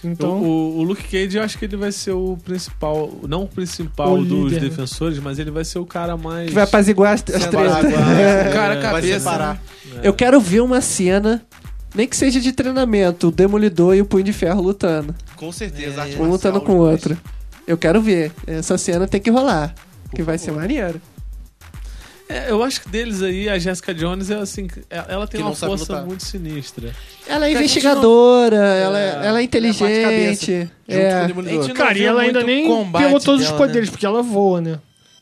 Speaker 6: Então,
Speaker 1: O, o- o Luke Cage, eu acho que ele vai ser o principal. Não o principal
Speaker 6: O
Speaker 1: dos
Speaker 6: líder, né?
Speaker 1: defensores, mas ele vai ser o cara mais. É, (laughs)
Speaker 3: Que vai apaziguar as, as
Speaker 7: Separar
Speaker 3: tretas.
Speaker 7: agora.
Speaker 2: O (laughs) cara
Speaker 7: Vai
Speaker 2: cabeça, né?
Speaker 7: separar.
Speaker 1: né?
Speaker 3: Eu quero ver uma cena, nem que seja de treinamento, o Demolidor e o Punho de Ferro lutando.
Speaker 7: Com certeza.
Speaker 2: É, é.
Speaker 7: arte
Speaker 3: Um lutando
Speaker 7: marcial
Speaker 3: com o
Speaker 7: demais.
Speaker 3: outro. Eu quero ver. Essa cena tem que rolar. Que vai ser maneiro.
Speaker 1: É, eu acho que deles aí, a Jessica Jones é assim. Ela ela tem
Speaker 7: Que
Speaker 1: uma
Speaker 7: não sabe
Speaker 1: força
Speaker 7: lutar.
Speaker 1: muito sinistra.
Speaker 3: Ela é
Speaker 2: Que a gente
Speaker 3: investigadora, ela, é, ela é
Speaker 7: bate-cabeça,
Speaker 3: inteligente.
Speaker 7: Junto com o
Speaker 3: É.
Speaker 2: A gente
Speaker 7: Demolidor.
Speaker 2: não
Speaker 6: cara, e
Speaker 2: viu
Speaker 6: ela ainda
Speaker 2: muito
Speaker 6: nem
Speaker 2: combate
Speaker 6: pegou todos os
Speaker 2: dela, né?
Speaker 6: poderes, porque ela voa, né?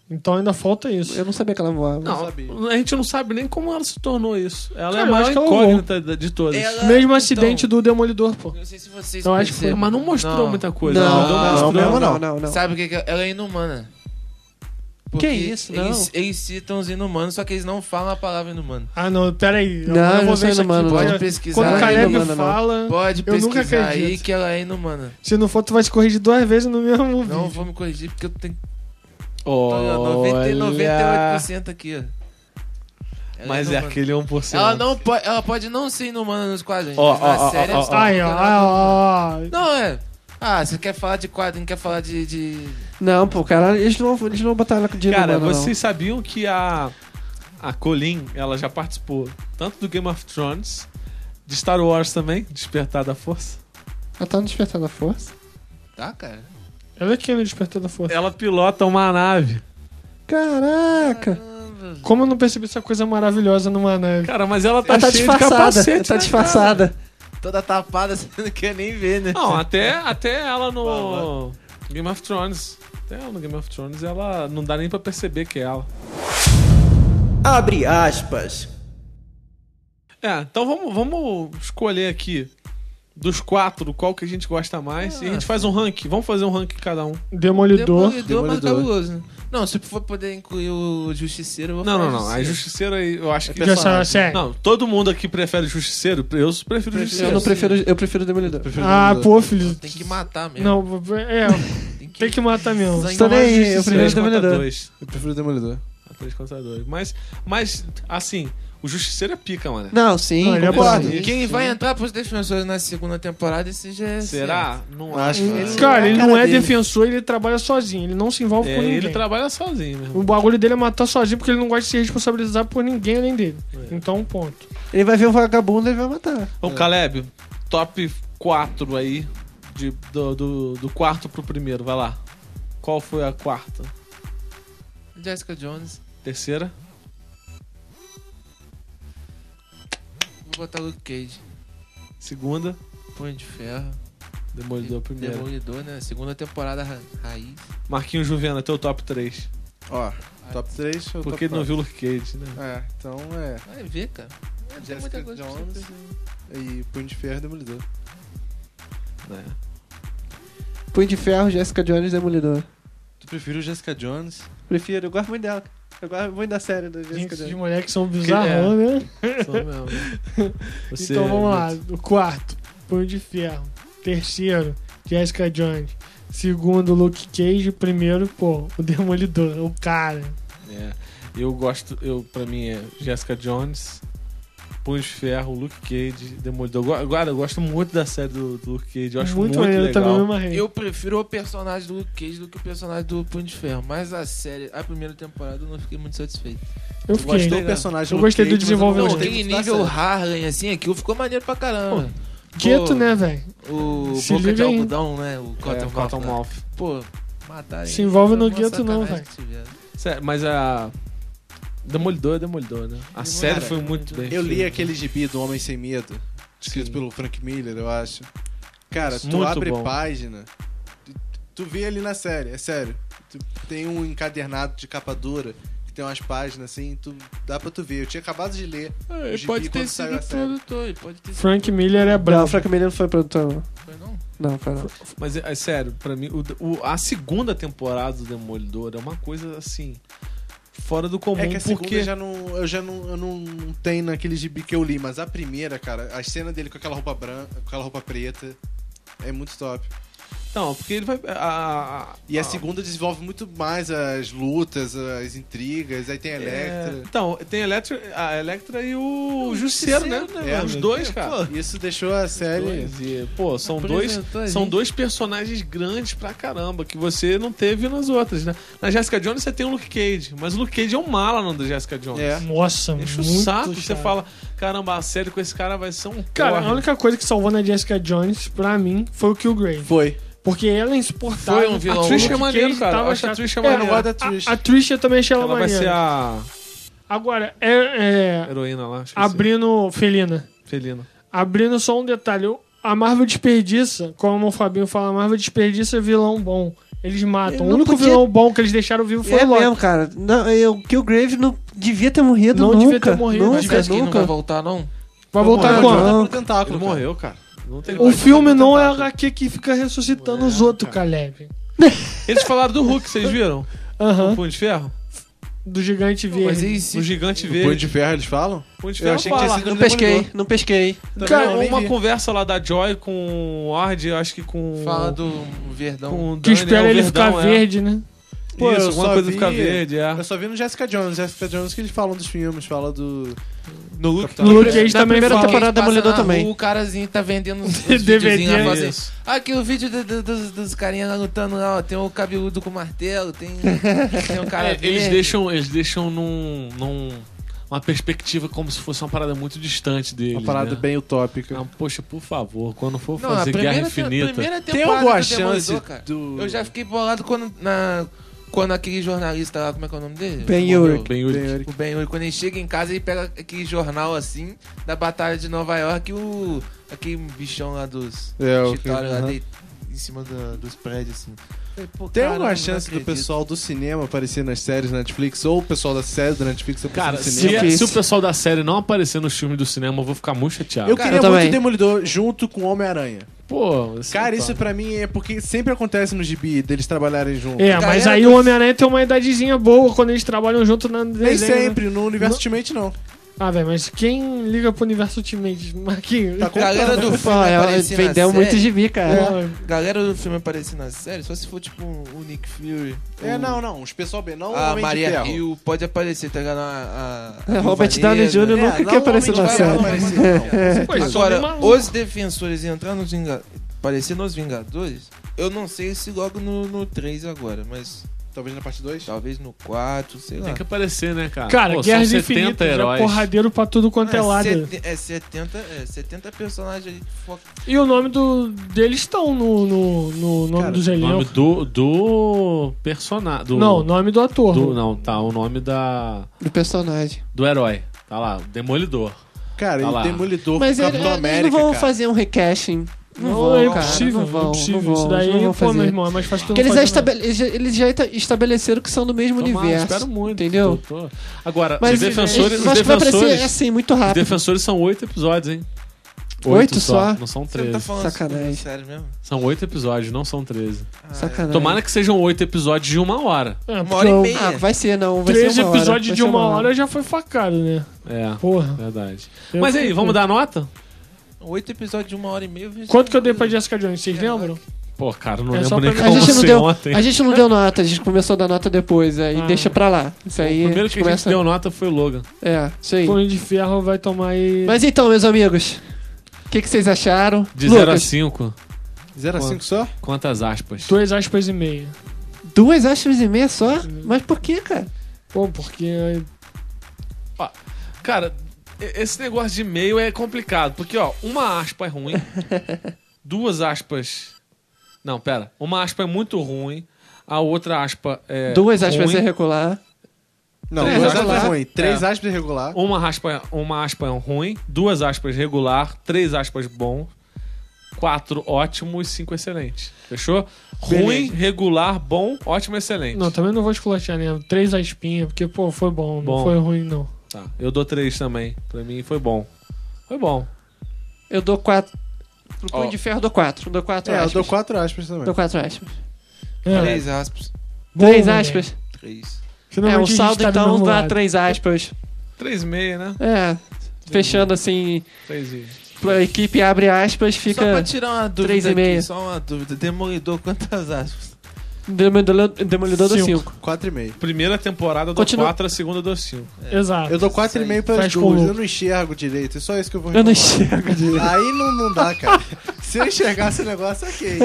Speaker 6: Então ainda falta isso.
Speaker 3: Eu não sabia que ela voava.
Speaker 1: Não,
Speaker 7: sabia.
Speaker 1: a gente não sabe nem como ela se tornou isso. Ela
Speaker 6: Cara,
Speaker 1: é a
Speaker 6: eu
Speaker 1: maior
Speaker 6: acho que ela
Speaker 1: incógnita da- de todas.
Speaker 2: Ela-
Speaker 6: Mesmo
Speaker 2: então,
Speaker 6: acidente do Demolidor, pô.
Speaker 2: Não sei se vocês
Speaker 6: Eu acho que foi,
Speaker 1: Mas não mostrou
Speaker 2: Não.
Speaker 1: muita coisa.
Speaker 3: Não,
Speaker 1: Não
Speaker 3: não,
Speaker 1: mostrou.
Speaker 3: mesmo não.
Speaker 2: Sabe o que, que é? Ela é inumana. Porque
Speaker 3: Que isso, não.
Speaker 2: Eles, eles citam os inumanos, só que eles não falam a palavra inumano.
Speaker 6: Ah, não, peraí.
Speaker 3: Não,
Speaker 6: agora
Speaker 3: eu
Speaker 6: eu
Speaker 3: não
Speaker 6: vou
Speaker 3: sou
Speaker 6: ver isso aqui.
Speaker 3: humano, não.
Speaker 6: Olha,
Speaker 2: Pode pesquisar.
Speaker 6: Quando o
Speaker 3: aí,
Speaker 6: Caleb
Speaker 3: não manda, não.
Speaker 6: fala,
Speaker 2: Pode
Speaker 6: eu nunca
Speaker 2: pesquisar aí
Speaker 6: acredito.
Speaker 2: que ela é inumana.
Speaker 6: se não for, tu vai se corrigir duas vezes no mesmo
Speaker 2: Não
Speaker 6: vídeo.
Speaker 2: vou me corrigir porque eu tenho
Speaker 1: Olha.
Speaker 2: 90, 98% aqui, ó. Ela
Speaker 1: Mas
Speaker 2: não
Speaker 1: é
Speaker 2: manda.
Speaker 1: aquele 1%.
Speaker 2: né, Ela não pode. Ela pode não ser inumana nos quadrinhos.
Speaker 1: Ó,
Speaker 2: mas
Speaker 1: ó,
Speaker 2: na
Speaker 1: ó, ó,
Speaker 2: série ela
Speaker 1: ó.
Speaker 2: se torna
Speaker 6: Aí, ó,
Speaker 2: inumana.
Speaker 6: ó, ó.
Speaker 2: Não, é. Ah, você quer falar de quadrinho, quer falar de. de...
Speaker 3: Não, pô, cara, eles não, eles não botaram ela com dinheiro
Speaker 1: Cara,
Speaker 3: humano,
Speaker 1: vocês sabiam que a, a Colin, ela já participou tanto do Game of Thrones, de Star Wars também, Despertar da Força.
Speaker 3: não. Ela tá no Despertar da Força?
Speaker 2: Tá, cara.
Speaker 6: Olha aqui no Despertar da Força.
Speaker 1: Ela pilota uma nave.
Speaker 3: Caraca!
Speaker 6: Como eu não percebi essa coisa maravilhosa numa né, nave?
Speaker 1: Cara, mas ela tá,
Speaker 3: ela tá
Speaker 1: cheia
Speaker 3: disfarçada,
Speaker 1: de capacete.
Speaker 3: ela tá
Speaker 1: né,
Speaker 3: disfarçada.
Speaker 2: Toda tapada, (laughs) você não quer nem ver, né?
Speaker 1: cara? Não, até, até ela no Game of Thrones. Até ela no Game of Thrones, ela não dá nem pra perceber que é ela.
Speaker 5: Abre aspas.
Speaker 1: É, então vamos, vamos escolher aqui dos quatro qual que a gente gosta mais. E a gente faz um ranking. Vamos fazer um ranking cada um.
Speaker 6: Demolidor.
Speaker 2: Demolidor, mas
Speaker 7: Demolidor.
Speaker 2: cabuloso. né? Não, se for poder incluir o Justiceiro, eu vou
Speaker 1: Não,
Speaker 2: falar
Speaker 1: não, não. A Justiceiro
Speaker 2: Justiceiro.
Speaker 1: aí, eu acho que.
Speaker 6: Já assim, é. saiu a série.
Speaker 1: Não, todo mundo aqui prefere Justiceiro. Eu prefiro
Speaker 3: Eu
Speaker 1: Justiceiro.
Speaker 3: não prefiro, eu prefiro o Demolidor.
Speaker 6: Ah, pô, filho.
Speaker 2: Tem que matar mesmo.
Speaker 6: Não, é, tem que matar mesmo.
Speaker 2: Sangue
Speaker 3: Tô nem aí,
Speaker 2: justiça.
Speaker 3: eu prefiro o
Speaker 1: Três contra
Speaker 3: Demolidor.
Speaker 1: dois.
Speaker 7: Eu prefiro o Demolidor.
Speaker 1: Ah, Três contra dois. Mas, mas, assim, o Justiceiro é pica, mano.
Speaker 3: Não, sim,
Speaker 6: Não, ele é
Speaker 3: concordo.
Speaker 1: bonzinho.
Speaker 2: Quem vai entrar pros defensores na segunda temporada, esse já é.
Speaker 1: Será? Não
Speaker 7: Acho que-
Speaker 1: Ele,
Speaker 6: Cara,
Speaker 3: É a
Speaker 6: ele
Speaker 3: cara
Speaker 6: não é
Speaker 3: dele.
Speaker 6: defensor, ele trabalha sozinho. Ele não se envolve
Speaker 1: é,
Speaker 6: com ninguém.
Speaker 1: ele trabalha sozinho, meu irmão.
Speaker 6: O bagulho dele é matar sozinho porque ele não gosta de se responsabilizar por ninguém além dele. Então, ponto.
Speaker 3: Ele vai ver um vagabundo e ele vai matar.
Speaker 1: Ô, Caleb, top 4 aí, de- do, do, do quarto pro primeiro, vai lá. Qual foi a quarta?
Speaker 2: Jessica Jones.
Speaker 1: Terceira?
Speaker 2: Vou botar Luke Cage.
Speaker 1: Segunda?
Speaker 2: Punho de ferro.
Speaker 1: Demolidor primeiro.
Speaker 2: Demolidor, né? Segunda temporada ra- raiz.
Speaker 1: Marquinhos Juvena, teu top 3.
Speaker 7: Ó, top 3 ou
Speaker 1: Porque
Speaker 7: top
Speaker 1: ele não
Speaker 7: quatro?
Speaker 1: viu o Luke Cage, (laughs) né?
Speaker 7: É, então é.
Speaker 2: Vai ver, cara. É, tem
Speaker 7: Jessica
Speaker 2: muita coisa pra
Speaker 7: Jones
Speaker 2: você
Speaker 7: e Punho de Ferro e Demolidor.
Speaker 1: É.
Speaker 3: Punho de Ferro, Jessica Jones, Demolidor.
Speaker 7: Tu prefiro Jessica Jones?
Speaker 3: Prefiro, eu gosto muito dela. Eu gosto muito da série da Jessica
Speaker 6: Gente de
Speaker 3: Jones.
Speaker 6: mulher que são bizarrão,
Speaker 3: é,
Speaker 6: né?
Speaker 1: Só mesmo. (laughs) Você-
Speaker 6: então vamos lá. O quarto, Punho de Ferro. Terceiro, Jessica Jones. Segundo, Luke Cage. Primeiro, pô, o Demolidor, o cara.
Speaker 1: É. Eu gosto, eu, pra mim é Jessica Jones, Punho de Ferro, Luke Cage, Demolidor. Eu go- Agora, eu gosto muito da série do, do Luke Cage, eu acho muito,
Speaker 6: maneiro
Speaker 1: legal.
Speaker 6: também, mesma rede.
Speaker 2: Eu prefiro o personagem do Luke Cage do que o personagem do Punho de Ferro. Mas a série, a primeira temporada, eu não fiquei muito satisfeito.
Speaker 6: Eu
Speaker 7: Eu gostei
Speaker 6: fiquei.
Speaker 7: do personagem.
Speaker 6: Eu
Speaker 7: Luke
Speaker 6: gostei do
Speaker 7: Cage, mas eu não
Speaker 6: desenvolvimento.
Speaker 2: Não,
Speaker 7: gostei
Speaker 2: tem
Speaker 7: muito da
Speaker 2: nível
Speaker 7: série.
Speaker 2: Harlem, assim, aquilo ficou maneiro pra caramba.
Speaker 6: Quieto,
Speaker 2: Pô,
Speaker 6: né, velho?
Speaker 2: O
Speaker 6: Se
Speaker 2: Boca de
Speaker 6: liga aí.
Speaker 2: Algodão, né? O
Speaker 1: É,
Speaker 2: Cotton, Mouth.
Speaker 1: Cottonmouth.
Speaker 2: Pô, mataram
Speaker 6: Se
Speaker 2: ele.
Speaker 6: envolve
Speaker 2: Foi
Speaker 6: no
Speaker 2: uma
Speaker 6: gueto não,
Speaker 2: sacanagem que tiveram.
Speaker 1: Sério, mas a. Demolidor é Demolidor, né? A série foi muito bem.
Speaker 7: Eu li
Speaker 1: feita.
Speaker 7: aquele gibi do Homem Sem Medo, escrito
Speaker 1: Sim.
Speaker 7: pelo Frank Miller, eu acho. Cara, tu
Speaker 1: Muito
Speaker 7: abre
Speaker 1: bom.
Speaker 7: página, tu, tu vê ali na série, é sério. Tu tem um encadernado de capa dura, que tem umas páginas assim, tu, dá pra tu ver. Eu tinha acabado de ler.
Speaker 2: É,
Speaker 7: O
Speaker 2: Ele
Speaker 7: gibi
Speaker 2: pode
Speaker 7: quando
Speaker 2: ter
Speaker 7: saiu
Speaker 2: sido
Speaker 7: a série.
Speaker 2: produtor, ele pode ter sido.
Speaker 6: Frank Miller é
Speaker 3: Não, o
Speaker 6: bravo.
Speaker 3: Frank Miller não foi produtor, não.
Speaker 2: Foi, não?
Speaker 3: Não, foi não.
Speaker 1: Mas é, é sério, pra mim, o- o- a segunda temporada do Demolidor é uma coisa assim. Fora do comum,
Speaker 7: É que a segunda
Speaker 1: porque.
Speaker 7: já não, eu já não, eu não tenho naquele gibi que eu li, mas a primeira, cara, a cena dele com aquela roupa branca, com aquela roupa preta, é muito top.
Speaker 1: Não, porque ele vai. a- a-
Speaker 7: E a
Speaker 1: a-
Speaker 7: segunda desenvolve muito mais as lutas, as intrigas, aí tem a
Speaker 1: É,
Speaker 7: Electra.
Speaker 1: então, tem a Electra, a Electra e o, Justiceiro, né?
Speaker 7: né,
Speaker 1: os
Speaker 7: mano?
Speaker 1: dois, cara.
Speaker 7: Isso deixou a série.
Speaker 1: Dois, e, pô, são dois,
Speaker 2: Apresentou a
Speaker 1: são
Speaker 2: gente.
Speaker 1: dois personagens grandes pra caramba que você não teve nas outras, né? Na Jessica Jones você tem o Luke Cage, mas o Luke Cage é um mala não da Jessica Jones.
Speaker 7: É.
Speaker 6: Nossa,
Speaker 1: Enche o
Speaker 6: muito
Speaker 1: saco, você
Speaker 6: chato.
Speaker 1: fala, caramba, a série com esse cara vai ser um
Speaker 6: Cara,
Speaker 1: porre.
Speaker 6: a única coisa que salvou na Jessica Jones, pra mim, foi o Killgrave.
Speaker 7: Foi.
Speaker 6: Porque ela é insuportável.
Speaker 2: Foi um vilão.
Speaker 1: A
Speaker 2: Não,
Speaker 1: Trish
Speaker 2: o
Speaker 1: é
Speaker 6: Luke
Speaker 1: maneiro,
Speaker 6: Cage
Speaker 1: cara. Eu acho
Speaker 6: tava
Speaker 1: a
Speaker 6: chato.
Speaker 1: Trish é
Speaker 6: É,
Speaker 1: maneiro.
Speaker 7: Eu gosto da
Speaker 6: A,
Speaker 7: Trish.
Speaker 6: a Trish eu também achei ela,
Speaker 1: Ela vai
Speaker 6: maneira.
Speaker 1: ser a
Speaker 6: Agora, é, é,
Speaker 1: heroína lá, esqueci.
Speaker 6: abrindo... Felina.
Speaker 1: Felina.
Speaker 6: Abrindo só um detalhe. eu- A Marvel desperdiça, como o Fabinho fala, a Marvel desperdiça é vilão bom. Eles matam.
Speaker 3: Ele
Speaker 6: o
Speaker 3: não
Speaker 6: único
Speaker 3: podia-
Speaker 6: vilão bom que eles deixaram vivo foi
Speaker 3: é
Speaker 6: o Loki.
Speaker 3: mesmo, cara. Não, eu, que o Grave não devia ter morrido
Speaker 6: Não
Speaker 3: nunca.
Speaker 6: devia ter morrido.
Speaker 2: Mas você
Speaker 3: Nunca,
Speaker 2: acha que ele não vai
Speaker 3: nunca.
Speaker 2: voltar, não?
Speaker 6: Vai voltar
Speaker 3: Não,
Speaker 6: quando?
Speaker 3: não.
Speaker 7: Pro tentáculo,
Speaker 1: Ele
Speaker 7: cara.
Speaker 1: morreu, cara. Não tem
Speaker 6: O filme não é HQ que fica ressuscitando os outros, Caleb.
Speaker 1: Eles falaram do Hulk, vocês viram?
Speaker 6: Aham.
Speaker 1: O Punho de Ferro?
Speaker 6: Do gigante
Speaker 2: Mas
Speaker 6: verde.
Speaker 2: e
Speaker 1: O
Speaker 2: se
Speaker 1: gigante
Speaker 7: O Punho
Speaker 1: verde.
Speaker 7: de Ferro, eles falam?
Speaker 1: O Punho de
Speaker 7: Eu
Speaker 1: Ferro
Speaker 7: achei que tinha
Speaker 1: fala.
Speaker 7: sido
Speaker 3: Não
Speaker 7: Demolidor.
Speaker 3: pesquei, não pesquei.
Speaker 7: Também
Speaker 6: Cara,
Speaker 7: não, nem
Speaker 1: uma
Speaker 7: vi.
Speaker 1: conversa lá da Joy com o Ward, eu acho que com.
Speaker 2: fala do Verdão?
Speaker 1: Com o
Speaker 6: Que
Speaker 1: Daniel
Speaker 6: espera ele
Speaker 1: Verdão,
Speaker 6: ficar
Speaker 1: é.
Speaker 6: verde, né?
Speaker 7: Pô,
Speaker 1: Isso,
Speaker 7: eu
Speaker 1: alguma
Speaker 7: só
Speaker 1: coisa
Speaker 7: vi-
Speaker 1: fica verde, é.
Speaker 7: Eu só vi no Jessica Jones. Jessica Jones que eles falam dos filmes, fala do.
Speaker 2: No Luke,
Speaker 1: Então,
Speaker 6: No Luke Cage
Speaker 2: Na
Speaker 6: também
Speaker 2: primeira
Speaker 3: temporada
Speaker 6: fala.
Speaker 2: temporada
Speaker 3: da Demolidor
Speaker 2: Demolidor
Speaker 3: também.
Speaker 2: também. O carazinho tá vendendo os, os
Speaker 6: DVD,
Speaker 2: videozinhos lá, fala assim,
Speaker 1: Isso.
Speaker 2: Ah, aqui o vídeo do- do- dos, dos carinhas lá lutando lá, ó, tem o cabeludo com martelo, tem, tem um cara
Speaker 1: (laughs) É, eles
Speaker 2: verde.
Speaker 1: deixam, eles deixam num, num- uma perspectiva como se fosse uma parada muito distante deles.
Speaker 7: Uma parada
Speaker 1: né?
Speaker 7: bem utópica.
Speaker 1: Ah, poxa, por favor, quando for
Speaker 2: Não, a
Speaker 1: fazer
Speaker 2: primeira,
Speaker 1: Guerra
Speaker 2: te-
Speaker 1: Infinita.
Speaker 2: primeira temporada
Speaker 7: Tem alguma
Speaker 2: do Demolidor,
Speaker 7: chance
Speaker 2: cara.
Speaker 7: do.
Speaker 2: Eu já fiquei bolado quando, na, quando aquele jornalista lá, como é que é o nome dele?
Speaker 3: Ben
Speaker 2: Morreu.
Speaker 3: Urich.
Speaker 1: Bem,
Speaker 7: Tem
Speaker 1: o-
Speaker 7: hora que-
Speaker 2: O Ben Uri, quando ele chega em casa, ele pega aquele jornal assim, da Batalha de Nova York, e o. aquele bichão lá dos
Speaker 7: É, o
Speaker 2: escritórios lá
Speaker 7: aham.
Speaker 2: de- em cima da- dos prédios, assim. Falei, pô,
Speaker 7: Tem
Speaker 2: caramba,
Speaker 7: alguma
Speaker 2: não
Speaker 7: chance do
Speaker 2: acredito.
Speaker 7: pessoal do cinema aparecer nas séries da Netflix ou o pessoal da série da Netflix aparecer
Speaker 1: Cara,
Speaker 7: no
Speaker 1: se,
Speaker 7: cinema?
Speaker 3: Difícil.
Speaker 1: se o pessoal da série não aparecer nos filmes do cinema, eu vou ficar muito chateado.
Speaker 7: Eu
Speaker 3: Cara,
Speaker 7: queria
Speaker 3: eu
Speaker 7: muito
Speaker 3: também.
Speaker 7: Demolidor junto com Homem-Aranha.
Speaker 1: Pô, assim,
Speaker 7: Cara, isso
Speaker 1: tá.
Speaker 7: pra mim é porque sempre acontece no gibi deles trabalharem juntos.
Speaker 6: É, mas aí o Homem-Aranha tem uma idadezinha boa quando eles trabalham junto na
Speaker 7: Nem
Speaker 6: desenho, né?
Speaker 7: sempre, no universo Ultimate não.
Speaker 6: Ah, velho, mas quem liga pro universo Ultimate? (laughs) Marquinhos.
Speaker 7: Tá
Speaker 2: A galera
Speaker 6: né?
Speaker 2: do
Speaker 3: Pô,
Speaker 2: filme aparecer na
Speaker 3: vendeu muito
Speaker 2: série-
Speaker 3: gibi, cara.
Speaker 6: É.
Speaker 2: Galera do filme aparecer na série, só se for tipo um, um Nick Fury.
Speaker 7: É,
Speaker 2: um-
Speaker 7: não, não. Os pessoal B, não o
Speaker 2: A
Speaker 7: Homem de
Speaker 2: Maria
Speaker 7: Ferro. É,
Speaker 2: Hill pode aparecer, tá ligado? A, a- a
Speaker 3: Robert
Speaker 2: Viúva
Speaker 3: Downey
Speaker 2: Negra.
Speaker 3: Jr. nunca
Speaker 7: não
Speaker 3: que
Speaker 7: o
Speaker 3: apareceu
Speaker 7: Homem
Speaker 3: na
Speaker 7: de
Speaker 3: série.
Speaker 7: Ferro aparecer, não. (laughs)
Speaker 6: Pô, isso é
Speaker 2: Agora,
Speaker 6: um maluco.
Speaker 2: os defensores entrando nos Vingadores, aparecer nos Vingadores, eu não sei se logo no, no 3 agora, mas
Speaker 7: Talvez na parte 2.
Speaker 2: talvez no 4, sei lá.
Speaker 1: Tem que aparecer, né, cara?
Speaker 6: Cara,
Speaker 1: Pô,
Speaker 6: Guerras
Speaker 1: são 70
Speaker 6: Infinitas é
Speaker 1: heróis.
Speaker 6: porradeiro pra tudo quanto é
Speaker 2: Não,
Speaker 6: lado.
Speaker 2: sete- É 70, é 70 personagens ali que foca.
Speaker 6: E o nome do, deles estão no, no, no nome
Speaker 7: Cara,
Speaker 6: dos
Speaker 1: O nome
Speaker 6: elencos.
Speaker 1: do, do personagem. Do,
Speaker 6: Não, nome do ator.
Speaker 1: do- não, tá. O nome da,
Speaker 6: É.
Speaker 3: Do personagem.
Speaker 1: do herói. Tá lá, Demolidor.
Speaker 7: Cara,
Speaker 1: Tá
Speaker 7: e
Speaker 1: lá.
Speaker 7: Demolidor,
Speaker 3: Mas ele- é,
Speaker 7: Capitão
Speaker 3: eles
Speaker 7: América,
Speaker 3: não vão
Speaker 7: cara.
Speaker 3: fazer um recasting. Não,
Speaker 6: Não,
Speaker 3: vão,
Speaker 6: é
Speaker 3: cara.
Speaker 6: impossível,
Speaker 3: não vão,
Speaker 6: é
Speaker 3: não
Speaker 6: impossível.
Speaker 3: vão,
Speaker 6: Isso daí,
Speaker 3: não vão
Speaker 6: pô,
Speaker 3: fazer.
Speaker 6: meu irmão, é mais fácil tu não
Speaker 3: Porque eles
Speaker 6: fazer
Speaker 3: já,
Speaker 6: nada. um
Speaker 3: estabe- eles já- eles já esta- estabeleceram que são do mesmo
Speaker 1: Tomara,
Speaker 3: universo.
Speaker 1: espero muito.
Speaker 3: Entendeu?
Speaker 1: Tô- tô- Agora,
Speaker 3: Mas é,
Speaker 1: os defensores.
Speaker 3: eu
Speaker 1: Os
Speaker 3: acho que vai aparecer
Speaker 1: defensores,
Speaker 3: assim, muito
Speaker 1: os
Speaker 3: rápido.
Speaker 1: defensores são oito episódios, hein?
Speaker 3: Oito só?
Speaker 1: Não são
Speaker 2: Você não
Speaker 1: 13.
Speaker 2: tá falando
Speaker 3: Sacanagem.
Speaker 2: sério mesmo?
Speaker 1: São oito episódios, não são 13.
Speaker 2: Ah,
Speaker 3: Sacanagem.
Speaker 1: Tomara que sejam oito episódios de uma hora.
Speaker 6: É,
Speaker 2: Uma hora e meia.
Speaker 3: Ah, vai ser, não. Vai
Speaker 6: Três
Speaker 3: ser uma hora,
Speaker 6: episódios
Speaker 3: vai
Speaker 6: de
Speaker 3: ser
Speaker 6: uma hora já foi facado, né?
Speaker 1: É,
Speaker 6: Porra.
Speaker 1: verdade.
Speaker 6: Eu
Speaker 1: Mas aí,
Speaker 6: fiquei-
Speaker 1: vamos dar nota?
Speaker 2: Oito episódios de uma hora e meia. eu né?
Speaker 6: Quanto que eu dei pra Jessica Jones? Vocês lembram?
Speaker 1: Pô, cara, eu não
Speaker 6: É só
Speaker 1: lembro nem
Speaker 6: pra-
Speaker 3: A
Speaker 1: como
Speaker 3: gente, não
Speaker 1: você
Speaker 3: deu,
Speaker 1: ontem.
Speaker 3: a gente
Speaker 6: (laughs)
Speaker 3: não deu nota, a gente começou a dar nota depois, aí
Speaker 6: Ah.
Speaker 3: deixa pra lá. Isso aí.
Speaker 1: O primeiro que a gente
Speaker 3: começa...
Speaker 1: deu nota foi o Logan.
Speaker 3: É, isso aí.
Speaker 6: Punho de Ferro vai tomar aí...
Speaker 3: Mas então, meus amigos, o que, que vocês acharam?
Speaker 1: De 0 a
Speaker 3: Lucas,
Speaker 1: 5,
Speaker 7: 0 a
Speaker 1: Quanto?
Speaker 7: 5 só?
Speaker 1: quantas aspas?
Speaker 6: Dois aspas e meia.
Speaker 3: duas aspas e meia só? Mas por que, cara?
Speaker 6: Pô, porque...
Speaker 1: Cara, e- esse negócio de e-mail é complicado, porque, ó, uma aspa é
Speaker 3: (laughs)
Speaker 1: ruim, duas aspas. Não, pera. Uma aspa é muito ruim, a outra aspa é.
Speaker 3: duas aspas
Speaker 1: ruim,
Speaker 3: é regular.
Speaker 7: Não,
Speaker 1: Três
Speaker 7: 2
Speaker 1: aspas.
Speaker 7: aspas é ruim. 3
Speaker 1: É.
Speaker 7: aspas é regular.
Speaker 1: uma aspa, uma aspa é ruim, duas aspas regular, três aspas bom, quatro ótimo e cinco excelente. Fechou? Ruim, regular, bom, ótimo, excelente.
Speaker 3: tá-
Speaker 6: Não, também não vou esculachar, né? Três aspinhas, porque, pô, foi bom.
Speaker 1: Bom.
Speaker 6: Não foi ruim, não.
Speaker 1: Tá. Eu dou três também. Pra mim foi bom. Foi bom.
Speaker 3: Eu dou quatro. Pro punho
Speaker 1: Ó.
Speaker 3: de ferro eu dou quatro. Dou quatro
Speaker 7: É, eu
Speaker 3: aspas.
Speaker 7: dou 4 aspas também.
Speaker 3: Dou quatro aspas.
Speaker 6: É,
Speaker 2: Três aspas.
Speaker 6: bom,
Speaker 3: três
Speaker 6: né?
Speaker 3: aspas.
Speaker 2: Três.
Speaker 3: É,
Speaker 6: Finalmente
Speaker 3: um
Speaker 6: a gente
Speaker 3: saldo
Speaker 6: tá do
Speaker 3: então
Speaker 6: mesmo
Speaker 3: dá
Speaker 6: lado.
Speaker 3: três aspas.
Speaker 1: Três e meio, né?
Speaker 3: É, fechando assim,
Speaker 1: Três e...
Speaker 3: pra equipe abre aspas,
Speaker 2: Só pra
Speaker 3: fica
Speaker 2: tirar uma
Speaker 3: três
Speaker 2: dúvida
Speaker 3: e meia.
Speaker 2: aqui, só uma dúvida. Demolidor, quantas aspas?
Speaker 3: Demolidor, demolidor do
Speaker 6: Cinco.
Speaker 3: 5.
Speaker 7: 4,5.
Speaker 1: Primeira temporada eu dou
Speaker 3: Continua.
Speaker 1: quatro, a segunda eu dou cinco.
Speaker 6: Exato.
Speaker 7: Eu dou 4,5 pelas
Speaker 6: Faz com o
Speaker 7: duas.
Speaker 6: Lucas.
Speaker 7: Eu não enxergo direito. É só isso que eu vou
Speaker 3: Eu não
Speaker 7: reclamar.
Speaker 3: enxergo direito.
Speaker 7: Aí não, não dá, cara. Se eu enxergasse o
Speaker 3: (laughs)
Speaker 7: negócio, ok.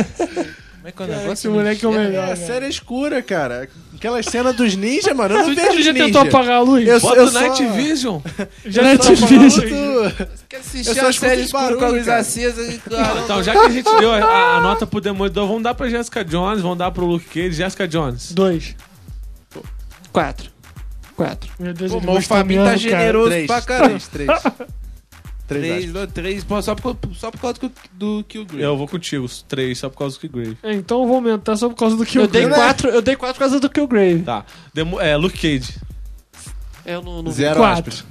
Speaker 2: Como é que é o
Speaker 6: Cara,
Speaker 2: negócio?
Speaker 6: esse moleque é o melhor.
Speaker 7: É, a
Speaker 6: cara.
Speaker 7: série é escura, cara. Aquela cena dos ninjas, mano, eu não vejo
Speaker 6: Tu
Speaker 7: os
Speaker 6: já
Speaker 7: ninja.
Speaker 6: tentou apagar a luz?
Speaker 7: Eu sou-
Speaker 1: Bota o
Speaker 7: só-
Speaker 1: Night Vision.
Speaker 6: Já
Speaker 3: Night
Speaker 6: tentou apagar a luz?
Speaker 7: Muito...
Speaker 2: Quer
Speaker 7: Eu
Speaker 2: assistir
Speaker 7: só
Speaker 2: a
Speaker 7: escuto
Speaker 2: série
Speaker 7: os
Speaker 2: escura com a
Speaker 7: barulhos,
Speaker 2: luz
Speaker 7: cara.
Speaker 2: acesa (laughs) e claro.
Speaker 1: Então, já que a gente deu a, a nota pro Demolidor, vamos dar pra Jessica Jones, vamos dar pro Luke Cage, Jessica Jones.
Speaker 6: Dois.
Speaker 3: Quatro. Quatro.
Speaker 6: Meu Deus,
Speaker 2: Pô,
Speaker 6: ele
Speaker 2: mas o
Speaker 6: gosta
Speaker 2: Fabinho tá
Speaker 6: mesmo, cara.
Speaker 2: generoso
Speaker 7: Três,
Speaker 2: pra caramba.
Speaker 7: 3, 3. 3
Speaker 2: Três, dois, três, pô, só por, só por causa do, do Killgrave.
Speaker 1: Eu vou contigo, os três, só por causa do Keygrave.
Speaker 6: É, então eu vou aumentar só por causa do que
Speaker 3: Eu
Speaker 6: eu
Speaker 3: dei
Speaker 6: quero.
Speaker 3: quatro, eu dei quatro por causa do Killgrave.
Speaker 1: Tá. Demo- é, Luke Cage.
Speaker 3: Eu não, não
Speaker 7: Zero
Speaker 6: Quatro.
Speaker 7: aspas.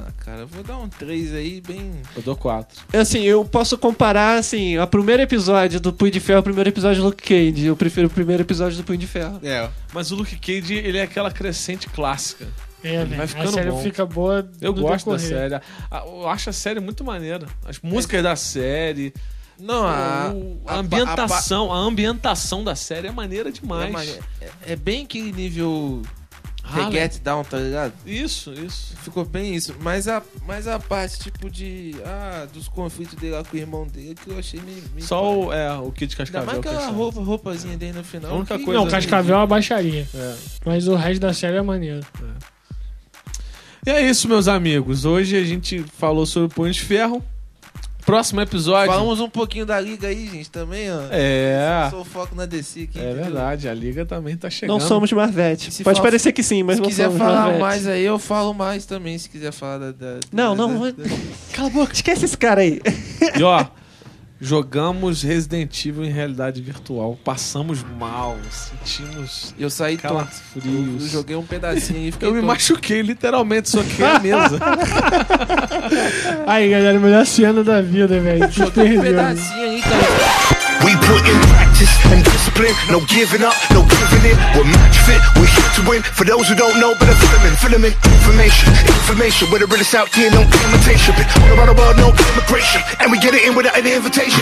Speaker 2: Ah, cara, eu vou dar um três aí bem...
Speaker 1: Eu dou quatro.
Speaker 3: Assim, eu posso comparar, assim, o primeiro episódio do Punho de Ferro ao primeiro episódio do Luke Cage. Eu prefiro o primeiro episódio do Punho de Ferro.
Speaker 7: É.
Speaker 1: Mas o Luke Cage, ele é aquela crescente clássica.
Speaker 6: É,
Speaker 1: Vai
Speaker 6: velho. A
Speaker 1: ficando
Speaker 6: série
Speaker 1: bom.
Speaker 6: fica boa.
Speaker 1: Eu
Speaker 6: no
Speaker 1: gosto da
Speaker 6: decorrer.
Speaker 1: série. A- Eu acho a série muito maneira. As músicas da série.
Speaker 2: Não, ah, a,
Speaker 1: O- É. Ah,
Speaker 2: a
Speaker 1: a
Speaker 2: pa-
Speaker 1: ambientação, a, ambientação da série é maneira é
Speaker 2: a pa- é,
Speaker 1: demais.
Speaker 2: mane- é- é bem que nível The
Speaker 1: Harlem.
Speaker 2: Get Down, tá ligado?
Speaker 1: Isso, isso.
Speaker 2: Ficou bem isso. Mas a, mas a parte, tipo, de. Ah, dos conflitos dele lá com o irmão dele, que eu achei meio. meio
Speaker 1: Só o, é, o Kid
Speaker 2: Ainda
Speaker 1: Cascavel.
Speaker 2: mais
Speaker 1: que
Speaker 2: aquela
Speaker 1: é
Speaker 2: roupa, roupazinha dele no final.
Speaker 1: A única
Speaker 2: que-
Speaker 1: coisa-
Speaker 6: Não, o Cascavel é uma baixaria.
Speaker 1: É.
Speaker 6: Mas o resto da série é maneiro.
Speaker 1: E é isso, meus amigos. Hoje a gente falou sobre o Punho de Ferro. Próximo episódio.
Speaker 2: Falamos um pouquinho da liga aí, gente, também, ó.
Speaker 1: É.
Speaker 2: Só o foco na DC aqui.
Speaker 1: É
Speaker 2: entendeu?
Speaker 1: verdade, a liga também tá chegando.
Speaker 3: Não somos Marvete.
Speaker 2: Se
Speaker 3: Pode
Speaker 2: fala-
Speaker 3: parecer que sim, mas
Speaker 2: Se
Speaker 3: não
Speaker 2: quiser
Speaker 3: somos
Speaker 2: falar
Speaker 3: Marvete.
Speaker 2: mais aí, eu falo mais também, se quiser falar da... da-
Speaker 3: Não,
Speaker 2: da-
Speaker 3: não.
Speaker 2: da-
Speaker 3: vou- Cala a boca. Esquece esse cara aí.
Speaker 1: E ó, jogamos Resident Evil em realidade virtual. Passamos mal, sentimos
Speaker 2: Eu saí tonto. Eu, eu
Speaker 1: calafrios.
Speaker 2: joguei um pedacinho e fiquei
Speaker 1: Eu me
Speaker 2: tonto.
Speaker 1: machuquei, literalmente, é soquei a mesa.
Speaker 6: Aí, galera, melhor cena da vida, velho. Que
Speaker 2: Joguei um
Speaker 6: (laughs) perdeu. né?
Speaker 2: pedacinho aí, cara.
Speaker 9: We put in practice and discipline, no giving up, no giving in. We're match fit, we're here to win. For those who don't know, better fill 'em in, fill 'em in. Information, information, we're the realest out here, no imitation. Been all around the world, no immigration, and we get it in without an invitation.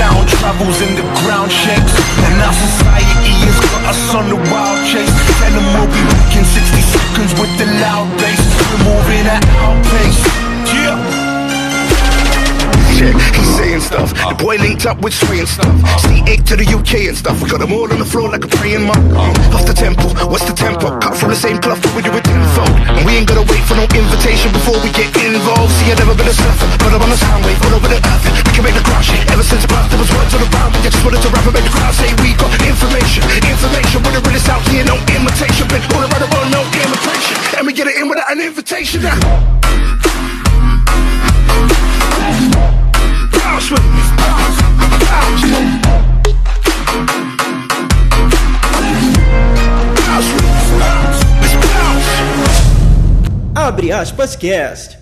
Speaker 9: Sound travels in the ground shakes, and our society has got us on the wild chase. And then we'll be back in 60 seconds with the loud bass. We're moving at our pace. Yeah. Shit, he's saying stuff. The boy linked up with Sway and stuff. C8 to the UK and stuff. We got them all on the floor like a praying monk. Off the tempo, what's the tempo? Cut from the same cloth, but we do it tenfold. And we ain't gonna wait for no invitation before we get involved. See, i never been a surfer, but I'm on a sound wave all over the earth. We can make the crowd shake. Ever since birth, there was words on the ground. We just wanted to rap and make the crowd say we got information. Information, we're the realest out here, no imitation. Been all around the world, no imitation. And we get it in without an invitation now. Bounce with me. Bounce, bounce. Bounce with me. Bounce. Let's bounce.
Speaker 5: Abre aspas cast.